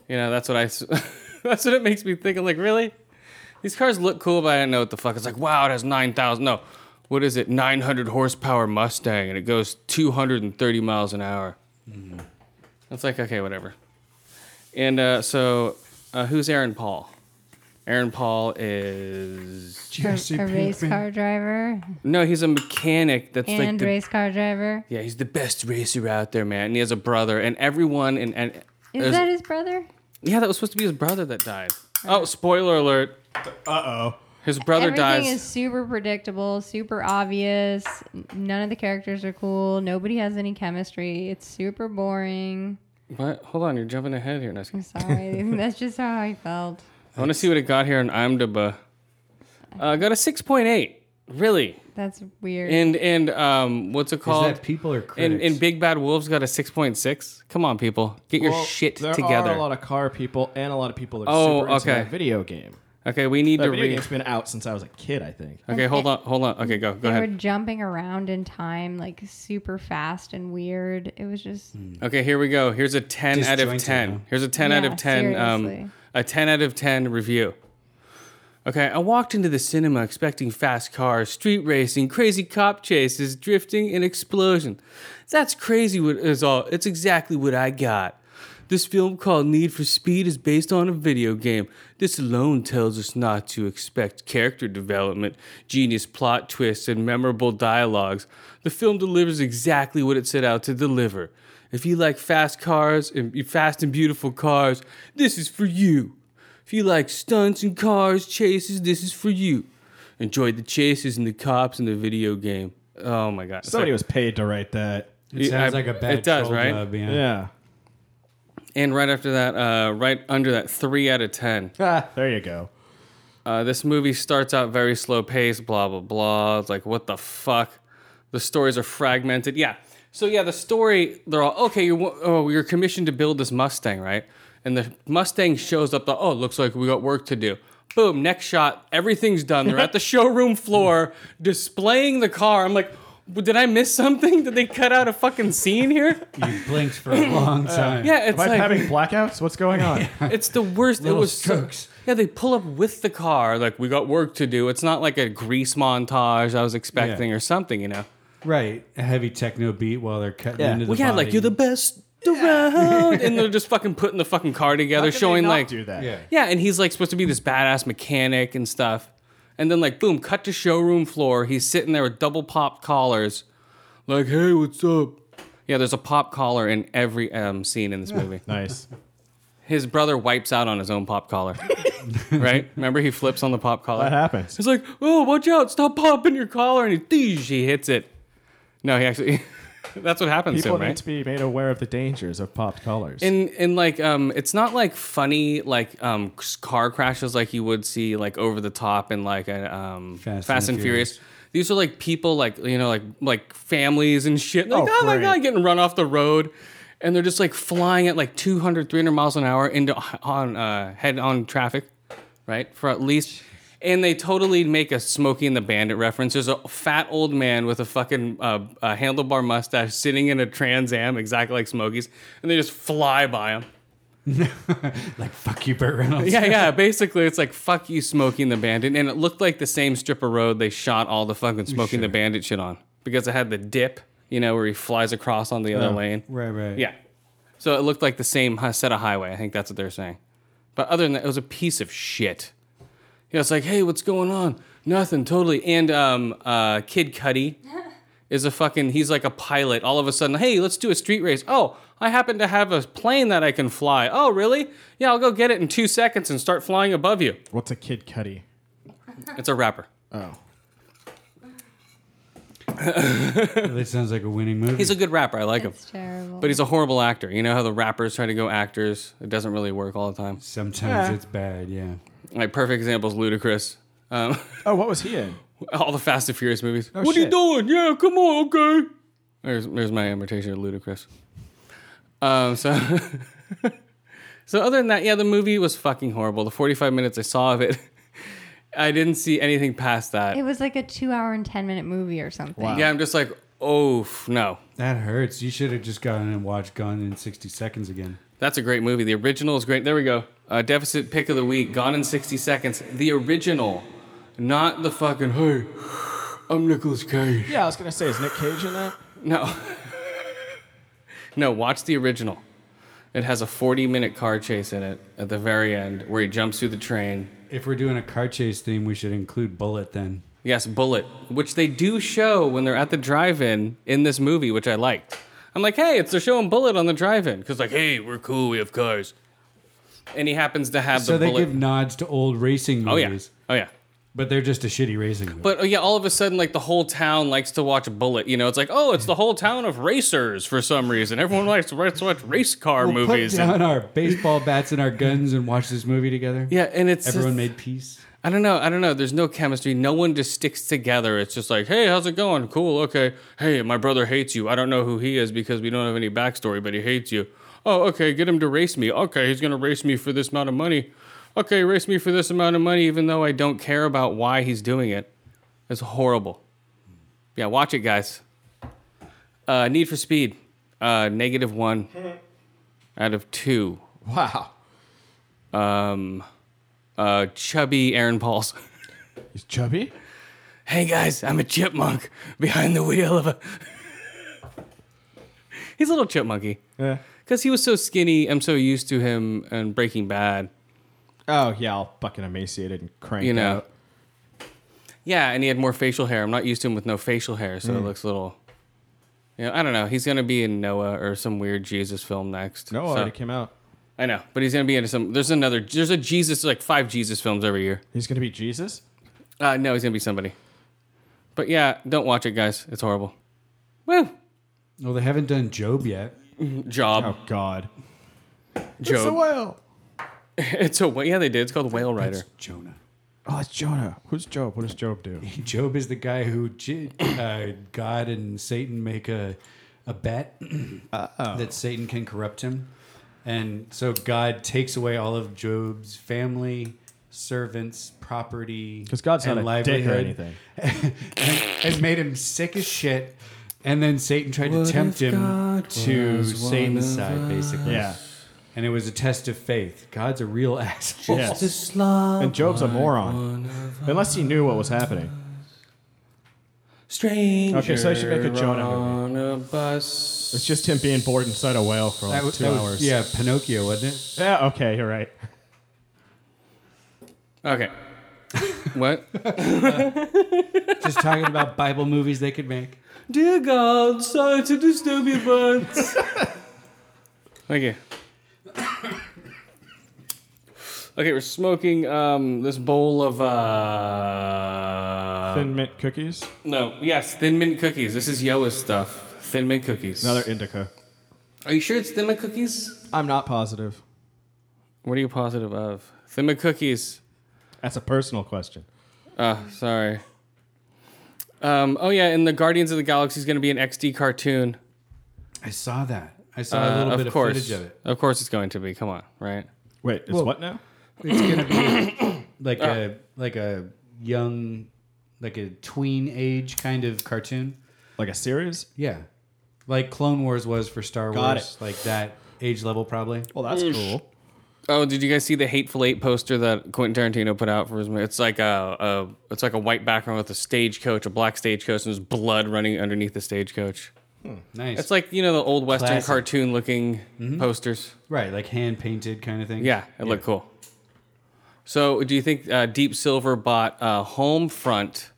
[SPEAKER 2] You know, that's what I. s- that's what it makes me think. I'm like, really? These cars look cool, but I don't know what the fuck. It's like, wow, it has nine thousand. No, what is it? Nine hundred horsepower Mustang, and it goes two hundred and thirty miles an hour. It's like, okay, whatever. And uh, so, uh, who's Aaron Paul? Aaron Paul is
[SPEAKER 4] Jesse
[SPEAKER 5] a race
[SPEAKER 4] Pinkman.
[SPEAKER 5] car driver
[SPEAKER 2] no, he's a mechanic. That's like
[SPEAKER 5] and
[SPEAKER 2] the,
[SPEAKER 5] race car driver.
[SPEAKER 2] yeah, he's the best racer out there, man. And he has a brother, and everyone and and
[SPEAKER 5] Is
[SPEAKER 2] there's-
[SPEAKER 5] that his brother?
[SPEAKER 2] yeah, that was supposed to be his brother that died. Oh, spoiler alert! Uh oh, his brother
[SPEAKER 5] Everything
[SPEAKER 2] dies.
[SPEAKER 5] is super predictable, super obvious. N- None of the characters are cool. Nobody has any chemistry. It's super boring.
[SPEAKER 2] what? Hold on, you're jumping ahead here, Nesca.
[SPEAKER 5] I'm sorry. That's just how I felt.
[SPEAKER 2] I want to see what it got here on IMDb. Uh, got a six point eight, really.
[SPEAKER 5] That's weird.
[SPEAKER 2] And and um, what's it
[SPEAKER 4] Is
[SPEAKER 2] called?
[SPEAKER 4] that people or critics?
[SPEAKER 2] and, and Big Bad Wolves got a six point six. Come on, people, get your
[SPEAKER 3] Well,
[SPEAKER 2] shit
[SPEAKER 3] there
[SPEAKER 2] together.
[SPEAKER 3] are a lot of car people and a lot of people that are
[SPEAKER 2] Oh,
[SPEAKER 3] super into
[SPEAKER 2] okay.
[SPEAKER 3] that video game.
[SPEAKER 2] okay, we need
[SPEAKER 3] That
[SPEAKER 2] to
[SPEAKER 3] video
[SPEAKER 2] read.
[SPEAKER 3] game's been out since I was a kid, I think.
[SPEAKER 2] Okay, hold on, hold on. Okay, go, go
[SPEAKER 5] they
[SPEAKER 2] ahead.
[SPEAKER 5] were jumping around in time like super fast and weird. It was just
[SPEAKER 2] Okay, here we go. Here's a 10 out of
[SPEAKER 4] Disjointed,
[SPEAKER 2] 10.
[SPEAKER 4] huh?
[SPEAKER 2] Here's a 10 out
[SPEAKER 5] Yeah,
[SPEAKER 2] of 10. Um,
[SPEAKER 5] seriously.
[SPEAKER 2] a 10 out of 10 review. Okay, I walked into the cinema expecting fast cars, street racing, crazy cop chases, drifting, and explosion. That's crazy what is all. It's exactly what I got. This film called Need for Speed is based on a video game. This alone tells us not to expect character development, genius plot twists, and memorable dialogues. The film delivers exactly what it set out to deliver. If you like fast cars and fast and beautiful cars, this is for you. If you like stunts and cars, chases, this is for you. Enjoy the chases and the cops and the video game. Oh my god.
[SPEAKER 3] Somebody was paid to write that.
[SPEAKER 4] it sounds
[SPEAKER 2] I-
[SPEAKER 4] like a bad
[SPEAKER 2] it does,
[SPEAKER 4] troll
[SPEAKER 2] right?
[SPEAKER 4] job, yeah.
[SPEAKER 3] Yeah.
[SPEAKER 2] And right after that, uh, right under that, three out of ten.
[SPEAKER 3] Ah, there you go.
[SPEAKER 2] Uh, this movie starts out very slow paced, blah, blah, blah. It's like, what the fuck? The stories are fragmented. Yeah. So, yeah, the story, they're all, okay, you're, wa- oh, you're commissioned to build this Mustang, right? And the Mustang shows up, the, oh, it looks like we got work to do. Boom, next shot, everything's done. They're at the showroom floor displaying the car. I'm like, "W- did I miss something? Did they cut out a fucking scene here?
[SPEAKER 4] You blinked for a long time.
[SPEAKER 2] Uh, Yeah, it's
[SPEAKER 3] Am I
[SPEAKER 2] like
[SPEAKER 3] having blackouts? What's going on?
[SPEAKER 2] it's the worst. it
[SPEAKER 4] Little
[SPEAKER 2] was so-
[SPEAKER 4] strokes.
[SPEAKER 2] yeah, they pull up with the car. Like we got work to do. It's not like a grease montage I was expecting
[SPEAKER 4] Yeah.
[SPEAKER 2] or something. You know.
[SPEAKER 4] Right. A heavy techno beat while they're cutting
[SPEAKER 3] Yeah.
[SPEAKER 4] into the
[SPEAKER 2] Well, yeah, like
[SPEAKER 4] body.
[SPEAKER 2] you're the best around, and they're just fucking putting the fucking car together, showing like
[SPEAKER 3] do that.
[SPEAKER 4] Yeah.
[SPEAKER 2] yeah, and he's like supposed to be this badass mechanic and stuff. And then like boom, cut to showroom floor. He's sitting there with double pop collars, like hey, what's up? Yeah, there's a pop collar in every um, scene in this movie.
[SPEAKER 3] Nice.
[SPEAKER 2] His brother wipes out on his own pop collar, right? Remember he flips on the pop collar.
[SPEAKER 3] That happens.
[SPEAKER 2] He's like, oh, watch out, stop popping your collar. And he, deesh, he hits it. No, he actually, that's what happens to
[SPEAKER 3] People
[SPEAKER 2] him,
[SPEAKER 3] need
[SPEAKER 2] right?
[SPEAKER 3] to be made aware of the dangers of popped collars.
[SPEAKER 2] And, and like, um, it's not like funny, like um, c- car crashes like you would see like over the top and like a, um, Fast,
[SPEAKER 4] Fast
[SPEAKER 2] and,
[SPEAKER 4] and
[SPEAKER 2] Furious. These are like people like, you know, like like families and shit. Like, oh,
[SPEAKER 3] Oh,
[SPEAKER 2] my
[SPEAKER 3] great.
[SPEAKER 2] God, getting run off the road. And they're just like flying at like 200, 300 miles an hour into on uh, head on traffic right? For at least, and they totally make a Smokey and the Bandit reference. There's a fat old man with a fucking uh, a handlebar mustache sitting in a Trans Am, exactly like Smokey's, and they just fly by him.
[SPEAKER 4] like fuck you, Burt Reynolds.
[SPEAKER 2] Yeah, yeah. Basically, it's like fuck you, Smokey and the Bandit, and it looked like the same strip of road they shot all the fucking Smokey and the
[SPEAKER 4] Sure.
[SPEAKER 2] Bandit shit on because it had the dip, you know, where he flies across on the other lane.
[SPEAKER 4] Right, right.
[SPEAKER 2] Yeah. So it looked like the same hi- set of highway. I think that's what they're saying. But other than that, it was a piece of shit. Yeah, it's like, hey, what's going on? Nothing, totally. And um, uh, Kid Cudi is a fucking, he's like a pilot. All of a sudden, hey, let's do a street race. Oh, I happen to have a plane that I can fly. Oh, really? Yeah, I'll go get it in two seconds and start flying above you.
[SPEAKER 3] What's a kid cuddy?
[SPEAKER 2] It's a rapper.
[SPEAKER 3] Oh.
[SPEAKER 4] That sounds like a winning movie.
[SPEAKER 2] He's a good rapper. I like him.
[SPEAKER 5] It's terrible.
[SPEAKER 2] But he's a horrible actor. You know how the rappers try to go actors? It doesn't really work all the time.
[SPEAKER 4] Sometimes it's bad. Yeah.
[SPEAKER 2] Like, perfect example is Ludacris. Um,
[SPEAKER 3] Oh, what was he in?
[SPEAKER 2] all the Fast and Furious movies.
[SPEAKER 3] Oh,
[SPEAKER 2] what are you
[SPEAKER 3] shit.
[SPEAKER 2] doing? Yeah, come on, okay. There's there's my imitation of Ludacris. Um, so so other than that, yeah, the movie was fucking horrible. The 45 minutes I saw of it, I didn't see anything past that.
[SPEAKER 5] it was like a two hour and 10 minute movie or something.
[SPEAKER 3] Wow.
[SPEAKER 2] yeah, I'm just like, oh f- no,
[SPEAKER 4] That hurts. You should have just gone and watched Gone in 60 Seconds again.
[SPEAKER 2] that's a great movie. The original is great. There we go. Uh, deficit pick of the week. Gone in 60 seconds. The original, not the fucking hey. I'm Nicolas Cage.
[SPEAKER 3] Yeah, I was gonna say, is Nick Cage in that?
[SPEAKER 2] No. no, watch the original. It has a 40 minute car chase in it at the very end where he jumps through the train.
[SPEAKER 4] If we're doing a car chase theme, we should include Bullet then.
[SPEAKER 2] Yes, Bullet, which they do show when they're at the drive in in this movie, which I liked. I'm like, hey, it's they're showing Bullet on the drive in. Because, like, hey, we're cool, we have cars. And he happens to have
[SPEAKER 4] So
[SPEAKER 2] the
[SPEAKER 4] they
[SPEAKER 2] bullet.
[SPEAKER 4] give nods to old racing
[SPEAKER 2] oh, yeah.
[SPEAKER 4] movies,
[SPEAKER 2] Oh, yeah.
[SPEAKER 4] but they're just a shitty racing movie.
[SPEAKER 2] But oh, yeah, all of a sudden, like the whole town likes to watch Bullet. You know, it's like, oh, it's the whole town of racers for some reason. Everyone likes to watch watch race car
[SPEAKER 4] we'll
[SPEAKER 2] movies.
[SPEAKER 4] put
[SPEAKER 2] and-
[SPEAKER 4] down our baseball bats and our guns and watch this movie together.
[SPEAKER 2] Yeah, and it's just-
[SPEAKER 4] Everyone made peace.
[SPEAKER 2] I don't know. I don't know. There's no chemistry. No one just sticks together. It's just like, hey, how's it going? Cool. Okay. Hey, my brother hates you. I don't know who he is because we don't have any backstory, but he hates you. Oh, okay. Get him to race me. Okay, he's gonna race me for this amount of money. Okay, race me for this amount of money, even though I don't care about why he's doing it. It's horrible. Yeah, watch it, guys. Uh, Need for Speed, uh, negative one out of two.
[SPEAKER 3] Wow.
[SPEAKER 2] Um, uh, chubby Aaron Paul's.
[SPEAKER 3] He's chubby?
[SPEAKER 2] hey guys, I'm a chipmunk behind the wheel of a. He's a little chipmunky
[SPEAKER 3] Yeah.
[SPEAKER 2] because he was so skinny. I'm so used to him and Breaking Bad,
[SPEAKER 3] Oh yeah, all fucking emaciated and cranked
[SPEAKER 2] you know.
[SPEAKER 3] out.
[SPEAKER 2] Yeah, and he had more facial hair. I'm not used to him with no facial hair,
[SPEAKER 3] Mm.
[SPEAKER 2] so it looks a little. You know, I don't know. He's gonna be in Noah or some weird Jesus film next.
[SPEAKER 3] No,
[SPEAKER 2] so,
[SPEAKER 3] already came out.
[SPEAKER 2] I know, but he's gonna be into some. There's another. There's a Jesus like five Jesus films every year.
[SPEAKER 3] He's gonna be Jesus.
[SPEAKER 2] Uh, no, he's gonna be somebody. But yeah, don't watch it, guys. It's horrible. Well,
[SPEAKER 4] Well, they haven't done Job yet.
[SPEAKER 2] job,
[SPEAKER 3] Oh God.
[SPEAKER 2] job.
[SPEAKER 3] whale.
[SPEAKER 2] It's a wh- yeah, they did. It's called Whale Rider.
[SPEAKER 4] Jonah.
[SPEAKER 3] oh, it's Jonah. Who's Job? What does Job do?
[SPEAKER 4] Job is the guy who j- uh, God and Satan make a a bet that Satan can corrupt him, and so God takes away all of Job's family, servants, property,
[SPEAKER 3] Because God's
[SPEAKER 4] and
[SPEAKER 3] not a dick or anything.
[SPEAKER 4] and, and made him sick as shit. And then Satan tried to tempt him to Satan's side, basically.
[SPEAKER 3] Yeah.
[SPEAKER 4] And it was a test of faith. God's a real asshole.
[SPEAKER 3] Yes.
[SPEAKER 2] This love
[SPEAKER 3] And Job's a moron. Unless he knew what was happening.
[SPEAKER 2] stranger
[SPEAKER 3] Okay, so I should make a Jonah
[SPEAKER 2] on a bus.
[SPEAKER 3] It's just him being bored inside a whale for like
[SPEAKER 4] That was,
[SPEAKER 3] two
[SPEAKER 4] that was-
[SPEAKER 3] hours.
[SPEAKER 4] yeah, Pinocchio, wasn't it?
[SPEAKER 3] Yeah, okay, you're right.
[SPEAKER 2] Okay. what?
[SPEAKER 4] Just talking about Bible movies they could make.
[SPEAKER 2] Dear God, sorry to disturb you, but thank you. Okay, we're smoking um, this bowl of uh,
[SPEAKER 3] Thin mint cookies.
[SPEAKER 2] no, yes, thin mint cookies. This is Yoa's stuff. Thin mint cookies.
[SPEAKER 3] Another indica.
[SPEAKER 2] Are you sure it's thin mint cookies?
[SPEAKER 3] I'm not positive.
[SPEAKER 2] What are you positive of? Thin mint cookies.
[SPEAKER 3] That's a personal question.
[SPEAKER 2] Ah, sorry. Um, oh yeah, and the Guardians of the Galaxy is going to be an XD cartoon.
[SPEAKER 4] I saw that. I saw a
[SPEAKER 2] Uh,
[SPEAKER 4] little
[SPEAKER 2] of
[SPEAKER 4] bit of
[SPEAKER 2] course,
[SPEAKER 4] footage of it.
[SPEAKER 2] Of course, it's going to be. Come on, right?
[SPEAKER 3] Wait, it's what now?
[SPEAKER 4] It's gonna be like a like a young, like a tween age kind of cartoon.
[SPEAKER 3] Like a series?
[SPEAKER 4] Yeah, like Clone Wars was for Star
[SPEAKER 3] Got
[SPEAKER 4] Wars. Like that age level, probably.
[SPEAKER 3] Well, that's cool.
[SPEAKER 2] Oh, did you guys see the Hateful Eight poster that Quentin Tarantino put out for his? mo- It's like a, a it's like a white background with a stagecoach, a black stagecoach, and there's blood running underneath the stagecoach.
[SPEAKER 4] Nice.
[SPEAKER 2] It's like you know the old western
[SPEAKER 4] Classic. Mm-hmm.
[SPEAKER 2] cartoon looking posters.
[SPEAKER 4] right, like hand painted kind of thing.
[SPEAKER 2] Yeah, it looked cool. So, do you think uh, Deep Silver bought uh, Homefront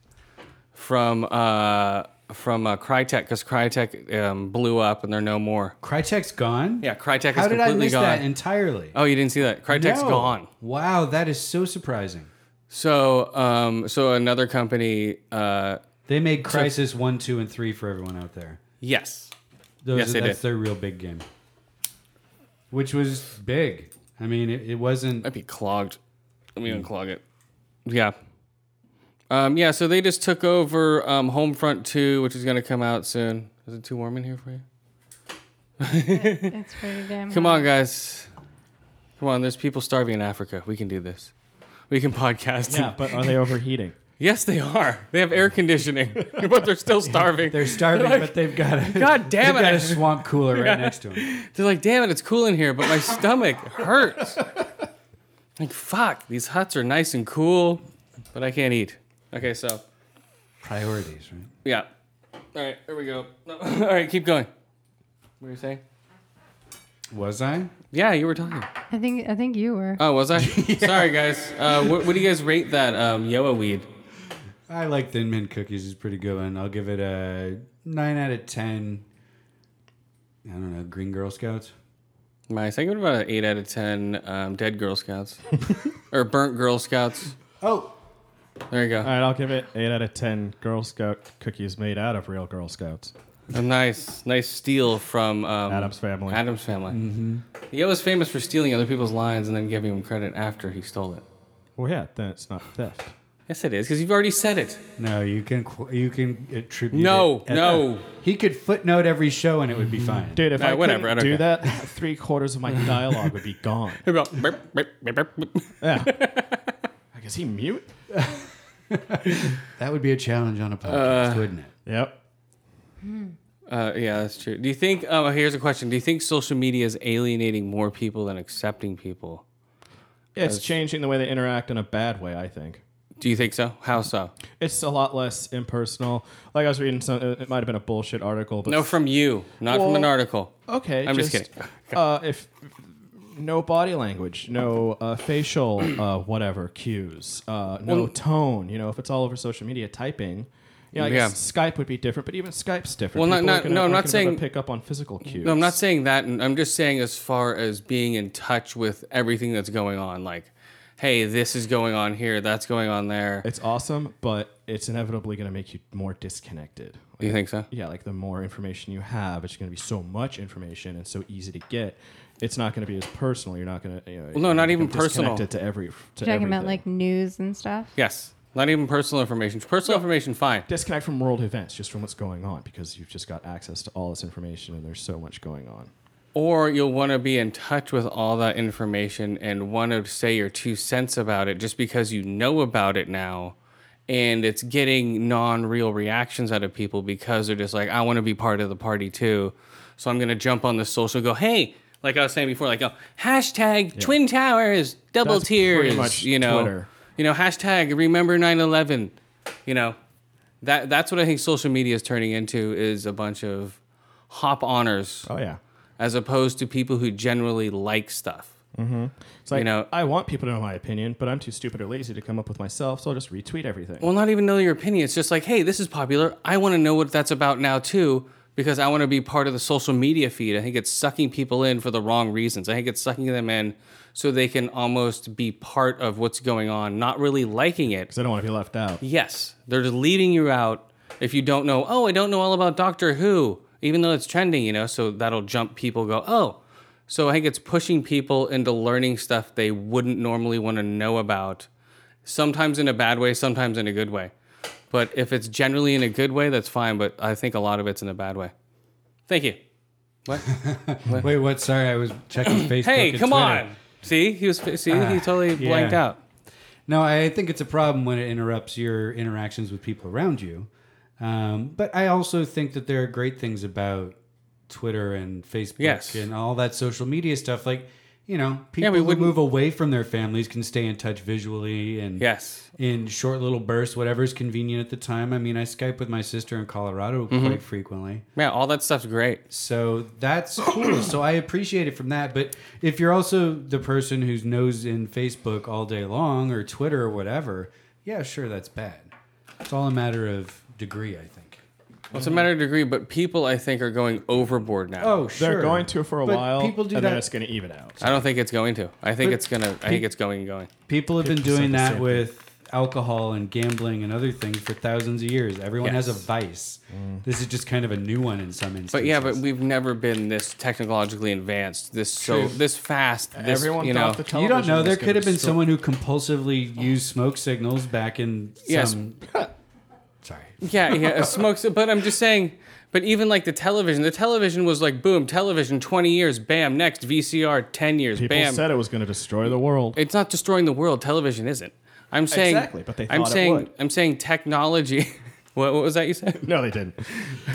[SPEAKER 2] from uh, from uh, Crytek because Crytek um, blew up and they're no more?
[SPEAKER 4] Crytek's gone.
[SPEAKER 2] Yeah, Crytek
[SPEAKER 4] How
[SPEAKER 2] is
[SPEAKER 4] did I
[SPEAKER 2] completely
[SPEAKER 4] miss
[SPEAKER 2] gone.
[SPEAKER 4] that entirely?
[SPEAKER 2] oh, you didn't see that? Crytek's
[SPEAKER 4] No.
[SPEAKER 2] gone.
[SPEAKER 4] Wow, that is so surprising.
[SPEAKER 2] So, um, so another company, uh,
[SPEAKER 4] They made Crisis one, two, and three for everyone out there.
[SPEAKER 2] yes,
[SPEAKER 4] Those
[SPEAKER 2] Yes,
[SPEAKER 4] are-
[SPEAKER 2] they
[SPEAKER 4] that's
[SPEAKER 2] did.
[SPEAKER 4] their real big game, which was big. I mean, it, it wasn't.
[SPEAKER 2] might be clogged. Let me unclog it. Yeah. Um, yeah, so they just took over um, Homefront 2, which is going to come out soon. Is it too warm in here for you?
[SPEAKER 5] It's pretty damn.
[SPEAKER 2] Come on, guys. Come on, there's people starving in Africa. We can do this. We can podcast.
[SPEAKER 3] Yeah, but are they overheating?
[SPEAKER 2] Yes, they are. They have air conditioning, but they're still starving.
[SPEAKER 4] They're starving, but they've got a
[SPEAKER 2] God damn
[SPEAKER 4] they've got
[SPEAKER 2] it.
[SPEAKER 4] a swamp cooler right next to them.
[SPEAKER 2] They're like, damn it, it's cool in here, but my stomach hurts. like, fuck, these huts are nice and cool, but I can't eat. Okay, so,
[SPEAKER 4] Priorities, right?
[SPEAKER 2] yeah. All right, here we go. No, All right, keep going. What were you saying?
[SPEAKER 4] Was I?
[SPEAKER 2] Yeah, you were talking.
[SPEAKER 5] I think I think you were.
[SPEAKER 2] Oh, was I? Sorry, guys. Uh, what, what do you guys rate that um, Yoa weed?
[SPEAKER 4] I like Thin Mint cookies. is pretty good one. I'll give it a nine out of ten. I don't know. Green Girl Scouts.
[SPEAKER 2] My second about an 8 out of 10 um, dead Girl Scouts. or burnt Girl Scouts.
[SPEAKER 4] Oh,
[SPEAKER 2] There you go.
[SPEAKER 3] All right, I'll give it 8 out of 10 Girl Scout cookies made out of real Girl Scouts.
[SPEAKER 2] A nice, nice steal from um,
[SPEAKER 3] Adam's family.
[SPEAKER 2] Adam's family. Mm-hmm. He was famous for stealing other people's lines and then giving them credit after he stole it.
[SPEAKER 3] Well, yeah, then it's not theft.
[SPEAKER 2] Yes, it is because you've already said it.
[SPEAKER 4] no, you can qu- you can attribute.
[SPEAKER 2] No,
[SPEAKER 4] it at-
[SPEAKER 2] no.
[SPEAKER 4] he could footnote every show and it would be fine.
[SPEAKER 3] Dude, if
[SPEAKER 2] All right,
[SPEAKER 3] I
[SPEAKER 2] whatever, I
[SPEAKER 3] couldn't
[SPEAKER 2] don't
[SPEAKER 3] do
[SPEAKER 2] care.
[SPEAKER 3] that, three quarters of my dialogue would be gone. Yeah. Like, is he mute?
[SPEAKER 4] That would be a challenge on a podcast, wouldn't it?
[SPEAKER 3] Yep.
[SPEAKER 2] Uh, yeah, that's true. Do you think? Um, here's a question: Do you think social media is alienating more people than accepting people?
[SPEAKER 3] Yeah, it's changing the way they interact in a bad way, I think.
[SPEAKER 2] Do you think so? How so?
[SPEAKER 3] It's a lot less impersonal. Like I was reading some, it might have been a bullshit article, but
[SPEAKER 2] No, from you, not from an
[SPEAKER 3] Well-
[SPEAKER 2] article.
[SPEAKER 3] okay,
[SPEAKER 2] I'm just kidding.
[SPEAKER 3] Uh, if no body language, no uh, facial uh, whatever cues, uh, no tone. You know, if it's all over social media, typing. Yeah, I
[SPEAKER 2] Yeah.
[SPEAKER 3] guess Skype would be different, but even Skype's different.
[SPEAKER 2] Well, not-
[SPEAKER 3] People are
[SPEAKER 2] not-
[SPEAKER 3] gonna-
[SPEAKER 2] no, I'm
[SPEAKER 3] aren't
[SPEAKER 2] not
[SPEAKER 3] gonna
[SPEAKER 2] saying-
[SPEAKER 3] pick up on physical cues.
[SPEAKER 2] No, I'm not saying that. and I'm just saying as far as being in touch with everything that's going on, like hey, this is going on here, that's going on there.
[SPEAKER 3] It's awesome, but it's inevitably going to make you more disconnected.
[SPEAKER 2] Do you think so?
[SPEAKER 3] yeah, like the more information you have, it's going to be so much information and so easy to get. It's not going to be as personal. You're not going to. You know,
[SPEAKER 2] no,
[SPEAKER 3] you're
[SPEAKER 2] not
[SPEAKER 3] gonna
[SPEAKER 2] even
[SPEAKER 3] become
[SPEAKER 2] personal.
[SPEAKER 3] disconnected To every. To
[SPEAKER 5] Talking about
[SPEAKER 3] everything.
[SPEAKER 5] like news and stuff.
[SPEAKER 2] Yes. Not even personal information. Personal information, fine.
[SPEAKER 3] disconnect from world events, just from what's going on, because you've just got access to all this information and there's so much going on.
[SPEAKER 2] Or you'll want to be in touch with all that information and want to say your two cents about it just because you know about it now. And it's getting non real reactions out of people because they're just like, I want to be part of the party too. So I'm going to jump on the social and go, hey, like I was saying before, like, oh, hashtag Twin Towers, double
[SPEAKER 3] That's pretty
[SPEAKER 2] tears.
[SPEAKER 3] much
[SPEAKER 2] you know,
[SPEAKER 3] Twitter.
[SPEAKER 2] you know, hashtag remember 9 11. You know, that, that's what I think social media is turning into is a bunch of hop honors
[SPEAKER 3] Oh yeah,
[SPEAKER 2] as opposed to people who generally like stuff.
[SPEAKER 3] it's like
[SPEAKER 2] You know-
[SPEAKER 3] I want people to know my opinion, but I'm too stupid or lazy to come up with myself, so I'll just retweet everything.
[SPEAKER 2] Well, not even know your opinion. It's just like, hey, this is popular. I want to know what that's about now too, because I want to be part of the social media feed. I think it's sucking people in for the wrong reasons. I think it's sucking them in so they can almost be part of what's going on, not really liking it.
[SPEAKER 3] Because I don't want to be left out.
[SPEAKER 2] Yes, they're just leaving you out if you don't know. Oh, I don't know all about Doctor Who, even though it's trending, you know. So that'll jump people. Go, oh. So I think it's pushing people into learning stuff they wouldn't normally want to know about. Sometimes in a bad way, sometimes in a good way. But if it's generally in a good way, that's fine. But I think a lot of it's in a bad way. Thank you.
[SPEAKER 4] Wait, what? Sorry, I was checking Facebook.
[SPEAKER 2] Hey,
[SPEAKER 4] and
[SPEAKER 2] come
[SPEAKER 4] Twitter. Ah,
[SPEAKER 2] on. See, he was. See, he totally
[SPEAKER 4] yeah.
[SPEAKER 2] blanked out.
[SPEAKER 4] No, I think it's a problem when it interrupts your interactions with people around you. Um, but I also think that there are great things about Twitter and Facebook
[SPEAKER 2] Yes.
[SPEAKER 4] and all that social media stuff. Like, you know, people
[SPEAKER 2] we
[SPEAKER 4] who
[SPEAKER 2] wouldn't-
[SPEAKER 4] move away from their families can stay in touch visually and
[SPEAKER 2] Yes.
[SPEAKER 4] in short little bursts, whatever's convenient at the time. I mean, I Skype with my sister in Colorado
[SPEAKER 2] Mm-hmm.
[SPEAKER 4] quite frequently.
[SPEAKER 2] Yeah, all that stuff's great.
[SPEAKER 4] So that's cool. so I appreciate it from that. But if you're also the person who's nose in Facebook all day long or Twitter or whatever, yeah, sure, that's bad. It's all a matter of degree, I think.
[SPEAKER 2] Well, It's a matter of degree, but people I think are going overboard now.
[SPEAKER 4] Oh,
[SPEAKER 3] They're
[SPEAKER 4] sure.
[SPEAKER 3] going to for a
[SPEAKER 4] But
[SPEAKER 3] while,
[SPEAKER 4] People do
[SPEAKER 3] and then
[SPEAKER 4] that.
[SPEAKER 3] it's going to even out.
[SPEAKER 2] I don't think it's going to. I think
[SPEAKER 4] But
[SPEAKER 2] it's gonna. I think it's going and going.
[SPEAKER 4] People have been
[SPEAKER 3] People say
[SPEAKER 4] doing
[SPEAKER 3] the same
[SPEAKER 4] that
[SPEAKER 3] thing.
[SPEAKER 4] with alcohol and gambling and other things for thousands of years. Everyone has
[SPEAKER 2] Yes.
[SPEAKER 4] a vice.
[SPEAKER 3] Mm.
[SPEAKER 4] This is just kind of a new one in some instances.
[SPEAKER 2] But yeah, but we've never been this technologically advanced, this so,
[SPEAKER 4] True.
[SPEAKER 2] this fast. This,
[SPEAKER 3] Everyone
[SPEAKER 2] you know,
[SPEAKER 3] thought the
[SPEAKER 4] you
[SPEAKER 3] television
[SPEAKER 4] don't know.
[SPEAKER 3] was
[SPEAKER 4] There
[SPEAKER 3] gonna
[SPEAKER 4] could have been
[SPEAKER 3] destroy-
[SPEAKER 4] someone who compulsively used smoke signals back in
[SPEAKER 2] Yes.
[SPEAKER 4] some. Sorry.
[SPEAKER 2] yeah, yeah, it smokes. But I'm just saying. But even like the television, the television was like boom, television, 20 years, bam. Next VCR, 10 years,
[SPEAKER 3] People
[SPEAKER 2] bam.
[SPEAKER 3] said it was going to destroy the world.
[SPEAKER 2] it's not destroying the world. Television isn't. I'm saying
[SPEAKER 3] Exactly, but they
[SPEAKER 2] I'm
[SPEAKER 3] thought it
[SPEAKER 2] saying
[SPEAKER 3] would.
[SPEAKER 2] I'm saying technology. what, what was that you said?
[SPEAKER 3] no, they didn't.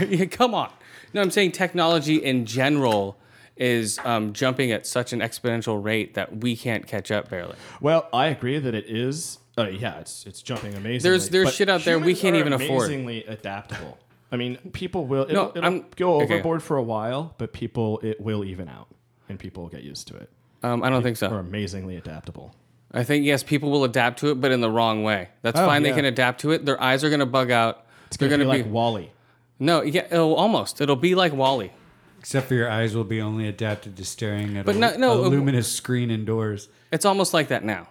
[SPEAKER 2] Yeah, come on. No, I'm saying technology in general is um, jumping at such an exponential rate that we can't catch up barely.
[SPEAKER 3] Well, I agree that it is. Uh, yeah, it's it's jumping amazingly.
[SPEAKER 2] There's- there's
[SPEAKER 3] but
[SPEAKER 2] shit out there we
[SPEAKER 3] humans
[SPEAKER 2] can't
[SPEAKER 3] are
[SPEAKER 2] even afford.
[SPEAKER 3] Amazingly adaptable. I mean, people will. It'll,
[SPEAKER 2] No,
[SPEAKER 3] it'll
[SPEAKER 2] I'm-
[SPEAKER 3] go
[SPEAKER 2] okay.
[SPEAKER 3] overboard for a while, but people it will even out, and people will get used to it.
[SPEAKER 2] Um, I don't think
[SPEAKER 3] Are
[SPEAKER 2] so.
[SPEAKER 3] amazingly adaptable.
[SPEAKER 2] I think yes, people will adapt to it, but in the wrong way. That's fine. They
[SPEAKER 3] yeah.
[SPEAKER 2] can adapt to it. Their eyes are gonna bug out. They're
[SPEAKER 3] It'll
[SPEAKER 2] gonna be,
[SPEAKER 3] like Wally.
[SPEAKER 2] no, yeah, it'll, almost. It'll be like Wally.
[SPEAKER 4] Except for your eyes will be only adapted to staring at
[SPEAKER 2] But
[SPEAKER 4] a,
[SPEAKER 2] no- no,
[SPEAKER 4] a
[SPEAKER 2] uh,
[SPEAKER 4] luminous screen indoors.
[SPEAKER 2] It's almost like that now.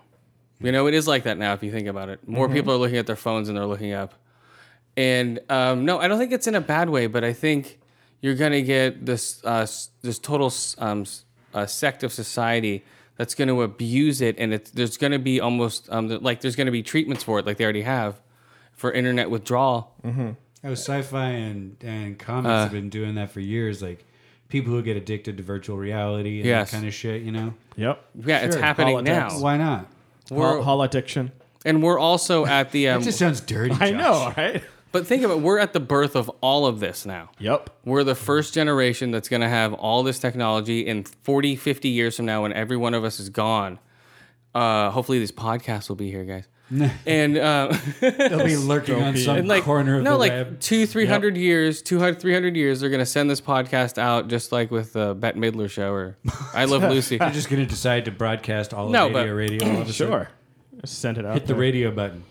[SPEAKER 2] You know, it is like that now if you think about it. More
[SPEAKER 4] Mm-hmm.
[SPEAKER 2] people are looking at their phones and they're looking up. And um, no, I don't think it's in a bad way, but I think you're gonna get this uh, s- this total s- um, s- uh, sect of society that's going to abuse it, and it's, there's gonna be almost um, th- like there's gonna be treatments for it, like they already have for internet withdrawal.
[SPEAKER 4] Oh, sci-fi and and comics
[SPEAKER 2] Uh.
[SPEAKER 4] have been doing that for years. Like people who get addicted to virtual reality and
[SPEAKER 2] Yes.
[SPEAKER 4] that kind of shit. You know,
[SPEAKER 3] Yep.
[SPEAKER 2] Yeah, it's
[SPEAKER 4] Sure,
[SPEAKER 2] happening
[SPEAKER 3] politics.
[SPEAKER 2] now,
[SPEAKER 4] why not?
[SPEAKER 2] We're-
[SPEAKER 3] Hol- Holodiction.
[SPEAKER 2] and we're also at the. Um,
[SPEAKER 4] It just sounds dirty.
[SPEAKER 3] I
[SPEAKER 4] Josh.
[SPEAKER 3] know, right?
[SPEAKER 2] but think of it, we're at the birth of all of this now.
[SPEAKER 3] Yep.
[SPEAKER 2] we're the first generation that's going to have all this technology in 40 50 years from now when every one of us is gone uh, hopefully these podcasts will be here guys and uh,
[SPEAKER 4] They'll be lurking on some
[SPEAKER 2] and like
[SPEAKER 4] corner of
[SPEAKER 2] no
[SPEAKER 4] the
[SPEAKER 2] like
[SPEAKER 4] web.
[SPEAKER 2] two three hundred years 200 300 years they're going to send this podcast out just like with the Bette Midler show or I Love Lucy
[SPEAKER 4] They're just gonna decide to broadcast all
[SPEAKER 2] No,
[SPEAKER 4] of
[SPEAKER 2] but-
[SPEAKER 4] radio, radio. All of a sudden.
[SPEAKER 3] Sure. Just send it out.
[SPEAKER 4] Hit the
[SPEAKER 3] there.
[SPEAKER 4] radio button.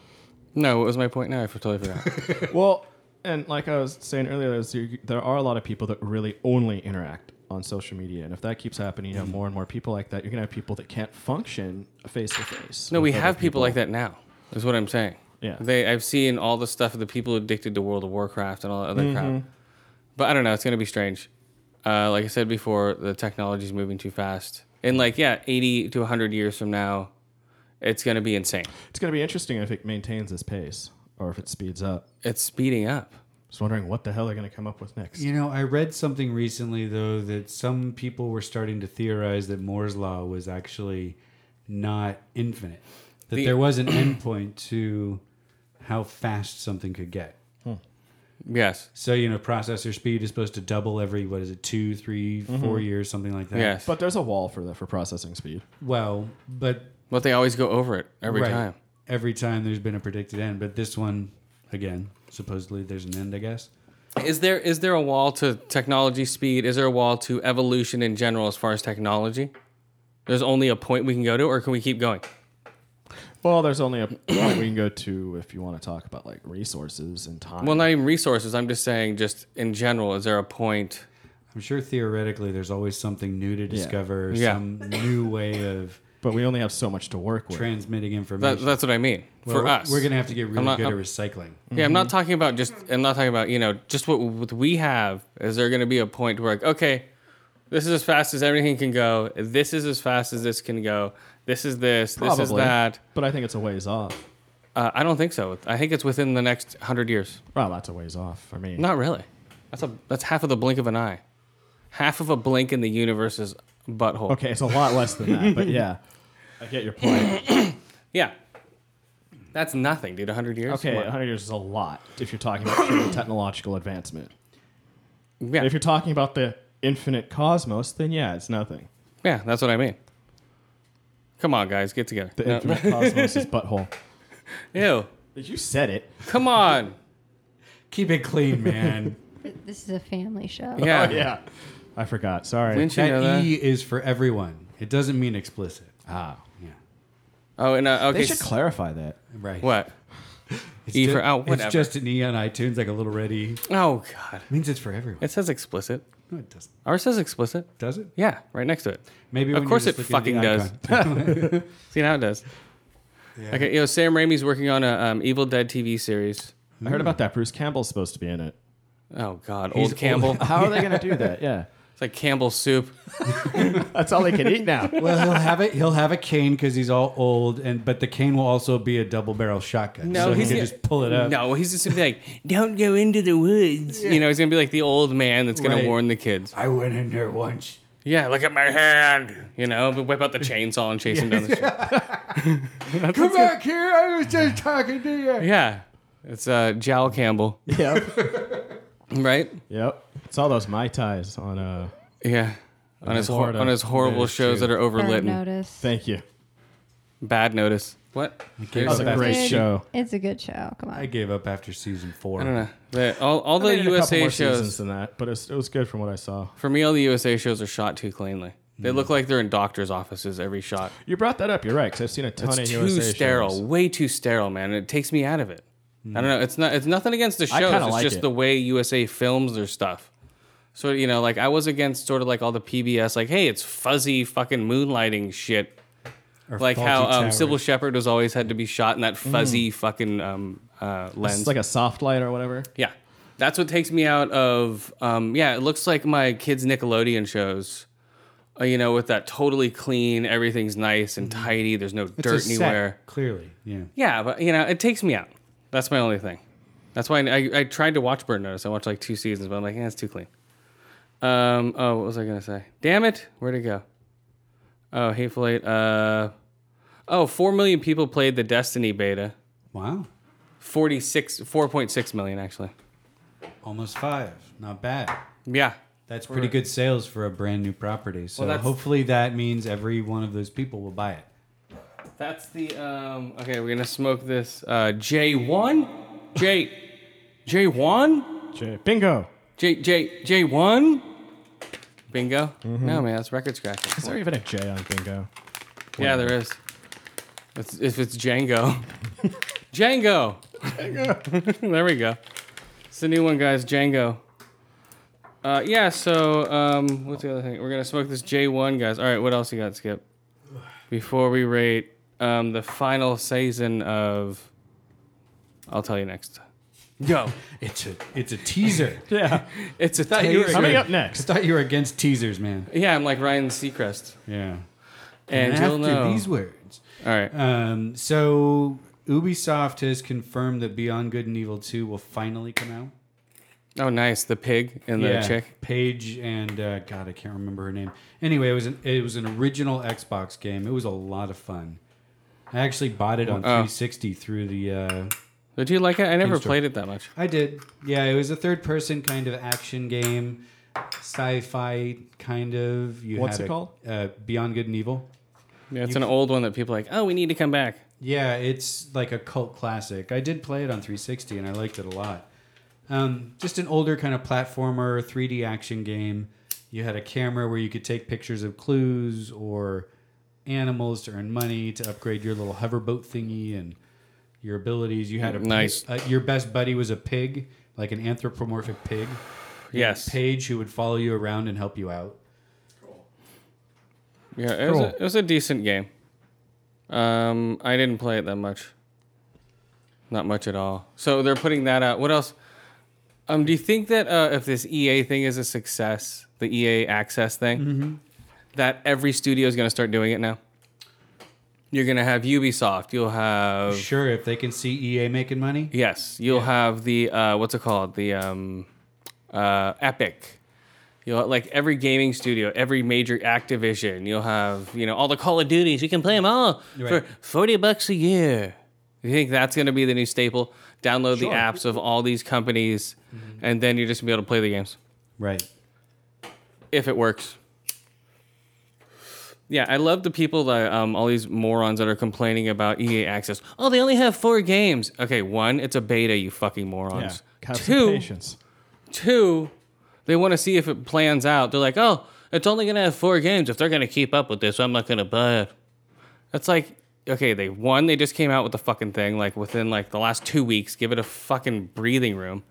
[SPEAKER 2] no what was my point now I totally forgot
[SPEAKER 3] Well, and like I was saying earlier, there's- there are a lot of people that really only interact on social media. And if that keeps happening, you have more and more people like that. You're gonna have people that can't function face to face.
[SPEAKER 2] No, we
[SPEAKER 3] with other
[SPEAKER 2] have people like that now. Is what I'm saying.
[SPEAKER 3] Yeah.
[SPEAKER 2] They I've seen all the stuff of the people addicted to World of Warcraft and all that other
[SPEAKER 3] Mm-hmm.
[SPEAKER 2] crap. But I don't know. It's gonna be strange. Uh, like I said before, the technology's moving too fast. And like yeah, 80 to 100 years from now, it's gonna be insane.
[SPEAKER 3] It's gonna be interesting if it maintains this pace or if it speeds up.
[SPEAKER 2] It's speeding up.
[SPEAKER 3] Just wondering what the hell they're gonna come up with next.
[SPEAKER 4] You know, I read something recently though that some people were starting to theorize that Moore's law was actually not infinite. That
[SPEAKER 2] The-
[SPEAKER 4] there was an endpoint to how fast something could get.
[SPEAKER 2] Yes.
[SPEAKER 4] So you know, processor speed is supposed to double every what is it, two, three,
[SPEAKER 2] Mm-hmm.
[SPEAKER 4] four years, something like that.
[SPEAKER 2] Yes.
[SPEAKER 3] But there's a wall for that for processing speed.
[SPEAKER 4] Well, but
[SPEAKER 2] But they always go over it every
[SPEAKER 4] right,
[SPEAKER 2] time.
[SPEAKER 4] every time there's been a predicted end, but this one, again, supposedly there's an end. I guess.
[SPEAKER 2] Is there is there a wall to technology speed? Is there a wall to evolution in general as far as technology? There's only a point we can go to, or can we keep going?
[SPEAKER 3] Well, there's only a point we can go to if you want to talk about like resources and time.
[SPEAKER 2] Well, not even resources. I'm just saying, just in general, is there a point?
[SPEAKER 4] I'm sure theoretically there's always something new to discover,
[SPEAKER 2] Yeah.
[SPEAKER 4] some new way of
[SPEAKER 3] but we only have so much to work with.
[SPEAKER 4] transmitting
[SPEAKER 2] That,
[SPEAKER 4] information.
[SPEAKER 2] that's what I mean
[SPEAKER 4] Well,
[SPEAKER 2] for
[SPEAKER 4] we're-
[SPEAKER 2] us.
[SPEAKER 4] we're gonna have to get really
[SPEAKER 2] not-
[SPEAKER 4] good
[SPEAKER 2] I'm-
[SPEAKER 4] at recycling.
[SPEAKER 2] Yeah, I'm
[SPEAKER 3] Mhm.
[SPEAKER 2] not talking about just. I'm not talking about you know just what, what we have. Is there going to be a point where like, okay, this is as fast as everything can go. This is as fast as this can go. This is this. This is
[SPEAKER 3] Probably.
[SPEAKER 2] that.
[SPEAKER 3] But I think it's a ways off.
[SPEAKER 2] Uh, I don't think so. I think it's within the next hundred years.
[SPEAKER 3] Well, that's a ways off for me.
[SPEAKER 2] Not really. That's a that's half of the blink of an eye. Half of a blink in the universe's butthole.
[SPEAKER 3] Okay, it's a lot less than that, but yeah. I get your point.
[SPEAKER 2] Yeah. That's nothing, dude. 100 years.
[SPEAKER 3] Okay,
[SPEAKER 2] Come on.
[SPEAKER 3] 100 years is a lot if you're talking about pure technological advancement.
[SPEAKER 2] Yeah.
[SPEAKER 3] If you're talking about the infinite cosmos, then yeah, it's nothing.
[SPEAKER 2] yeah, that's what I mean. Come on, guys, get together.
[SPEAKER 3] The
[SPEAKER 2] No.
[SPEAKER 3] infinite cosmos is butthole.
[SPEAKER 2] Ew.
[SPEAKER 3] You said it.
[SPEAKER 2] Come on.
[SPEAKER 4] Keep it clean, man.
[SPEAKER 5] This is a family show.
[SPEAKER 2] Yeah.
[SPEAKER 3] Oh, yeah. I forgot. Sorry.
[SPEAKER 2] Didn't you know
[SPEAKER 4] that
[SPEAKER 2] that?
[SPEAKER 4] E is for everyone. It doesn't mean explicit.
[SPEAKER 3] ah,
[SPEAKER 4] Yeah,
[SPEAKER 2] Oh, and uh, okay.
[SPEAKER 3] they should
[SPEAKER 2] s-
[SPEAKER 3] clarify that.
[SPEAKER 4] right.
[SPEAKER 2] what?
[SPEAKER 4] It's
[SPEAKER 2] E
[SPEAKER 4] ju-
[SPEAKER 2] for- oh, whatever.
[SPEAKER 4] It's just an E on iTunes, like a little red E.
[SPEAKER 2] Oh god.
[SPEAKER 4] It means it's for everyone.
[SPEAKER 2] It says explicit.
[SPEAKER 4] no, it doesn't.
[SPEAKER 2] Ours says explicit.
[SPEAKER 4] Does it?
[SPEAKER 2] Yeah, right next to it.
[SPEAKER 4] Maybe.
[SPEAKER 2] Of
[SPEAKER 4] when you're
[SPEAKER 2] course
[SPEAKER 4] just
[SPEAKER 2] it
[SPEAKER 4] looking at the
[SPEAKER 2] fucking
[SPEAKER 4] icon.
[SPEAKER 2] See now it does.
[SPEAKER 4] Yeah.
[SPEAKER 2] Okay, you know Sam Raimi's working on a um, Evil Dead TV series.
[SPEAKER 3] I heard about that. Bruce Campbell's supposed to be in it.
[SPEAKER 2] Oh god,
[SPEAKER 4] He's
[SPEAKER 2] old Campbell.
[SPEAKER 4] old.
[SPEAKER 3] How are they going to do that? Yeah.
[SPEAKER 2] It's like Campbell soup.
[SPEAKER 3] That's all they can eat now.
[SPEAKER 4] well, he'll have it. He'll have a cane because he's all old, and but the cane will also be a double barrel shotgun.
[SPEAKER 2] No,
[SPEAKER 4] so
[SPEAKER 2] he's
[SPEAKER 4] he can
[SPEAKER 2] gonna-
[SPEAKER 4] just pull it up.
[SPEAKER 2] No, he's just gonna be like, "Don't go into the woods." You know, he's gonna be like the old man that's gonna
[SPEAKER 4] Right.
[SPEAKER 2] warn the kids.
[SPEAKER 4] I went in there once.
[SPEAKER 2] Yeah, look at my hand. You know, but whip out the chainsaw and chase him down the street.
[SPEAKER 4] Come back here! I was just talking to you.
[SPEAKER 2] Yeah, it's uh, Jowl Campbell,
[SPEAKER 3] yep.
[SPEAKER 2] right?
[SPEAKER 3] Yep. It's all those Mai Tais on uh
[SPEAKER 2] Yeah, on his hor-
[SPEAKER 3] Florida,
[SPEAKER 2] on his horrible
[SPEAKER 3] that is
[SPEAKER 2] shows
[SPEAKER 3] true.
[SPEAKER 2] that are
[SPEAKER 5] Third
[SPEAKER 2] overlitten.
[SPEAKER 5] notice.
[SPEAKER 3] Thank you.
[SPEAKER 2] Bad notice. What?
[SPEAKER 4] gave,
[SPEAKER 3] That's
[SPEAKER 4] up
[SPEAKER 3] a
[SPEAKER 4] after,
[SPEAKER 3] great
[SPEAKER 5] Good.
[SPEAKER 3] show.
[SPEAKER 5] It's a good show. Come on.
[SPEAKER 4] I gave up after season four.
[SPEAKER 2] I don't know. The- all all the
[SPEAKER 3] They did a couple
[SPEAKER 2] USA
[SPEAKER 3] more seasons
[SPEAKER 2] shows
[SPEAKER 3] than that, but it was, it was good from what I saw.
[SPEAKER 2] for me, all the USA shows are shot too cleanly. They
[SPEAKER 3] Mm.
[SPEAKER 2] look like they're in doctors' offices every shot.
[SPEAKER 3] You brought that up. You're right, because I've seen a ton of
[SPEAKER 2] It's too
[SPEAKER 3] USA
[SPEAKER 2] sterile,
[SPEAKER 3] shows.
[SPEAKER 2] way too sterile, man. It takes me out of it. I don't know. It's not. It's nothing against the
[SPEAKER 3] I
[SPEAKER 2] shows.
[SPEAKER 3] kinda
[SPEAKER 2] It's
[SPEAKER 3] like
[SPEAKER 2] just
[SPEAKER 3] it.
[SPEAKER 2] the way USA films their stuff. So you know, like I was against sort of like all the PBS, like hey, it's fuzzy fucking moonlighting shit.
[SPEAKER 4] Or
[SPEAKER 2] Like
[SPEAKER 4] faulty
[SPEAKER 2] how um,
[SPEAKER 4] towers.
[SPEAKER 2] Sybil Shepherd was always had to be shot in that fuzzy fucking um, uh, lens.
[SPEAKER 3] It's like a soft light or whatever.
[SPEAKER 2] yeah, that's what takes me out of. Um, yeah, it looks like my kids' Nickelodeon shows. Uh, you know, with that totally clean, everything's nice and tidy. There's no
[SPEAKER 4] It's a
[SPEAKER 2] dirt
[SPEAKER 4] set,
[SPEAKER 2] anywhere.
[SPEAKER 4] Clearly, yeah.
[SPEAKER 2] Yeah, but you know, it takes me out. That's my only thing. That's why I, I tried to watch Burn Notice. I watched like two seasons, but I'm like, eh, it's too clean. Um, oh, what was I gonna say? Damn it, where'd it go? Oh, Hateful Eight. Uh, oh, four million people played the Destiny beta.
[SPEAKER 4] Wow,
[SPEAKER 2] Forty six, four point six million actually.
[SPEAKER 4] almost five. Not bad.
[SPEAKER 2] Yeah,
[SPEAKER 4] That's pretty good sales for a brand new property. So
[SPEAKER 2] Well, that's-
[SPEAKER 4] hopefully that means every one of those people will buy it.
[SPEAKER 2] that's the. Um, okay, we're gonna smoke this. Uh, J one, J, J one.
[SPEAKER 3] J- Bingo.
[SPEAKER 2] J J J one. Bingo. No man, that's record scratching.
[SPEAKER 3] Is there even a J on bingo?
[SPEAKER 2] Yeah, there is. It's, if it's Django, Django. Django. there we go. It's the new one, guys. Django. Uh, yeah. So um, what's the other thing? We're gonna smoke this J1, guys. All right. What else you got, Skip? Before we rate um, the final season of, I'll tell you next. Go.
[SPEAKER 4] It's a it's a teaser.
[SPEAKER 3] Yeah.
[SPEAKER 2] it's a
[SPEAKER 4] I thought you were
[SPEAKER 2] taser.
[SPEAKER 3] Coming
[SPEAKER 4] against-
[SPEAKER 3] up next.
[SPEAKER 4] I thought you were against teasers, man.
[SPEAKER 2] Yeah, I'm like Ryan Seacrest,
[SPEAKER 4] Yeah.
[SPEAKER 2] and you'll
[SPEAKER 4] after
[SPEAKER 2] know.
[SPEAKER 4] these words.
[SPEAKER 2] All right.
[SPEAKER 4] Um, so Ubisoft has confirmed that Beyond Good and Evil 2 will finally come out.
[SPEAKER 2] Oh, nice. The pig and the chick.
[SPEAKER 4] Paige and uh, God, I can't remember her name. Anyway, it was an it was an original Xbox game. It was a lot of fun. I actually bought it on
[SPEAKER 2] Oh.
[SPEAKER 4] 360 through the. Uh,
[SPEAKER 2] Did you like it? I never
[SPEAKER 4] Game Store.
[SPEAKER 2] played it that much.
[SPEAKER 4] I did. Yeah, it was a third person kind of action game, sci-fi kind of. You
[SPEAKER 3] What's it
[SPEAKER 4] had a-
[SPEAKER 3] called?
[SPEAKER 4] Uh, Beyond Good and Evil.
[SPEAKER 2] Yeah, it's an old one that people are like. Oh, we need to come back.
[SPEAKER 4] Yeah, it's like a cult classic. I did play it on 360 and I liked it a lot. Um, just an older kind of platformer, 3D action game. You had a camera where you could take pictures of clues or animals to earn money to upgrade your little hoverboat thingy and your abilities. You had a
[SPEAKER 2] Nice.
[SPEAKER 4] Uh, your best buddy was a pig, like an anthropomorphic pig.
[SPEAKER 2] Yes.
[SPEAKER 4] Page who would follow you around and help you out.
[SPEAKER 2] Yeah, it was, a,
[SPEAKER 4] Cool.
[SPEAKER 2] it was a decent game. Um, I didn't play it that much. Not much at all. So they're putting that out. What else? Um, do you think that uh, if this EA thing is a success, the EA Access thing, that every studio is going to start doing it now? You're going to have Ubisoft. You'll have
[SPEAKER 4] Sure, if they can see EA making money.
[SPEAKER 2] yes. You'll have the uh, what's it called? The um, uh, Epic. You'll like every gaming studio, every major Activision. You'll have you know all the Call of Duties. You can play them all
[SPEAKER 4] Right.
[SPEAKER 2] for forty bucks a year. You think that's going to be the new staple? Download the apps of all these companies, and then you're just gonna be able to play the games
[SPEAKER 4] Right.
[SPEAKER 2] if it works. Yeah, I love the people that um, all these morons that are complaining about EA Access. Oh, they only have four games. Okay, one, it's a beta, you fucking
[SPEAKER 3] Yeah.
[SPEAKER 2] morons.
[SPEAKER 3] Have some
[SPEAKER 2] Two,
[SPEAKER 3] patience.
[SPEAKER 2] two, they want to see if it plans out. They're like, oh, it's only gonna have four games. If they're gonna keep up with this, I'm not gonna buy it. That's like, okay, they one, they just came out with the fucking thing like within like the last two weeks. Give it a fucking breathing room.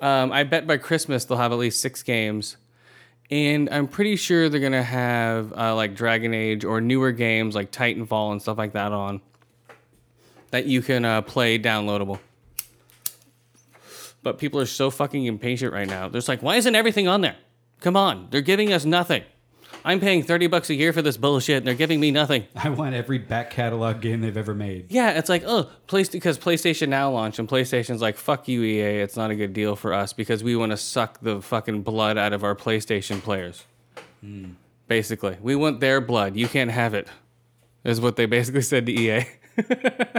[SPEAKER 2] Um, I bet by Christmas they'll have at least six games, and I'm pretty sure they're gonna have uh, like Dragon Age or newer games like Titanfall and stuff like that on that you can uh, play downloadable. But people are so fucking impatient right now. They're just like, why isn't everything on there? Come on, they're giving us nothing. I'm paying 30 bucks a year for this bullshit and they're giving me nothing.
[SPEAKER 4] I want every back catalog game they've ever made.
[SPEAKER 2] Yeah, it's like, oh, PlayStation, because PlayStation Now launched and PlayStation's like, fuck you, EA, it's not a good deal for us because we want to suck the fucking blood out of our PlayStation players. Basically, we want their blood. You can't have it, is what they basically said to EA.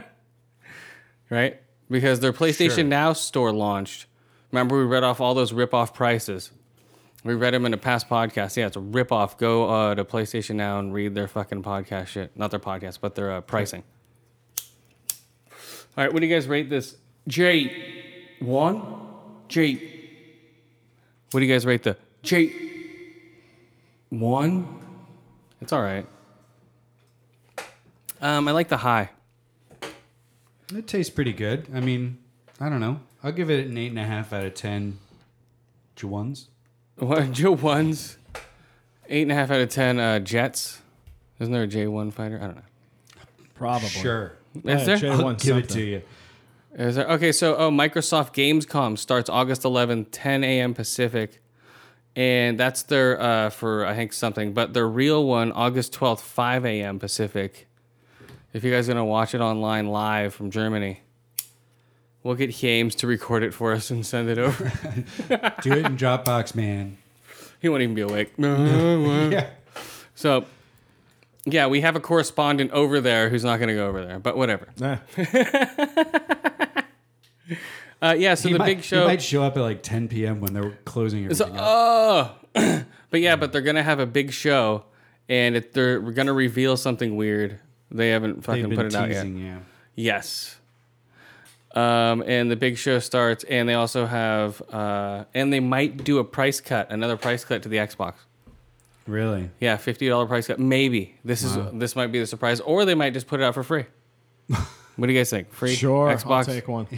[SPEAKER 2] right? Because their PlayStation
[SPEAKER 4] Sure.
[SPEAKER 2] Now store launched. Remember, we read off all those rip off prices. We read them in a past podcast. Yeah, it's a rip off. Go uh, to PlayStation Now and read their fucking podcast shit. Not their podcast, but their uh, pricing. All right, what do you guys rate this? J one, J. What do you guys rate the J one? It's all right. Um, I like the high.
[SPEAKER 4] It tastes pretty good. I mean, I don't know. I'll give it an eight and a half out of ten. Juwans.
[SPEAKER 2] What J ones? Eight and a half out of ten. Uh, Jets. Isn't there a J one fighter? I don't know.
[SPEAKER 3] Probably.
[SPEAKER 4] Sure.
[SPEAKER 2] Is
[SPEAKER 3] Yeah,
[SPEAKER 2] there?
[SPEAKER 3] J1
[SPEAKER 4] I'll give it
[SPEAKER 3] something.
[SPEAKER 4] to you.
[SPEAKER 2] Is there? Okay, so oh, Microsoft Gamescom starts August 11th, 10 a.m. Pacific, and that's their uh, for I think something, but their real one August 12th, 5 a.m. Pacific. If you guys are gonna watch it online live from Germany, we'll get James to record it for us and send it over.
[SPEAKER 4] Do it in Dropbox, man.
[SPEAKER 2] he won't even be awake. yeah. So, yeah, we have a correspondent over there who's not gonna go over there, but whatever.
[SPEAKER 3] Nah.
[SPEAKER 2] Uh, yeah, so
[SPEAKER 4] He
[SPEAKER 2] the
[SPEAKER 4] might-
[SPEAKER 2] big show.
[SPEAKER 4] He might show up at like 10 p.m. when they're closing
[SPEAKER 2] So,
[SPEAKER 4] everything. up.
[SPEAKER 2] oh, but yeah, but they're gonna have a big show, and it, they're gonna reveal something weird. They haven't
[SPEAKER 4] They've
[SPEAKER 2] fucking
[SPEAKER 4] been
[SPEAKER 2] put it out yet.
[SPEAKER 4] teasing, yeah.
[SPEAKER 2] Yes. Um, and the big show starts, and they also have, uh, and they might do a price cut, another price cut to the Xbox.
[SPEAKER 4] Really?
[SPEAKER 2] Yeah, fifty dollar price cut. Maybe this is this might be the surprise, or they might just put it out for free. what do you guys think? Free
[SPEAKER 3] Sure.
[SPEAKER 2] Xbox?
[SPEAKER 3] I'll take one.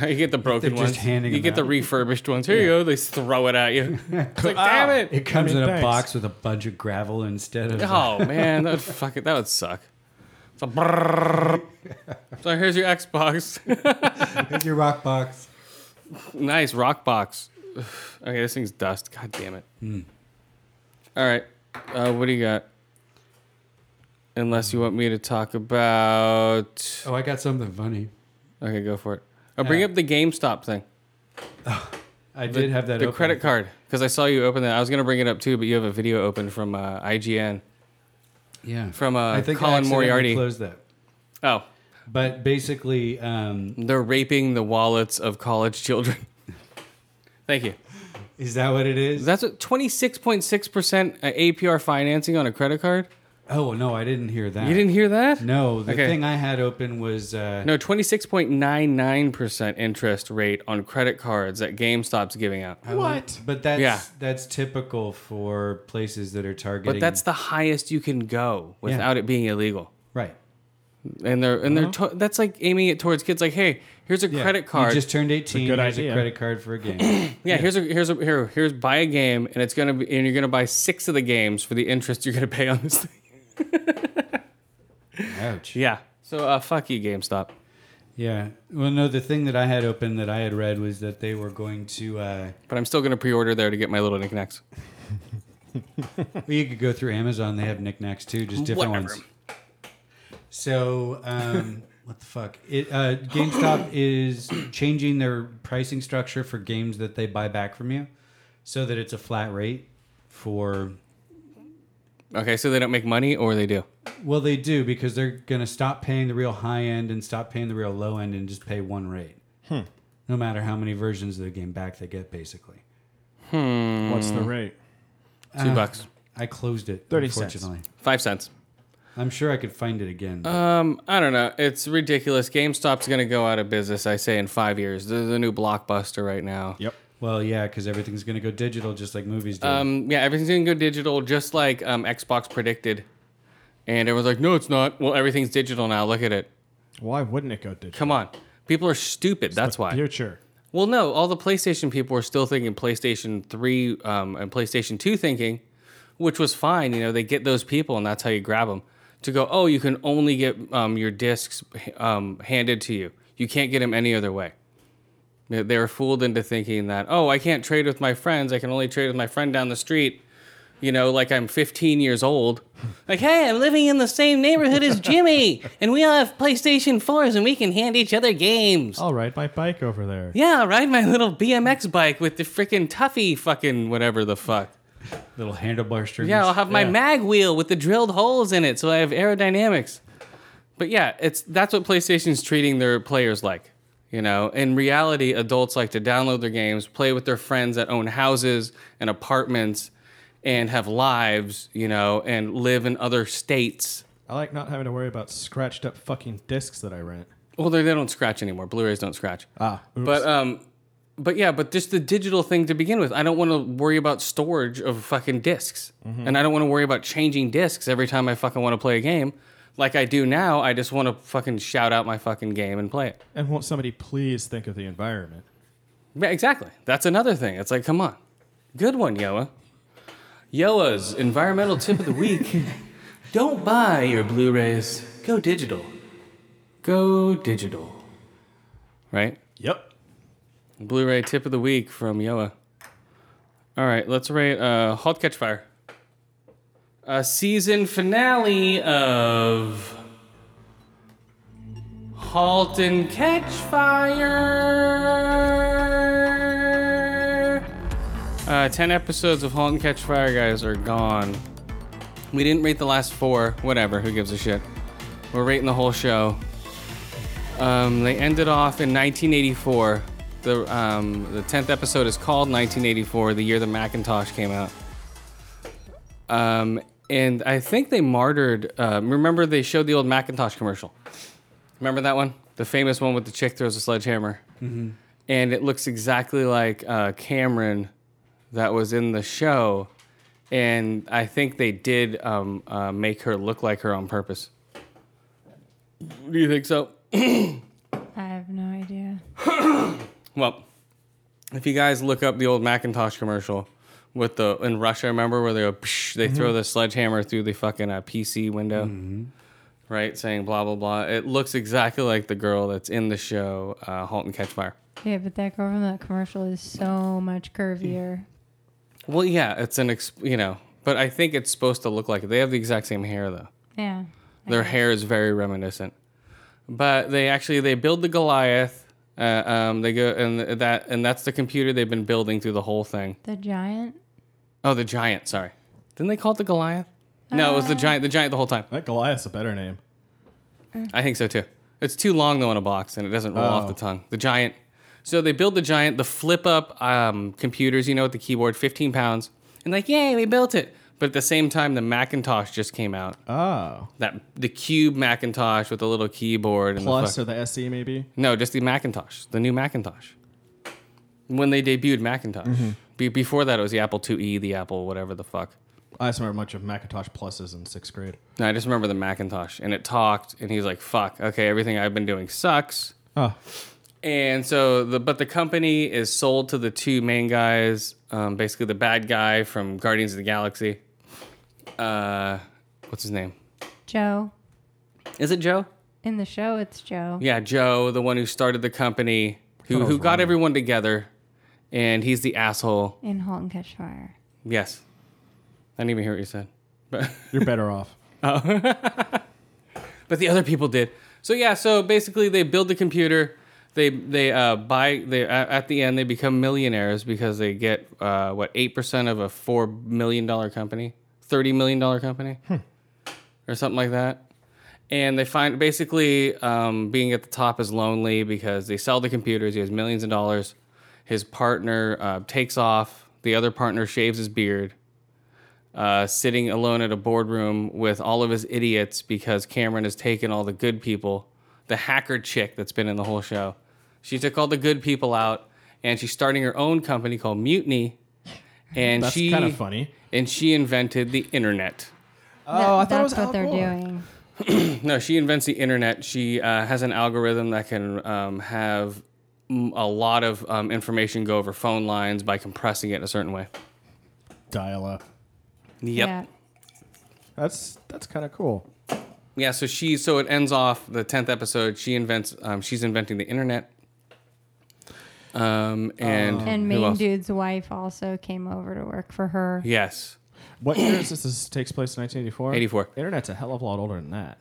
[SPEAKER 2] You get the broken
[SPEAKER 4] They're
[SPEAKER 2] ones.
[SPEAKER 4] just handing
[SPEAKER 2] you
[SPEAKER 4] them
[SPEAKER 2] get the
[SPEAKER 4] out.
[SPEAKER 2] refurbished ones. Here you go. They just throw it at you. It's like, damn it.
[SPEAKER 4] It comes
[SPEAKER 3] I mean,
[SPEAKER 4] in a
[SPEAKER 3] thanks.
[SPEAKER 4] box with a bunch of gravel instead of.
[SPEAKER 2] Oh man, that would fuck it. That would suck. It's a brrrr. so here's your Xbox.
[SPEAKER 4] Here's your rock box.
[SPEAKER 2] nice rock box. Okay, this thing's dust. God damn it.
[SPEAKER 4] Hmm.
[SPEAKER 2] All right. Uh, what do you got? Unless you want me to talk about.
[SPEAKER 4] Oh, I got something funny.
[SPEAKER 2] Okay, go for it. Oh, bring
[SPEAKER 4] Uh,
[SPEAKER 2] up the GameStop thing.
[SPEAKER 4] I did have that.
[SPEAKER 2] the
[SPEAKER 4] open.
[SPEAKER 2] credit card because I saw you open that. I was gonna bring it up too, but you have a video open from uh, IGN
[SPEAKER 4] Yeah.
[SPEAKER 2] from uh,
[SPEAKER 4] I think I
[SPEAKER 2] Colin
[SPEAKER 4] accidentally
[SPEAKER 2] Moriarty.
[SPEAKER 4] Closed that.
[SPEAKER 2] Oh,
[SPEAKER 4] But basically, um,
[SPEAKER 2] they're raping the wallets of college children. Thank you.
[SPEAKER 4] is that what it is?
[SPEAKER 2] That's a twenty six point six percent uh, APR financing on a credit card.
[SPEAKER 4] oh no, I didn't hear that.
[SPEAKER 2] You didn't hear that?
[SPEAKER 4] No, the
[SPEAKER 2] Okay.
[SPEAKER 4] thing I had open was uh,
[SPEAKER 2] No, twenty six point nine nine percent interest rate on credit cards that GameStop's giving out.
[SPEAKER 3] What?
[SPEAKER 4] But that's
[SPEAKER 2] Yeah.
[SPEAKER 4] that's typical for places that are targeting.
[SPEAKER 2] But that's the highest you can go without it being illegal.
[SPEAKER 4] right.
[SPEAKER 2] And they're and they're to- that's like aiming it towards kids. Like, hey, here's a credit card.
[SPEAKER 4] You just turned eighteen.
[SPEAKER 3] good
[SPEAKER 4] here's
[SPEAKER 3] idea.
[SPEAKER 4] a credit card for a game.
[SPEAKER 2] Yeah, here's a here's a here here's buy a game and it's gonna be and you're gonna buy six of the games for the interest you're gonna pay on this thing.
[SPEAKER 4] Ouch.
[SPEAKER 2] Yeah. So uh, fuck you, GameStop.
[SPEAKER 4] Yeah. Well, no, the thing that I had open that I had read was that they were going to. Uh,
[SPEAKER 2] But I'm still gonna pre-order there to get my little knickknacks.
[SPEAKER 4] well, you could go through Amazon. They have knickknacks too, just different
[SPEAKER 2] Whatever.
[SPEAKER 4] ones. So um, what the fuck? It, uh, GameStop is changing their pricing structure for games that they buy back from you, so that it's a flat rate for
[SPEAKER 2] Okay, so they don't make money or they do.
[SPEAKER 4] Well, they do because they're going to stop paying the real high end and stop paying the real low end and just pay one rate.
[SPEAKER 2] Hmm.
[SPEAKER 4] No matter how many versions of the game back they get, basically. Uh,
[SPEAKER 3] What's the rate?
[SPEAKER 2] Two bucks.
[SPEAKER 4] I closed it.
[SPEAKER 3] 30 cents.
[SPEAKER 4] unfortunately.
[SPEAKER 2] Five cents.
[SPEAKER 4] I'm sure I could find it again. but-
[SPEAKER 2] Um, I don't know. It's ridiculous. GameStop's gonna go out of business, I say, in five years. They're the new blockbuster right now.
[SPEAKER 3] Yep.
[SPEAKER 4] well, yeah, because everything's going to go digital just like movies do.
[SPEAKER 2] Um, yeah, everything's gonna go digital, just like um, Xbox predicted. And everyone's like, "No, it's not." Well, everything's digital now. Look at it.
[SPEAKER 3] Why wouldn't it go digital?
[SPEAKER 2] Come on, people are stupid. That's why.
[SPEAKER 3] Future.
[SPEAKER 2] Well, no, all the PlayStation people were still thinking PlayStation 3 um, and PlayStation 2 thinking, which was fine. You know, they get those people and that's how you grab them to go, oh, you can only get um, your discs um, handed to you. You can't get them any other way. They they were fooled into thinking that, oh, I can't trade with my friends. I can only trade with my friend down the street. You know, like I'm 15 years old. Like, hey, I'm living in the same neighborhood as Jimmy, and we all have PlayStation 4s, and we can hand each other games.
[SPEAKER 3] I'll ride my bike over there.
[SPEAKER 2] Yeah, I'll ride my little BMX bike with the freaking Tuffy fucking whatever the fuck.
[SPEAKER 4] Little handlebar strings.
[SPEAKER 2] Yeah, I'll have my
[SPEAKER 3] Yeah.
[SPEAKER 2] mag wheel with the drilled holes in it so I have aerodynamics. But yeah, it's that's what PlayStation's treating their players like. You know, in reality, adults like to download their games, play with their friends that own houses and apartments and have lives, you know, and live in other states.
[SPEAKER 3] I like not having to worry about scratched up fucking discs that I rent.
[SPEAKER 2] Well, they, they don't scratch anymore. Blu-rays don't scratch.
[SPEAKER 3] Ah, oops.
[SPEAKER 2] But um, but yeah, but just the digital thing to begin with. I don't want to worry about storage of fucking disks and I don't want to worry about changing discs every time I fucking want to play a game. Like I do now, I just want to fucking shout out my fucking game and play it.
[SPEAKER 3] and won't somebody please think of the environment?
[SPEAKER 2] Yeah, exactly. That's another thing. It's like, come on, good one, Yoa. Yoa's environmental tip of the week: Don't buy your Blu-rays. Go digital. Go digital. Right.
[SPEAKER 3] Yep.
[SPEAKER 2] Blu-ray tip of the week from Yoa. All right, let's rate uh, *Halt Catch Fire*. A season finale of *Halt and Catch Fire*. Uh, Ten episodes of *Halt and Catch Fire*, guys, are gone. We didn't rate the last four. Whatever. Who gives a shit? We're rating the whole show. Um, they ended off in 1984. The um, the tenth episode is called 1984, the year the Macintosh came out. Um, and I think they martyred. Uh, remember they showed the old Macintosh commercial. Remember that one, the famous one with the chick throws a sledgehammer, and it looks exactly like uh, Cameron, that was in the show, and I think they did um, uh, make her look like her on purpose. Do you think so?
[SPEAKER 5] I have no idea.
[SPEAKER 2] Well, if you guys look up the old Macintosh commercial with the in Russia, remember where they go, psh, they throw the sledgehammer through the fucking uh, PC window, right? Saying blah blah blah. It looks exactly like the girl that's in the show uh, *Halt and Catch Fire*.
[SPEAKER 5] Yeah, but that girl from that commercial is so much curvier.
[SPEAKER 2] Well, yeah, it's an ex- you know, but I think it's supposed to look like it. They have the exact same hair though.
[SPEAKER 5] Yeah.
[SPEAKER 2] Their hair is very reminiscent. But they actually they build the Goliath. Uh, um, they go and that and that's the computer they've been building through the whole thing.
[SPEAKER 5] The giant.
[SPEAKER 2] Oh, the giant. Sorry, didn't they call it the Goliath? No, it was the giant. The giant the whole time.
[SPEAKER 3] That Goliath's a better name.
[SPEAKER 2] I think so too. It's too long though in a box, and it doesn't roll off
[SPEAKER 3] Oh.
[SPEAKER 2] the tongue. The giant. So they build the giant, the flip up um, computers, you know, with the keyboard, 15 pounds, and like, yay, we built it. But at the same time, the Macintosh just came out.
[SPEAKER 3] Oh.
[SPEAKER 2] That the cube Macintosh with the little keyboard and
[SPEAKER 3] Plus
[SPEAKER 2] the
[SPEAKER 3] or the SE maybe?
[SPEAKER 2] No, just the Macintosh, the new Macintosh. When they debuted Macintosh. Be- before that, it was the Apple IIe, the Apple whatever the fuck.
[SPEAKER 3] I just remember a bunch of Macintosh pluses in sixth grade.
[SPEAKER 2] No, I just remember the Macintosh, and it talked, and he's like, "Fuck, okay, everything I've been doing sucks."
[SPEAKER 3] Oh.
[SPEAKER 2] And so the but the company is sold to the two main guys, um, basically the bad guy from Guardians of the Galaxy. Uh, what's his name?
[SPEAKER 5] Joe.
[SPEAKER 2] Is it Joe?
[SPEAKER 5] In the show, it's Joe.
[SPEAKER 2] Yeah, Joe, the one who started the company, who who got everyone together, and he's the asshole.
[SPEAKER 5] In Halt and Catch Fire.
[SPEAKER 2] Yes, I didn't even hear what you said.
[SPEAKER 3] You're better off.
[SPEAKER 2] but the other people did. So yeah, so basically they build the computer. They they uh, buy they a- at the end they become millionaires because they get uh, what eight percent of a four million dollar company, thirty million dollar company, or something like that. And they find basically um, being at the top is lonely because they sell the computers. He has millions of dollars. His partner uh, takes off. The other partner shaves his beard uh, sitting alone at a boardroom with all of his idiots because Cameron has taken all the good people, the hacker chick that's been in the whole show. She took all the good people out, and she's starting her own company called Mutiny. And
[SPEAKER 3] That's
[SPEAKER 2] she
[SPEAKER 3] kind of funny.
[SPEAKER 2] And she invented the internet.
[SPEAKER 3] Oh, I thought it
[SPEAKER 5] that's
[SPEAKER 3] was
[SPEAKER 5] what they're
[SPEAKER 3] Al Gore.
[SPEAKER 5] doing.
[SPEAKER 2] No, she invents the internet. She uh, has an algorithm that can um, have mm, a lot of um, information go over phone lines by compressing it in a certain way.
[SPEAKER 3] Dial up.
[SPEAKER 2] Yep.
[SPEAKER 5] Yeah.
[SPEAKER 3] That's that's kind of cool.
[SPEAKER 2] Yeah, so she so it ends off the tenth episode. She invents um, she's inventing the internet. Um and
[SPEAKER 5] And
[SPEAKER 2] who
[SPEAKER 5] main
[SPEAKER 2] else?
[SPEAKER 5] dude's wife also came over to work for her.
[SPEAKER 2] Yes,
[SPEAKER 3] What year is this? This takes place in 1984?
[SPEAKER 2] 84.
[SPEAKER 3] Internet's a hell of a lot older than that.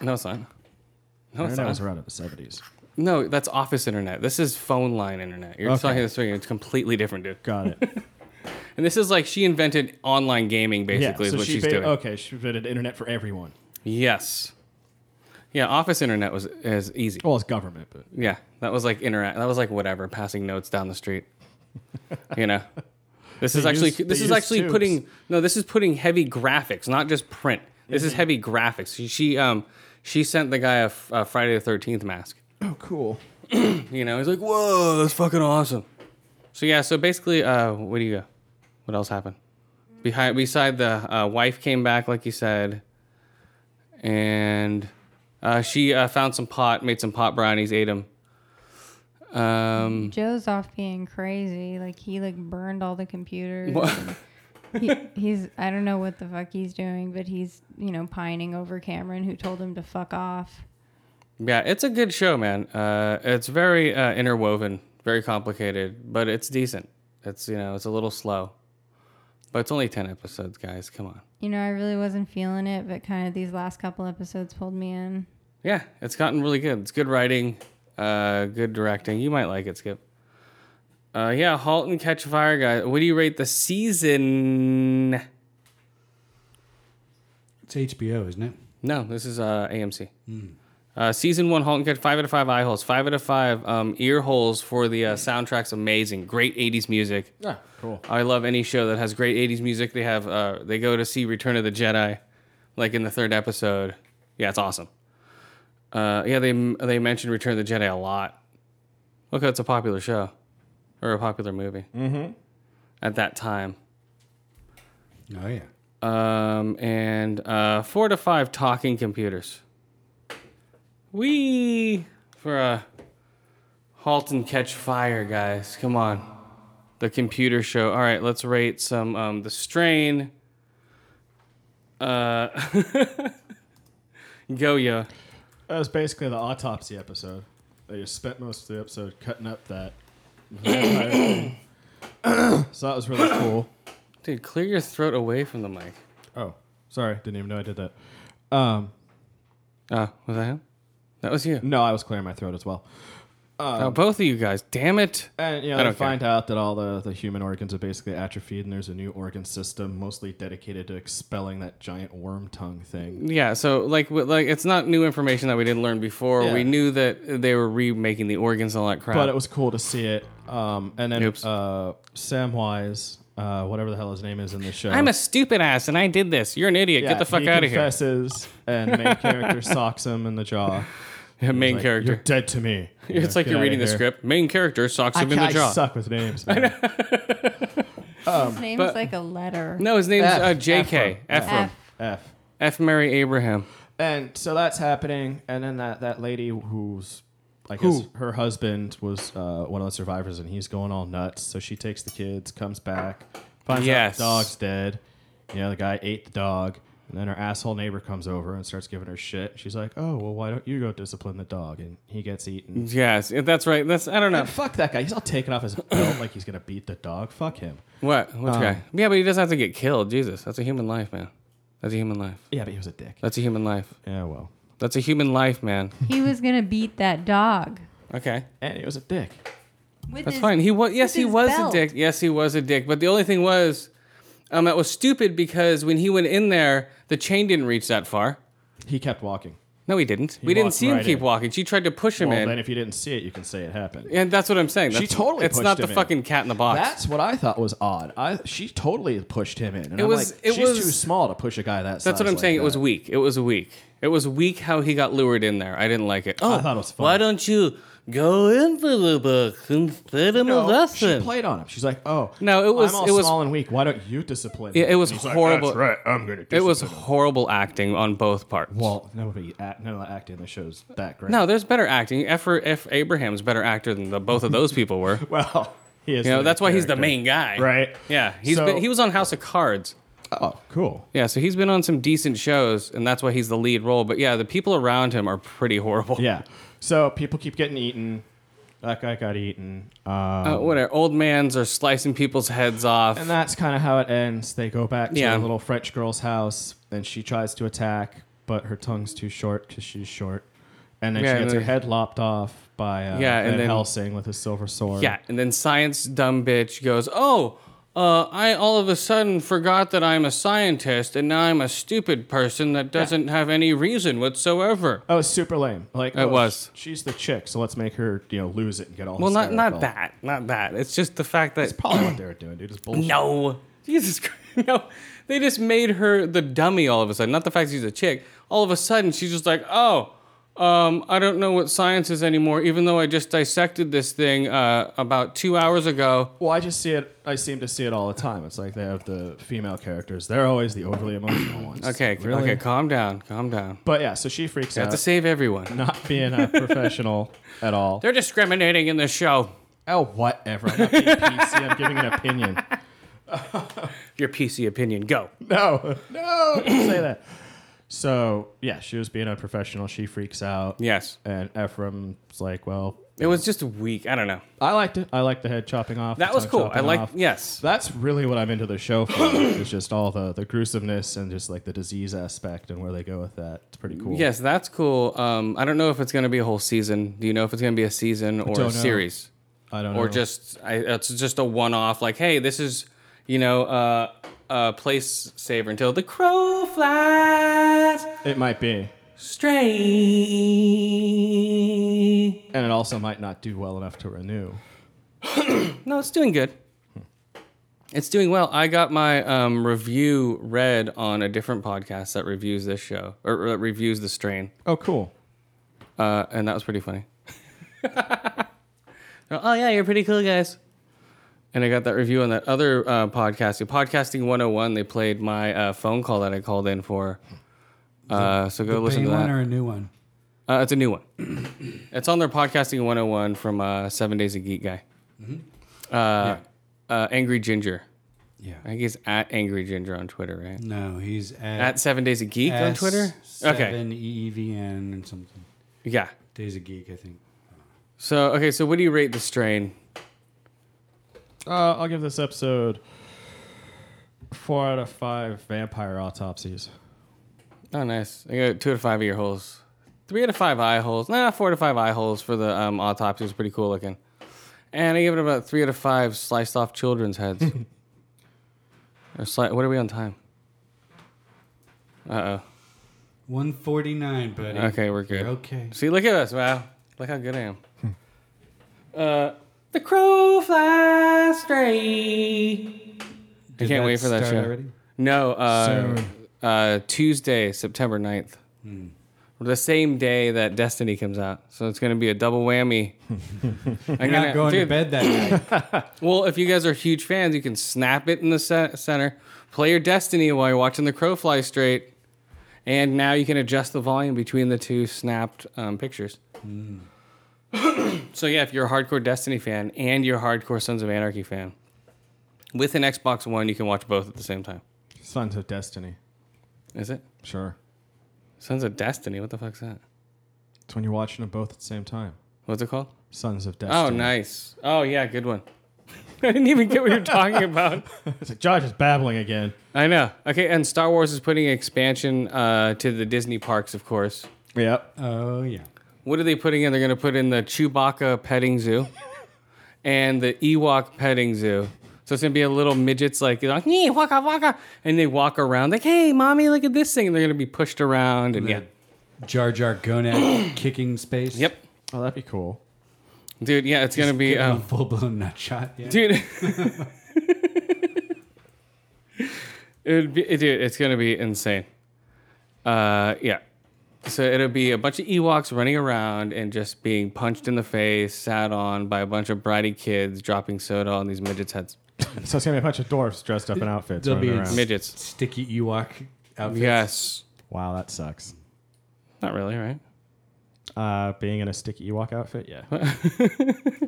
[SPEAKER 2] no, it's not. No, it's
[SPEAKER 3] Internet
[SPEAKER 2] not.
[SPEAKER 3] was around in the 70s.
[SPEAKER 2] No, that's office internet. This is phone line internet. You're
[SPEAKER 3] Okay.
[SPEAKER 2] talking this thing. It's completely different, dude.
[SPEAKER 3] Got it.
[SPEAKER 2] And this is like she invented online gaming,
[SPEAKER 3] yeah,
[SPEAKER 2] basically,
[SPEAKER 3] so
[SPEAKER 2] is what
[SPEAKER 3] she
[SPEAKER 2] she's
[SPEAKER 3] ba-
[SPEAKER 2] doing.
[SPEAKER 3] Okay, she invented internet for everyone.
[SPEAKER 2] Yes. Yeah, office internet was is easy.
[SPEAKER 3] Well, it's government, but
[SPEAKER 2] Yeah, that was like interact. That was like whatever, passing notes down the street. you know, this is
[SPEAKER 3] They
[SPEAKER 2] actually
[SPEAKER 3] use- they
[SPEAKER 2] this is
[SPEAKER 3] use
[SPEAKER 2] actually
[SPEAKER 3] tubes.
[SPEAKER 2] putting no, this is putting heavy graphics, not just print. This is heavy graphics. She, she um she sent the guy a, f- a Friday the Thirteenth mask.
[SPEAKER 3] oh, cool.
[SPEAKER 2] You know, he's like, whoa, that's fucking awesome. So yeah, so basically, uh, where do you go? What else happened? Behind, beside the uh, wife came back, like you said, and uh, she uh, found some pot, made some pot brownies, ate them. Um,
[SPEAKER 5] Joe's off being crazy. Like he like burned all the computers. he, he's I don't know what the fuck he's doing, but he's you know pining over Cameron, who told him to fuck off.
[SPEAKER 2] Yeah, it's a good show, man. Uh, it's very uh, interwoven, very complicated, but it's decent. It's you know, it's a little slow, but it's only ten episodes, guys. Come on.
[SPEAKER 5] You know, I really wasn't feeling it, but kind of these last couple episodes pulled me in.
[SPEAKER 2] Yeah, it's gotten really good. It's good writing, uh, good directing. You might like it, Skip. Uh, yeah, Halt and Catch Fire, guys. What do you rate the season?
[SPEAKER 4] It's HBO, isn't it?
[SPEAKER 2] No, this is uh, AMC. Uh, season one, Halt and Catch, five out of five eye holes, five out of five um, ear holes for the uh, soundtrack's amazing. Great 80s music.
[SPEAKER 3] Yeah, cool.
[SPEAKER 2] I love any show that has great '80s music. They have uh, they go to see Return of the Jedi, like in the third episode. Yeah, it's awesome. Uh, yeah, they they mention Return of the Jedi a lot. Look, it's a popular show or a popular movie mm-hmm. at that time.
[SPEAKER 4] Oh yeah.
[SPEAKER 2] Um, and uh, four to five talking computers. We for a Halt and catch fire, guys. Come on. The computer show. All right, let's rate some um, the strain. Uh, Goya.
[SPEAKER 3] That was basically the autopsy episode. They just spent most of the episode cutting up that. vampire thing. so that was really cool.
[SPEAKER 2] Dude, clear your throat away from the mic.
[SPEAKER 3] Oh, sorry, didn't even know I did that. Um,
[SPEAKER 2] Ah, was that him? That was you.
[SPEAKER 3] no, I was clearing my throat as well.
[SPEAKER 2] oh, both of you guys. Damn it.
[SPEAKER 3] And you
[SPEAKER 2] I
[SPEAKER 3] know, they
[SPEAKER 2] don't care.
[SPEAKER 3] find out that all the, the human organs are basically atrophied, and there's a new organ system mostly dedicated to expelling that giant worm tongue thing.
[SPEAKER 2] Yeah, so like w- like it's not new information that we didn't learn before.
[SPEAKER 3] Yeah.
[SPEAKER 2] We knew that they were remaking the organs and all that crap.
[SPEAKER 3] But it was cool to see it. Um, and then
[SPEAKER 2] Oops.
[SPEAKER 3] uh, Samwise, uh, whatever the hell his name is in the show,
[SPEAKER 2] I'm a stupid ass and I did this. You're an idiot. Get the fuck out of here.
[SPEAKER 3] confesses, and the main character socks him in the jaw.
[SPEAKER 2] Main
[SPEAKER 3] Like,
[SPEAKER 2] character.
[SPEAKER 3] You're dead to me.
[SPEAKER 2] it's like
[SPEAKER 3] "Get
[SPEAKER 2] you're
[SPEAKER 3] outta
[SPEAKER 2] reading the
[SPEAKER 3] here."
[SPEAKER 2] script. Main character socks
[SPEAKER 3] I,
[SPEAKER 2] him in the
[SPEAKER 3] I
[SPEAKER 2] jaw.
[SPEAKER 3] suck with names. man.
[SPEAKER 5] His name's
[SPEAKER 2] Um, but-
[SPEAKER 5] like a letter.
[SPEAKER 2] No, his name's
[SPEAKER 3] F.
[SPEAKER 2] uh, J.K.
[SPEAKER 3] Ephraim.
[SPEAKER 2] Ephraim.
[SPEAKER 5] F.
[SPEAKER 3] F.
[SPEAKER 2] F. Mary Abraham.
[SPEAKER 3] And so that's happening, and then that, that lady who's I guess her husband was uh, one of the survivors, and he's going all nuts. So she takes the kids, comes back, finds
[SPEAKER 2] Yes.
[SPEAKER 3] out the dog's dead. You know, the guy ate the dog, and then her asshole neighbor comes over and starts giving her shit. She's like, "Oh, well, why don't you go discipline the dog?" And he gets eaten.
[SPEAKER 2] Yes, if that's right. That's I don't know
[SPEAKER 3] And fuck that guy. He's all taking off his belt like he's gonna beat the dog. Fuck him.
[SPEAKER 2] what which
[SPEAKER 3] Uh.
[SPEAKER 2] guy. Yeah, but he doesn't have to get killed. Jesus, that's a human life, man. That's a human life.
[SPEAKER 3] Yeah, but he was a dick.
[SPEAKER 2] That's a human life.
[SPEAKER 3] Yeah, well,
[SPEAKER 2] That's a human life, man.
[SPEAKER 5] He was gonna beat that dog.
[SPEAKER 2] Okay.
[SPEAKER 3] and he was a dick.
[SPEAKER 5] With
[SPEAKER 2] That's
[SPEAKER 5] his-
[SPEAKER 2] fine. He was. Yes, he
[SPEAKER 5] his
[SPEAKER 2] was
[SPEAKER 5] belt.
[SPEAKER 2] a dick. Yes, he was a dick. But the only thing was, um, that was stupid because when he went in there, the chain didn't reach that far.
[SPEAKER 3] He kept walking.
[SPEAKER 2] No, he didn't. we didn't
[SPEAKER 3] walked
[SPEAKER 2] see him
[SPEAKER 3] right
[SPEAKER 2] keep
[SPEAKER 3] in.
[SPEAKER 2] walking. She tried to push him
[SPEAKER 3] Well,
[SPEAKER 2] in,
[SPEAKER 3] then if you didn't see it, you can say it happened.
[SPEAKER 2] and that's what I'm saying.
[SPEAKER 3] She
[SPEAKER 2] That's,
[SPEAKER 3] totally
[SPEAKER 2] It's
[SPEAKER 3] pushed
[SPEAKER 2] not
[SPEAKER 3] him
[SPEAKER 2] the
[SPEAKER 3] in.
[SPEAKER 2] fucking cat in the box.
[SPEAKER 3] That's what I thought was odd. I she totally pushed him in, and
[SPEAKER 2] It
[SPEAKER 3] I'm
[SPEAKER 2] was-
[SPEAKER 3] like,
[SPEAKER 2] it
[SPEAKER 3] she's
[SPEAKER 2] was-
[SPEAKER 3] too small to push a guy that.
[SPEAKER 2] That's what I'm saying. It was weak. It was weak. It was weak how he got lured in there. I didn't like it. Oh,
[SPEAKER 3] thought it was
[SPEAKER 2] why
[SPEAKER 3] funny.
[SPEAKER 2] don't you go in for the book instead of a
[SPEAKER 3] No, she
[SPEAKER 2] lesson?
[SPEAKER 3] played on him. She's like, "Oh,
[SPEAKER 2] No, it was-
[SPEAKER 3] I'm all
[SPEAKER 2] it was-
[SPEAKER 3] small and weak. Why don't you discipline?"
[SPEAKER 2] Yeah,
[SPEAKER 3] me?"
[SPEAKER 2] it was
[SPEAKER 3] And he's
[SPEAKER 2] horrible.
[SPEAKER 3] Like, That's right. I'm gonna.
[SPEAKER 2] it was
[SPEAKER 3] discipline him."
[SPEAKER 2] horrible acting on both parts.
[SPEAKER 3] well, nobody act, none of the acting in the show's that great.
[SPEAKER 2] No, there's better acting. F. F. Abraham's better actor than the both of those people were.
[SPEAKER 3] well, he is.
[SPEAKER 2] You know,
[SPEAKER 3] the
[SPEAKER 2] that's why he's the
[SPEAKER 3] character.
[SPEAKER 2] main guy.
[SPEAKER 3] right?
[SPEAKER 2] Yeah, he's
[SPEAKER 3] So-
[SPEAKER 2] been, he was on House of Cards.
[SPEAKER 3] Oh, cool.
[SPEAKER 2] Yeah, so he's been on some decent shows, and that's why he's the lead role. But yeah, the people around him are pretty horrible.
[SPEAKER 3] Yeah. So people keep getting eaten. That guy got eaten. Um,
[SPEAKER 2] Uh, whatever. Old mans are slicing people's heads off.
[SPEAKER 3] And that's kind of how it ends. They go back to
[SPEAKER 2] Yeah.
[SPEAKER 3] the little French girl's house, and she tries to attack, but her tongue's too short because she's short. And then
[SPEAKER 2] Yeah,
[SPEAKER 3] she gets her
[SPEAKER 2] and then-
[SPEAKER 3] head lopped off by uh,
[SPEAKER 2] Yeah, and
[SPEAKER 3] Van
[SPEAKER 2] then-
[SPEAKER 3] Helsing with his silver sword.
[SPEAKER 2] yeah, and then science dumb bitch goes, "Oh, uh, I all of a sudden forgot that I'm a scientist, and now I'm a stupid person that doesn't have any reason whatsoever."
[SPEAKER 3] Oh, it's super lame. Like oh,
[SPEAKER 2] was.
[SPEAKER 3] sh- She's the chick, so let's make her you know lose it and get all.
[SPEAKER 2] Well, not
[SPEAKER 3] hysterical.
[SPEAKER 2] not that, not that. It's just the fact that
[SPEAKER 3] It's probably what they were doing, dude. It's bullshit.
[SPEAKER 2] No. Jesus Christ. No. They just made her the dummy all of a sudden. Not the fact she's a chick. All of a sudden, she's just like, oh, um, I don't know what science is anymore, even though I just dissected this thing uh, about two hours ago.
[SPEAKER 3] Well, I just see it. I seem to see it all the time. It's like they have the female characters. They're always the overly emotional ones.
[SPEAKER 2] Okay,
[SPEAKER 3] really.
[SPEAKER 2] okay, calm down, calm down.
[SPEAKER 3] But yeah, so she freaks
[SPEAKER 2] Got
[SPEAKER 3] out.
[SPEAKER 2] to save everyone.
[SPEAKER 3] not being a professional at all.
[SPEAKER 2] They're discriminating in this show.
[SPEAKER 3] Oh, whatever. I'm not being PC. I'm giving an opinion.
[SPEAKER 2] Your PC opinion, go.
[SPEAKER 3] No, no, don't say that. So yeah, she was being unprofessional. She freaks out.
[SPEAKER 2] Yes.
[SPEAKER 3] And Ephraim's like, well,
[SPEAKER 2] It was just weak. I don't know.
[SPEAKER 3] I liked it. I liked the head chopping off.
[SPEAKER 2] That
[SPEAKER 3] the
[SPEAKER 2] was
[SPEAKER 3] tongue
[SPEAKER 2] cool. I
[SPEAKER 3] chopping
[SPEAKER 2] like,
[SPEAKER 3] off.
[SPEAKER 2] yes.
[SPEAKER 3] That's really what I'm into the show for. is just all the the gruesomeness and just like the disease aspect and where they go with that. It's pretty cool.
[SPEAKER 2] Yes, that's cool. Um, I don't know if it's going to be a whole season. Do you know if it's going to be a season or
[SPEAKER 3] don't know.
[SPEAKER 2] a series?
[SPEAKER 3] I don't know.
[SPEAKER 2] or just I, it's just a one-off like hey this is you know uh, a place saver until the crow flies
[SPEAKER 3] it might be,
[SPEAKER 2] straight
[SPEAKER 3] and it also might not do well enough to renew.
[SPEAKER 2] no it's doing good it's doing well i got my um, review read on a different podcast that reviews this show or that reviews the strain
[SPEAKER 3] Oh, cool.
[SPEAKER 2] uh, and that was pretty funny They're, oh yeah you're pretty cool guys And I got that review on that other uh, podcasting, Podcasting 101. They played my uh, phone call that I called in for. Uh, so go listen
[SPEAKER 4] Pain
[SPEAKER 2] to
[SPEAKER 4] one or
[SPEAKER 2] that.
[SPEAKER 4] a new one?
[SPEAKER 2] Uh, it's a new one. it's on their podcasting 101 from uh, Seven Days a Geek guy. Uh, uh, Angry Ginger.
[SPEAKER 4] Yeah.
[SPEAKER 2] I think he's at Angry Ginger on Twitter, right?
[SPEAKER 4] No, he's at,
[SPEAKER 2] At Seven Days a Geek on Twitter. Okay.
[SPEAKER 4] Seven E EEVN and something.
[SPEAKER 2] Yeah.
[SPEAKER 4] Days of Geek, I think.
[SPEAKER 2] So okay. So what do you rate the strain?
[SPEAKER 3] Uh, I'll give this episode four out of five vampire autopsies.
[SPEAKER 2] Oh, nice. I got two out of five ear holes, three out of five eye holes. Nah, four out of five eye holes for the um, autopsy. It's pretty cool looking. And I gave it about three out of five sliced off children's heads. or sli- what are we on time? Uh oh.
[SPEAKER 4] 149, buddy.
[SPEAKER 2] Okay, we're good.
[SPEAKER 4] You're okay.
[SPEAKER 2] See, look at us. Wow. Look how good I am. uh, the crow flies straight. I
[SPEAKER 4] Did
[SPEAKER 2] can't wait for that
[SPEAKER 4] start
[SPEAKER 2] show.
[SPEAKER 4] already?
[SPEAKER 2] No, uh, uh, Tuesday, September 9th.
[SPEAKER 4] Hmm.
[SPEAKER 2] The same day that Destiny comes out. So it's going to be a double whammy. I'm
[SPEAKER 4] You're not going to
[SPEAKER 2] dude,
[SPEAKER 4] bed that night.
[SPEAKER 2] Well, if you guys are huge fans, you can snap it in the se- center, play your Destiny while you're watching the crow fly straight, and now you can adjust the volume between the two snapped um, pictures. so, yeah, if you're a hardcore Destiny fan and you're a hardcore Sons of Anarchy fan, with an Xbox One, you can watch both at the same time.
[SPEAKER 3] Sons of Destiny.
[SPEAKER 2] Is it?
[SPEAKER 3] Sure.
[SPEAKER 2] Sons of Destiny? What the fuck's that?
[SPEAKER 3] It's when you're watching them both at the same time.
[SPEAKER 2] What's it called?
[SPEAKER 3] Sons of Destiny.
[SPEAKER 2] Oh, nice. Oh, yeah, good one. I didn't even get what you're talking about.
[SPEAKER 3] It's like Josh is babbling again.
[SPEAKER 2] I know. Okay, and Star Wars is putting an expansion uh, to the Disney parks, of course.
[SPEAKER 3] Yep.
[SPEAKER 4] Oh, yeah.
[SPEAKER 2] What are they putting in? They're going to put in the Chewbacca petting zoo and the Ewok petting zoo. So it's going to be a little midgets like, like "Nee, waka waka, and they walk around like, hey, mommy, look at this thing. And they're going to be pushed around. And yeah.
[SPEAKER 4] Jar Jar Gonad kicking space.
[SPEAKER 2] Yep.
[SPEAKER 3] Oh, that'd be cool.
[SPEAKER 2] Dude, yeah, it's going to be. Um,
[SPEAKER 4] full blown nut shot. Yeah.
[SPEAKER 2] dude. it would be, dude, it's gonna be insane. Uh, yeah. So it'll be a bunch of Ewoks running around and just being punched in the face, sat on by a bunch of bratty kids dropping soda on these midgets' heads.
[SPEAKER 3] So it's gonna be a bunch of dwarfs dressed up in outfits
[SPEAKER 4] They'll
[SPEAKER 3] running
[SPEAKER 4] be in
[SPEAKER 3] around.
[SPEAKER 2] mid- Midgets.
[SPEAKER 4] Sticky Ewok outfits.
[SPEAKER 2] Yes.
[SPEAKER 3] wow, that sucks.
[SPEAKER 2] Not really, right?
[SPEAKER 3] Uh, being in a sticky Ewok outfit, yeah.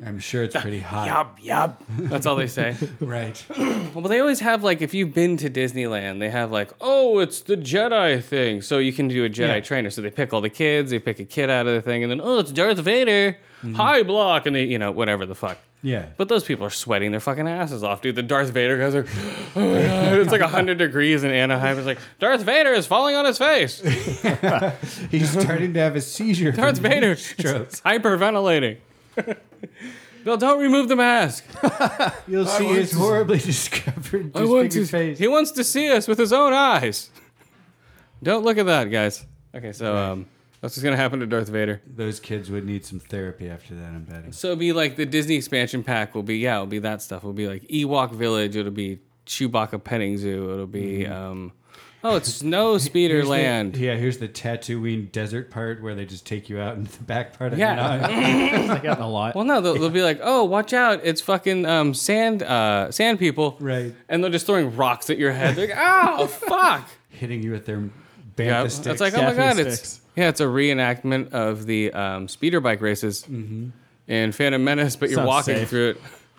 [SPEAKER 4] I'm sure it's pretty hot.
[SPEAKER 2] That's all they say.
[SPEAKER 4] Right.
[SPEAKER 2] Well, they always have like if you've been to Disneyland, they have like, oh, it's the Jedi thing, so you can do a Jedi trainer. So they pick all the kids, they pick a kid out of the thing, and then oh, it's Darth Vader, high block, and they, you know, whatever the fuck.
[SPEAKER 4] Yeah.
[SPEAKER 2] But those people are sweating their fucking asses off, dude. The Darth Vader guys are, oh my God. it's like hundred degrees in Anaheim. It's like Darth Vader is falling on his face.
[SPEAKER 4] He's starting to have a seizure.
[SPEAKER 2] Darth
[SPEAKER 4] from
[SPEAKER 2] Vader
[SPEAKER 4] heat stroke.
[SPEAKER 2] is hyperventilating. No, don't remove the mask.
[SPEAKER 4] You'll see his horribly discovered
[SPEAKER 2] I want to,
[SPEAKER 4] disfigured face.
[SPEAKER 2] He wants to see us with his own eyes. Don't look at that, guys. Okay, so um, that's what's gonna happen to Darth Vader.
[SPEAKER 4] Those kids would need some therapy after that, I'm betting.
[SPEAKER 2] So it'll be like the Disney expansion pack will be yeah, it'll be that stuff. It'll be like Ewok Village. It'll be Chewbacca Petting Zoo. It'll be um, oh, it's Snow Speeder
[SPEAKER 4] Mm-hmm. Here's the-
[SPEAKER 2] Land.
[SPEAKER 4] yeah, here's the Tatooine desert part where they just take you out into the back part of
[SPEAKER 2] Yeah.
[SPEAKER 4] the night.
[SPEAKER 3] I got in a lot.
[SPEAKER 2] Well, no, they'll, they'll be like, oh, watch out, it's fucking um, sand uh, sand people.
[SPEAKER 4] Right.
[SPEAKER 2] And they're just throwing rocks at your head. They're like, oh, fuck.
[SPEAKER 4] hitting you with their bantha
[SPEAKER 2] Yeah,
[SPEAKER 4] sticks.
[SPEAKER 2] it's like oh my
[SPEAKER 3] Gaffy
[SPEAKER 2] god, it's
[SPEAKER 3] sticks.
[SPEAKER 2] yeah, it's a reenactment of the um, speeder bike races in Phantom Menace, but you're
[SPEAKER 3] Sounds
[SPEAKER 2] walking
[SPEAKER 3] Mm-hmm. safe.
[SPEAKER 2] through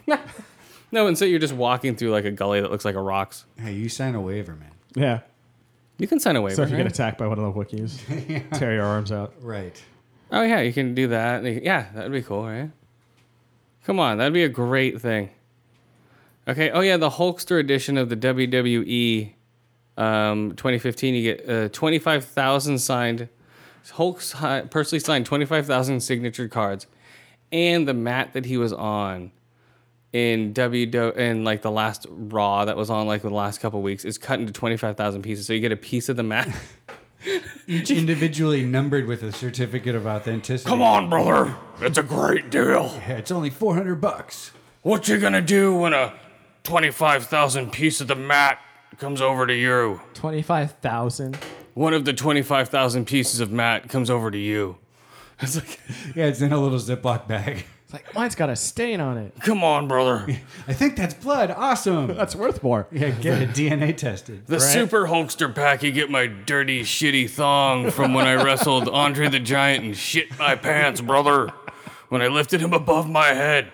[SPEAKER 2] it. no, instead you're just walking through like a gully that looks like a rocks.
[SPEAKER 4] hey, you sign a waiver, man.
[SPEAKER 3] yeah.
[SPEAKER 2] You can sign a
[SPEAKER 3] So
[SPEAKER 2] waiver.
[SPEAKER 3] if you get
[SPEAKER 2] right?
[SPEAKER 3] attacked by one of the Wookiees, tear your arms out.
[SPEAKER 4] Right.
[SPEAKER 2] oh yeah, you can do that. Like, Yeah, that'd be cool, right? Come on, that'd be a great thing. Okay. Oh yeah, the Hulkster edition of the WWE um, 2015. You get uh, 25,000 signed. Hulk si- personally signed 25,000 signature cards, and the mat that he was on in W in like the last Raw that was on like the last couple weeks is cut into 25,000 pieces. So you get a piece of the mat.
[SPEAKER 4] Each individually numbered with a certificate of authenticity.
[SPEAKER 6] Come on, brother. It's a great deal.
[SPEAKER 4] Yeah, it's only 400 bucks.
[SPEAKER 6] What you gonna do when a 25,000 piece of the mat comes over to you?
[SPEAKER 3] 25,000.
[SPEAKER 2] One of the 25,000 pieces of mat comes over to you. It's like
[SPEAKER 4] Yeah, it's in a little Ziploc bag.
[SPEAKER 3] like, mine's got a stain on it.
[SPEAKER 2] Come on, brother.
[SPEAKER 4] I think that's blood. Awesome.
[SPEAKER 3] That's worth more.
[SPEAKER 4] yeah, get it DNA tested.
[SPEAKER 2] The super Hulkster pack you get my dirty, shitty thong from when I wrestled Andre the Giant and shit my pants, brother, when I lifted him above my head.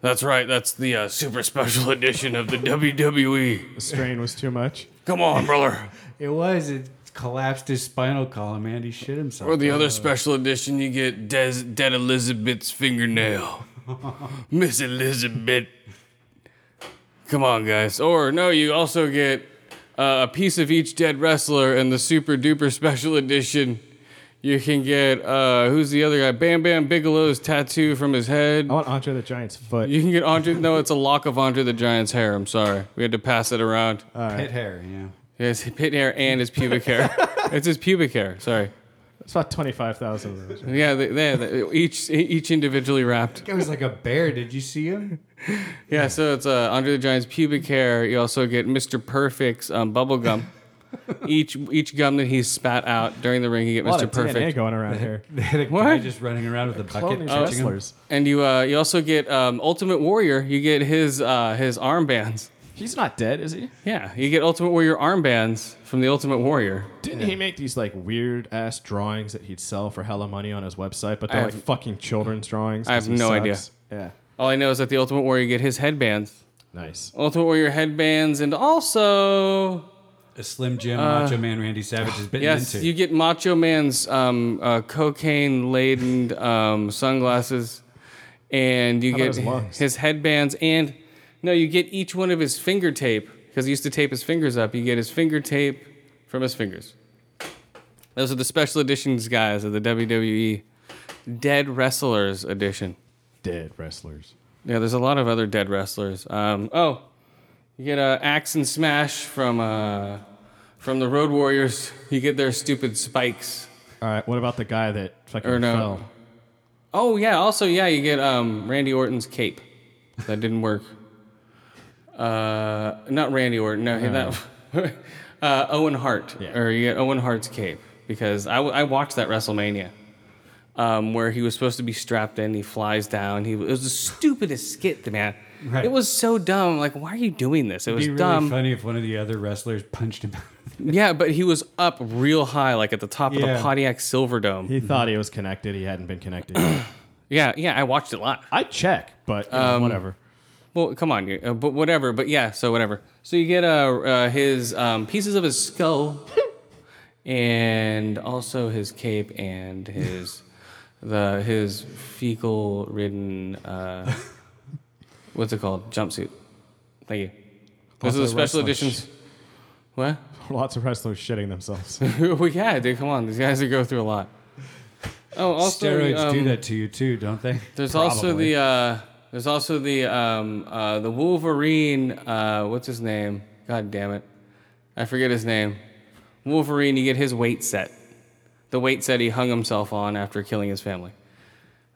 [SPEAKER 2] That's right, that's the uh, super special edition of the WWE.
[SPEAKER 3] The strain was too much.
[SPEAKER 2] Come on, brother.
[SPEAKER 4] It was. It collapsed his spinal column, and he shit himself.
[SPEAKER 2] Or the other special edition, you get Des- Dead Elizabeth's fingernail. Miss Elizabeth. Come on, guys. Or no, you also get uh, a piece of each dead wrestler and the super duper special edition. You can get uh, who's the other guy? Bam Bam Bigelow's tattoo from his head.
[SPEAKER 3] I want Andre the Giant's foot.
[SPEAKER 2] You can get Andre. No, it's a lock of Andre the Giant's hair. I'm sorry, we had to pass it around.
[SPEAKER 4] Pit hair, yeah.
[SPEAKER 2] His pit hair and his pubic hair. it's his pubic hair. Sorry.
[SPEAKER 3] It's about 25,000 of those.
[SPEAKER 2] Yeah, they, they, they- each each individually wrapped.
[SPEAKER 4] It was like a bear. Did you see him?
[SPEAKER 2] Yeah, so it's uh, Andre the Giant's pubic hair. You also get Mr. Perfect's um, bubble gum. each each gum that he spat out during the ring, you get
[SPEAKER 3] A lot
[SPEAKER 2] Mr.
[SPEAKER 3] of DNA
[SPEAKER 2] Perfect,
[SPEAKER 3] going around here.
[SPEAKER 4] They had a guy just running around with a bucket.
[SPEAKER 3] Cloning
[SPEAKER 4] touching him.
[SPEAKER 3] wrestlers.
[SPEAKER 2] and you uh, you also get um, Ultimate Warrior. You get his uh, his armbands.
[SPEAKER 3] He's not dead, is he?
[SPEAKER 2] Yeah, you get Ultimate Warrior armbands from the Ultimate Warrior.
[SPEAKER 3] Didn't he make these like weird ass drawings that he'd sell for hella money on his website? But they're
[SPEAKER 2] I
[SPEAKER 3] like
[SPEAKER 2] have-
[SPEAKER 3] fucking children's drawings.
[SPEAKER 2] I have
[SPEAKER 3] 'cause he
[SPEAKER 2] no idea.
[SPEAKER 3] sucks. Yeah.
[SPEAKER 2] All I know is that the Ultimate Warrior get his headbands,
[SPEAKER 3] Nice.
[SPEAKER 2] Ultimate Warrior headbands, and also
[SPEAKER 4] A Slim Jim Macho Man Randy Savage has bitten
[SPEAKER 2] uh, Yes,
[SPEAKER 4] into.
[SPEAKER 2] you get Macho Man's um, uh, cocaine laden um, sunglasses, and you
[SPEAKER 3] How about
[SPEAKER 2] get
[SPEAKER 3] his lungs?
[SPEAKER 2] his headbands, and no, you get each one of his finger tape because he used to tape his fingers up. You get his finger tape from his fingers. Those are the special editions, guys, of the WWE Dead Wrestlers edition.
[SPEAKER 3] Dead wrestlers.
[SPEAKER 2] Yeah, there's a lot of other dead wrestlers. Um, oh, you get uh, Axe and Smash from uh, from the Road Warriors. You get their stupid spikes.
[SPEAKER 3] All right. What about the guy that fucking
[SPEAKER 2] Or no.
[SPEAKER 3] fell?
[SPEAKER 2] Oh yeah. Also yeah, you get um, Randy Orton's cape. That didn't work. Uh, not Randy Orton. No, that uh, Owen Hart.
[SPEAKER 3] Yeah.
[SPEAKER 2] Or you get Owen Hart's cape because I, w- I watched that WrestleMania. Um, where he was supposed to be strapped in, he flies down. He it was the stupidest skit, man.
[SPEAKER 4] Right.
[SPEAKER 2] It was so dumb. Like, why are you doing this? It was
[SPEAKER 4] It'd be really
[SPEAKER 2] dumb.
[SPEAKER 4] funny if one of the other wrestlers punched him. out.
[SPEAKER 2] Yeah, but he was up real high, like at the top of
[SPEAKER 4] Yeah.
[SPEAKER 2] the Pontiac Silverdome.
[SPEAKER 3] He thought he was connected. He hadn't been connected.
[SPEAKER 2] yeah, yeah, I watched it live.
[SPEAKER 3] I check, but you
[SPEAKER 2] Um,
[SPEAKER 3] know, whatever.
[SPEAKER 2] Well, come on, you- uh, but whatever. But yeah, so whatever. So you get uh, uh his um, pieces of his skull, and also his cape and his the his fecal ridden uh, what's it called jumpsuit. Thank you. Those are the
[SPEAKER 3] Also
[SPEAKER 2] special
[SPEAKER 3] wrestling
[SPEAKER 2] editions. What?
[SPEAKER 3] Lots of wrestlers shitting themselves.
[SPEAKER 2] well, yeah, dude. Come on, these guys go through a lot. Oh, also
[SPEAKER 4] Steroids do
[SPEAKER 2] um,
[SPEAKER 4] that to you too, don't they?
[SPEAKER 2] There's also the uh, there's also the um, uh, the Wolverine. Uh, what's his name? God damn it, I forget his name. Wolverine. You get his weight set, the weight set he hung himself on after killing his family.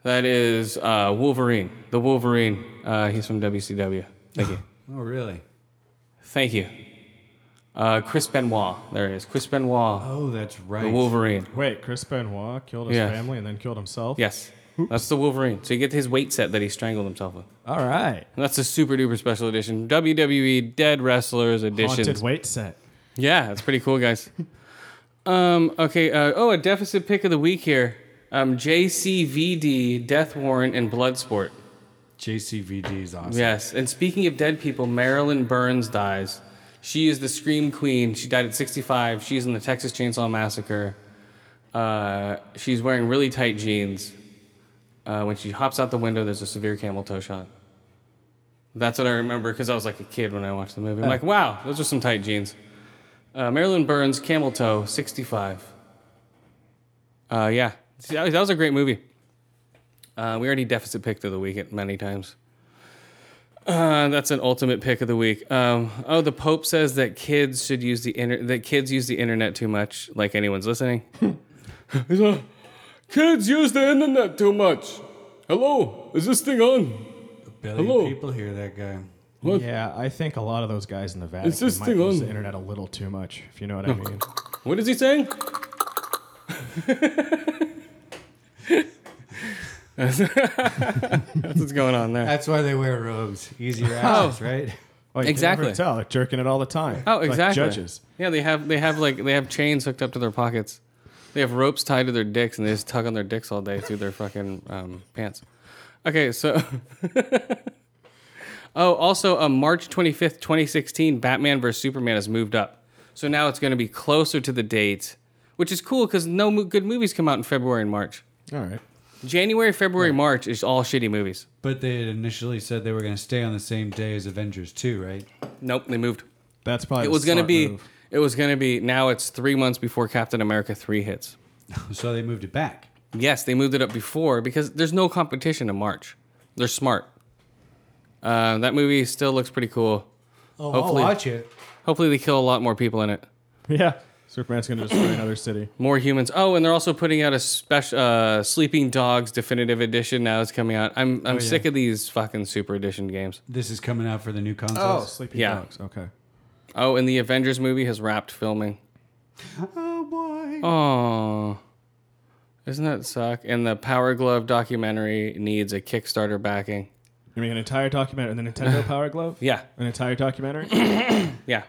[SPEAKER 2] That is uh, Wolverine. The Wolverine. Uh, he's from WCW. Thank you.
[SPEAKER 4] Oh, really?
[SPEAKER 2] Thank you. Uh, Chris Benoit. There it is. Chris Benoit.
[SPEAKER 4] Oh, that's right.
[SPEAKER 2] the Wolverine.
[SPEAKER 3] Wait, Chris Benoit killed his
[SPEAKER 2] Yeah.
[SPEAKER 3] family and then killed himself?
[SPEAKER 2] Yes. That's the Wolverine. So you get his weight set that he strangled himself with.
[SPEAKER 3] All right.
[SPEAKER 2] That's a super duper special edition. WWE Dead Wrestlers edition.
[SPEAKER 3] Haunted weight set.
[SPEAKER 2] Yeah, that's pretty cool, guys. um, okay. Uh, oh, a deficit pick of the week here. Um, JCVD, Death Warrant, and Bloodsport.
[SPEAKER 4] JCVD is awesome.
[SPEAKER 2] Yes. And speaking of dead people, Marilyn Burns dies. She is the Scream Queen. She died at 65. She's in the Texas Chainsaw Massacre. Uh, she's wearing really tight jeans. Uh, when she hops out the window, there's a severe camel toe shot. That's what I remember because I was like a kid when I watched the movie. I'm like, wow, those are some tight jeans. Uh, Marilyn Burns, camel toe, 65. Uh, yeah, See, that was- that was a great movie. Uh, we already deficit picked of the week many times. Uh, that's an ultimate pick of the week. Um, oh, the Pope says that kids should use the inter- that kids use the internet too much. Like anyone's listening. Hmm. He's like, kids use the internet too much. Hello, is this thing on?
[SPEAKER 4] Billion
[SPEAKER 2] Hello.
[SPEAKER 4] people hear that guy.
[SPEAKER 3] Yeah, I think a lot of those guys in the Vatican
[SPEAKER 2] this
[SPEAKER 3] might
[SPEAKER 2] thing
[SPEAKER 3] use
[SPEAKER 2] on?
[SPEAKER 3] the internet a little too much, if you know what I mean.
[SPEAKER 2] What is he saying? That's what's going on there.
[SPEAKER 4] That's why they wear robes. Easier access, right?
[SPEAKER 3] Oh, you can
[SPEAKER 2] Exactly.
[SPEAKER 3] never tell. They're jerking it all the time.
[SPEAKER 2] Oh,
[SPEAKER 3] Like
[SPEAKER 2] exactly.
[SPEAKER 3] judges.
[SPEAKER 2] Yeah, they have they have like they have chains hooked up to their pockets. They have ropes tied to their dicks, and they just tug on their dicks all day through their fucking um, pants. Okay, so. oh, also, um, March twenty fifth, twenty sixteen, Batman vs Superman has moved up, so now it's going to be closer to the date, which is cool because no mo- good movies come out in February and March.
[SPEAKER 3] All right.
[SPEAKER 2] January, February, March is all shitty movies.
[SPEAKER 4] But they had initially said they were going to stay on the same day as Avengers 2, right?
[SPEAKER 2] Nope, they moved.
[SPEAKER 3] That's probably
[SPEAKER 2] It
[SPEAKER 3] the
[SPEAKER 2] was going to
[SPEAKER 3] smart
[SPEAKER 2] be.
[SPEAKER 3] move.
[SPEAKER 2] It was going to be. Now it's three months before Captain America three hits.
[SPEAKER 4] So they moved it back.
[SPEAKER 2] Yes, they moved it up before because there's no competition in March. They're smart. Uh, that movie still looks pretty cool.
[SPEAKER 4] Oh,
[SPEAKER 2] Hopefully-
[SPEAKER 4] I'll watch it.
[SPEAKER 2] Hopefully, they kill a lot more people in it.
[SPEAKER 3] Yeah. Superman's going to destroy another city.
[SPEAKER 2] More humans. Oh, and they're also putting out a special uh, Sleeping Dogs definitive edition now is coming out. I'm
[SPEAKER 4] Oh,
[SPEAKER 2] I'm sick of these fucking super edition games.
[SPEAKER 4] This is coming out for the new
[SPEAKER 3] Oh,
[SPEAKER 4] consoles.
[SPEAKER 3] sleeping
[SPEAKER 2] Yeah.
[SPEAKER 3] dogs. Okay.
[SPEAKER 2] Oh, and the Avengers movie has wrapped filming.
[SPEAKER 4] Oh, boy.
[SPEAKER 2] Oh, isn't that suck? And the Power Glove documentary needs a Kickstarter backing.
[SPEAKER 3] You make an entire documentary, the Nintendo Power Glove.
[SPEAKER 2] Yeah,
[SPEAKER 3] An entire documentary.
[SPEAKER 2] yeah.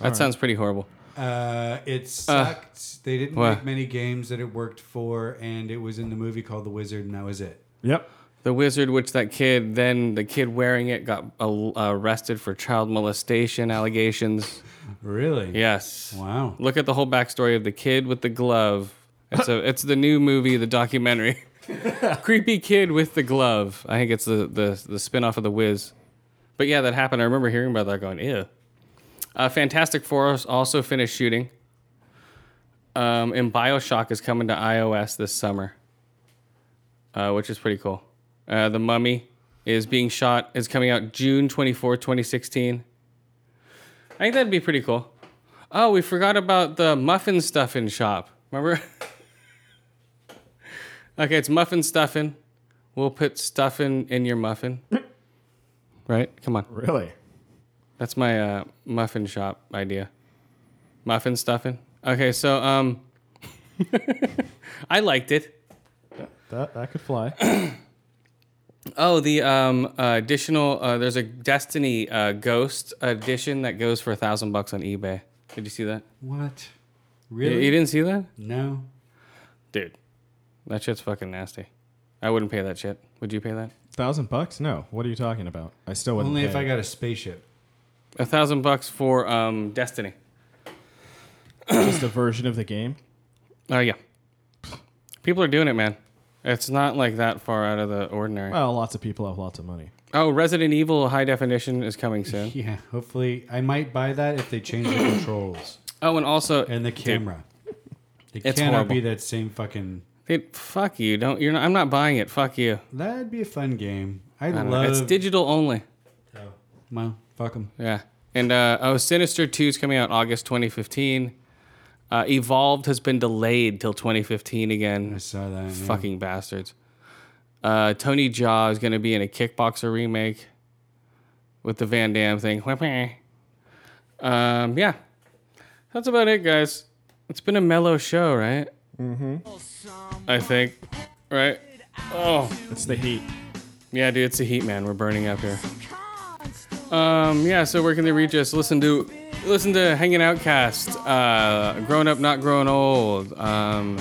[SPEAKER 2] That sounds pretty horrible.
[SPEAKER 4] Uh, it sucked. they didn't
[SPEAKER 2] Oh, what?
[SPEAKER 4] make many games that it worked for, and it was in the movie called The Wizard, and that was it.
[SPEAKER 3] yep.
[SPEAKER 2] The wizard, which that kid, then the kid wearing it got uh, arrested for child molestation allegations.
[SPEAKER 4] Really?
[SPEAKER 2] Yes.
[SPEAKER 4] Wow.
[SPEAKER 2] Look at the whole backstory of the kid with the glove. It's a, it's the new movie, the documentary. Creepy kid with the glove. I think it's the the the spinoff of the Wiz. But yeah, that happened. I remember hearing about that, going, ew. Uh, Fantastic Four also finished shooting. Um, and Bioshock is coming to iOS this summer, uh, which is pretty cool. Uh, the Mummy is being shot, is coming out June 24, 2016. I think that'd be pretty cool. Oh, we forgot about the muffin stuffin' shop. Remember? okay, it's muffin stuffin'. We'll put stuffin' in your muffin. right? Come on.
[SPEAKER 3] Really.
[SPEAKER 2] That's my uh, muffin shop idea. Muffin stuffing. Okay, so um, I liked it.
[SPEAKER 3] That that could fly.
[SPEAKER 2] Oh, the um uh, additional uh, there's a Destiny uh, Ghost edition that goes for a thousand bucks on eBay. Did you see that?
[SPEAKER 4] What?
[SPEAKER 2] You-
[SPEAKER 4] Really?
[SPEAKER 2] You didn't see that,
[SPEAKER 4] no.
[SPEAKER 2] dude? That shit's fucking nasty. I wouldn't pay that shit. Would you pay that?
[SPEAKER 3] Thousand bucks? No. What are you talking about? I still wouldn't.
[SPEAKER 4] Only if
[SPEAKER 3] pay.
[SPEAKER 4] I got a spaceship.
[SPEAKER 2] A thousand bucks for um Destiny.
[SPEAKER 3] just a version of the game.
[SPEAKER 2] Oh yeah, people are doing it, man. It's not like that far out of the ordinary.
[SPEAKER 3] Well, lots of people have lots of money.
[SPEAKER 2] Oh, Resident Evil High Definition is coming soon.
[SPEAKER 4] Yeah, hopefully. I might buy that if they change the controls
[SPEAKER 2] Oh, and also
[SPEAKER 4] and the camera. It
[SPEAKER 2] It's
[SPEAKER 4] cannot
[SPEAKER 2] horrible.
[SPEAKER 4] be that same fucking.
[SPEAKER 2] It, fuck you. Don't you're not, I'm not buying it. Fuck you.
[SPEAKER 4] That'd be a fun game. I,
[SPEAKER 2] I don't know.
[SPEAKER 4] love.
[SPEAKER 2] It's digital only.
[SPEAKER 4] Well, fuck them.
[SPEAKER 2] Yeah. And uh, oh, Sinister 2 is coming out August 2015. Uh, Evolved has been delayed till 2015 again.
[SPEAKER 4] I saw that. yeah.
[SPEAKER 2] Mm-hmm. Fucking bastards. Uh, Tony Jaw is going to be in a Kickboxer remake with the Van Damme thing. Um, yeah. That's about it, guys. It's been a mellow show, right? Mm-hmm. I think. Right? Oh.
[SPEAKER 3] It's the heat.
[SPEAKER 2] Yeah, dude, it's a heat, man. We're burning up here. Um, yeah. So where can they reach us? Listen to, listen to Hanging Out Cast, uh, Grown Up, Not Grown Old. Um,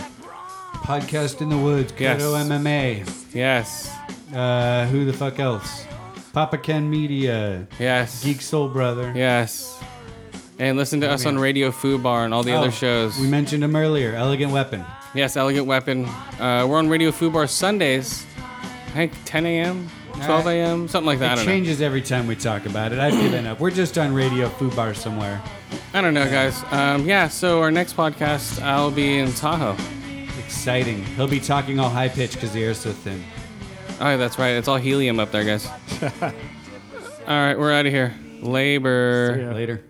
[SPEAKER 4] Podcast in the Woods,
[SPEAKER 2] Yes.
[SPEAKER 4] Kodo MMA.
[SPEAKER 2] yes,
[SPEAKER 4] Uh, who the fuck else? Papa Ken Media,
[SPEAKER 2] yes,
[SPEAKER 4] Geek Soul Brother.
[SPEAKER 2] yes. And listen to us on Radio Foo Bar and all the
[SPEAKER 4] Oh,
[SPEAKER 2] other shows.
[SPEAKER 4] We mentioned him earlier. Elegant Weapon.
[SPEAKER 2] yes, Elegant Weapon. Uh, we're on Radio Foo Bar Sundays. I think 10 a.m., 12
[SPEAKER 4] Uh,
[SPEAKER 2] a.m., something like that. I
[SPEAKER 4] It
[SPEAKER 2] don't know.
[SPEAKER 4] changes every time we talk about it. I've given up. We're just on Radio Foo Bar somewhere.
[SPEAKER 2] I don't know, guys. Um, yeah. So our next podcast, I'll be in Tahoe.
[SPEAKER 4] Exciting. He'll be talking all high pitched because the air's so thin.
[SPEAKER 2] Oh, that's right. It's all helium up there, guys. all right, we're out of here. Labor.
[SPEAKER 3] Yeah.
[SPEAKER 4] Later.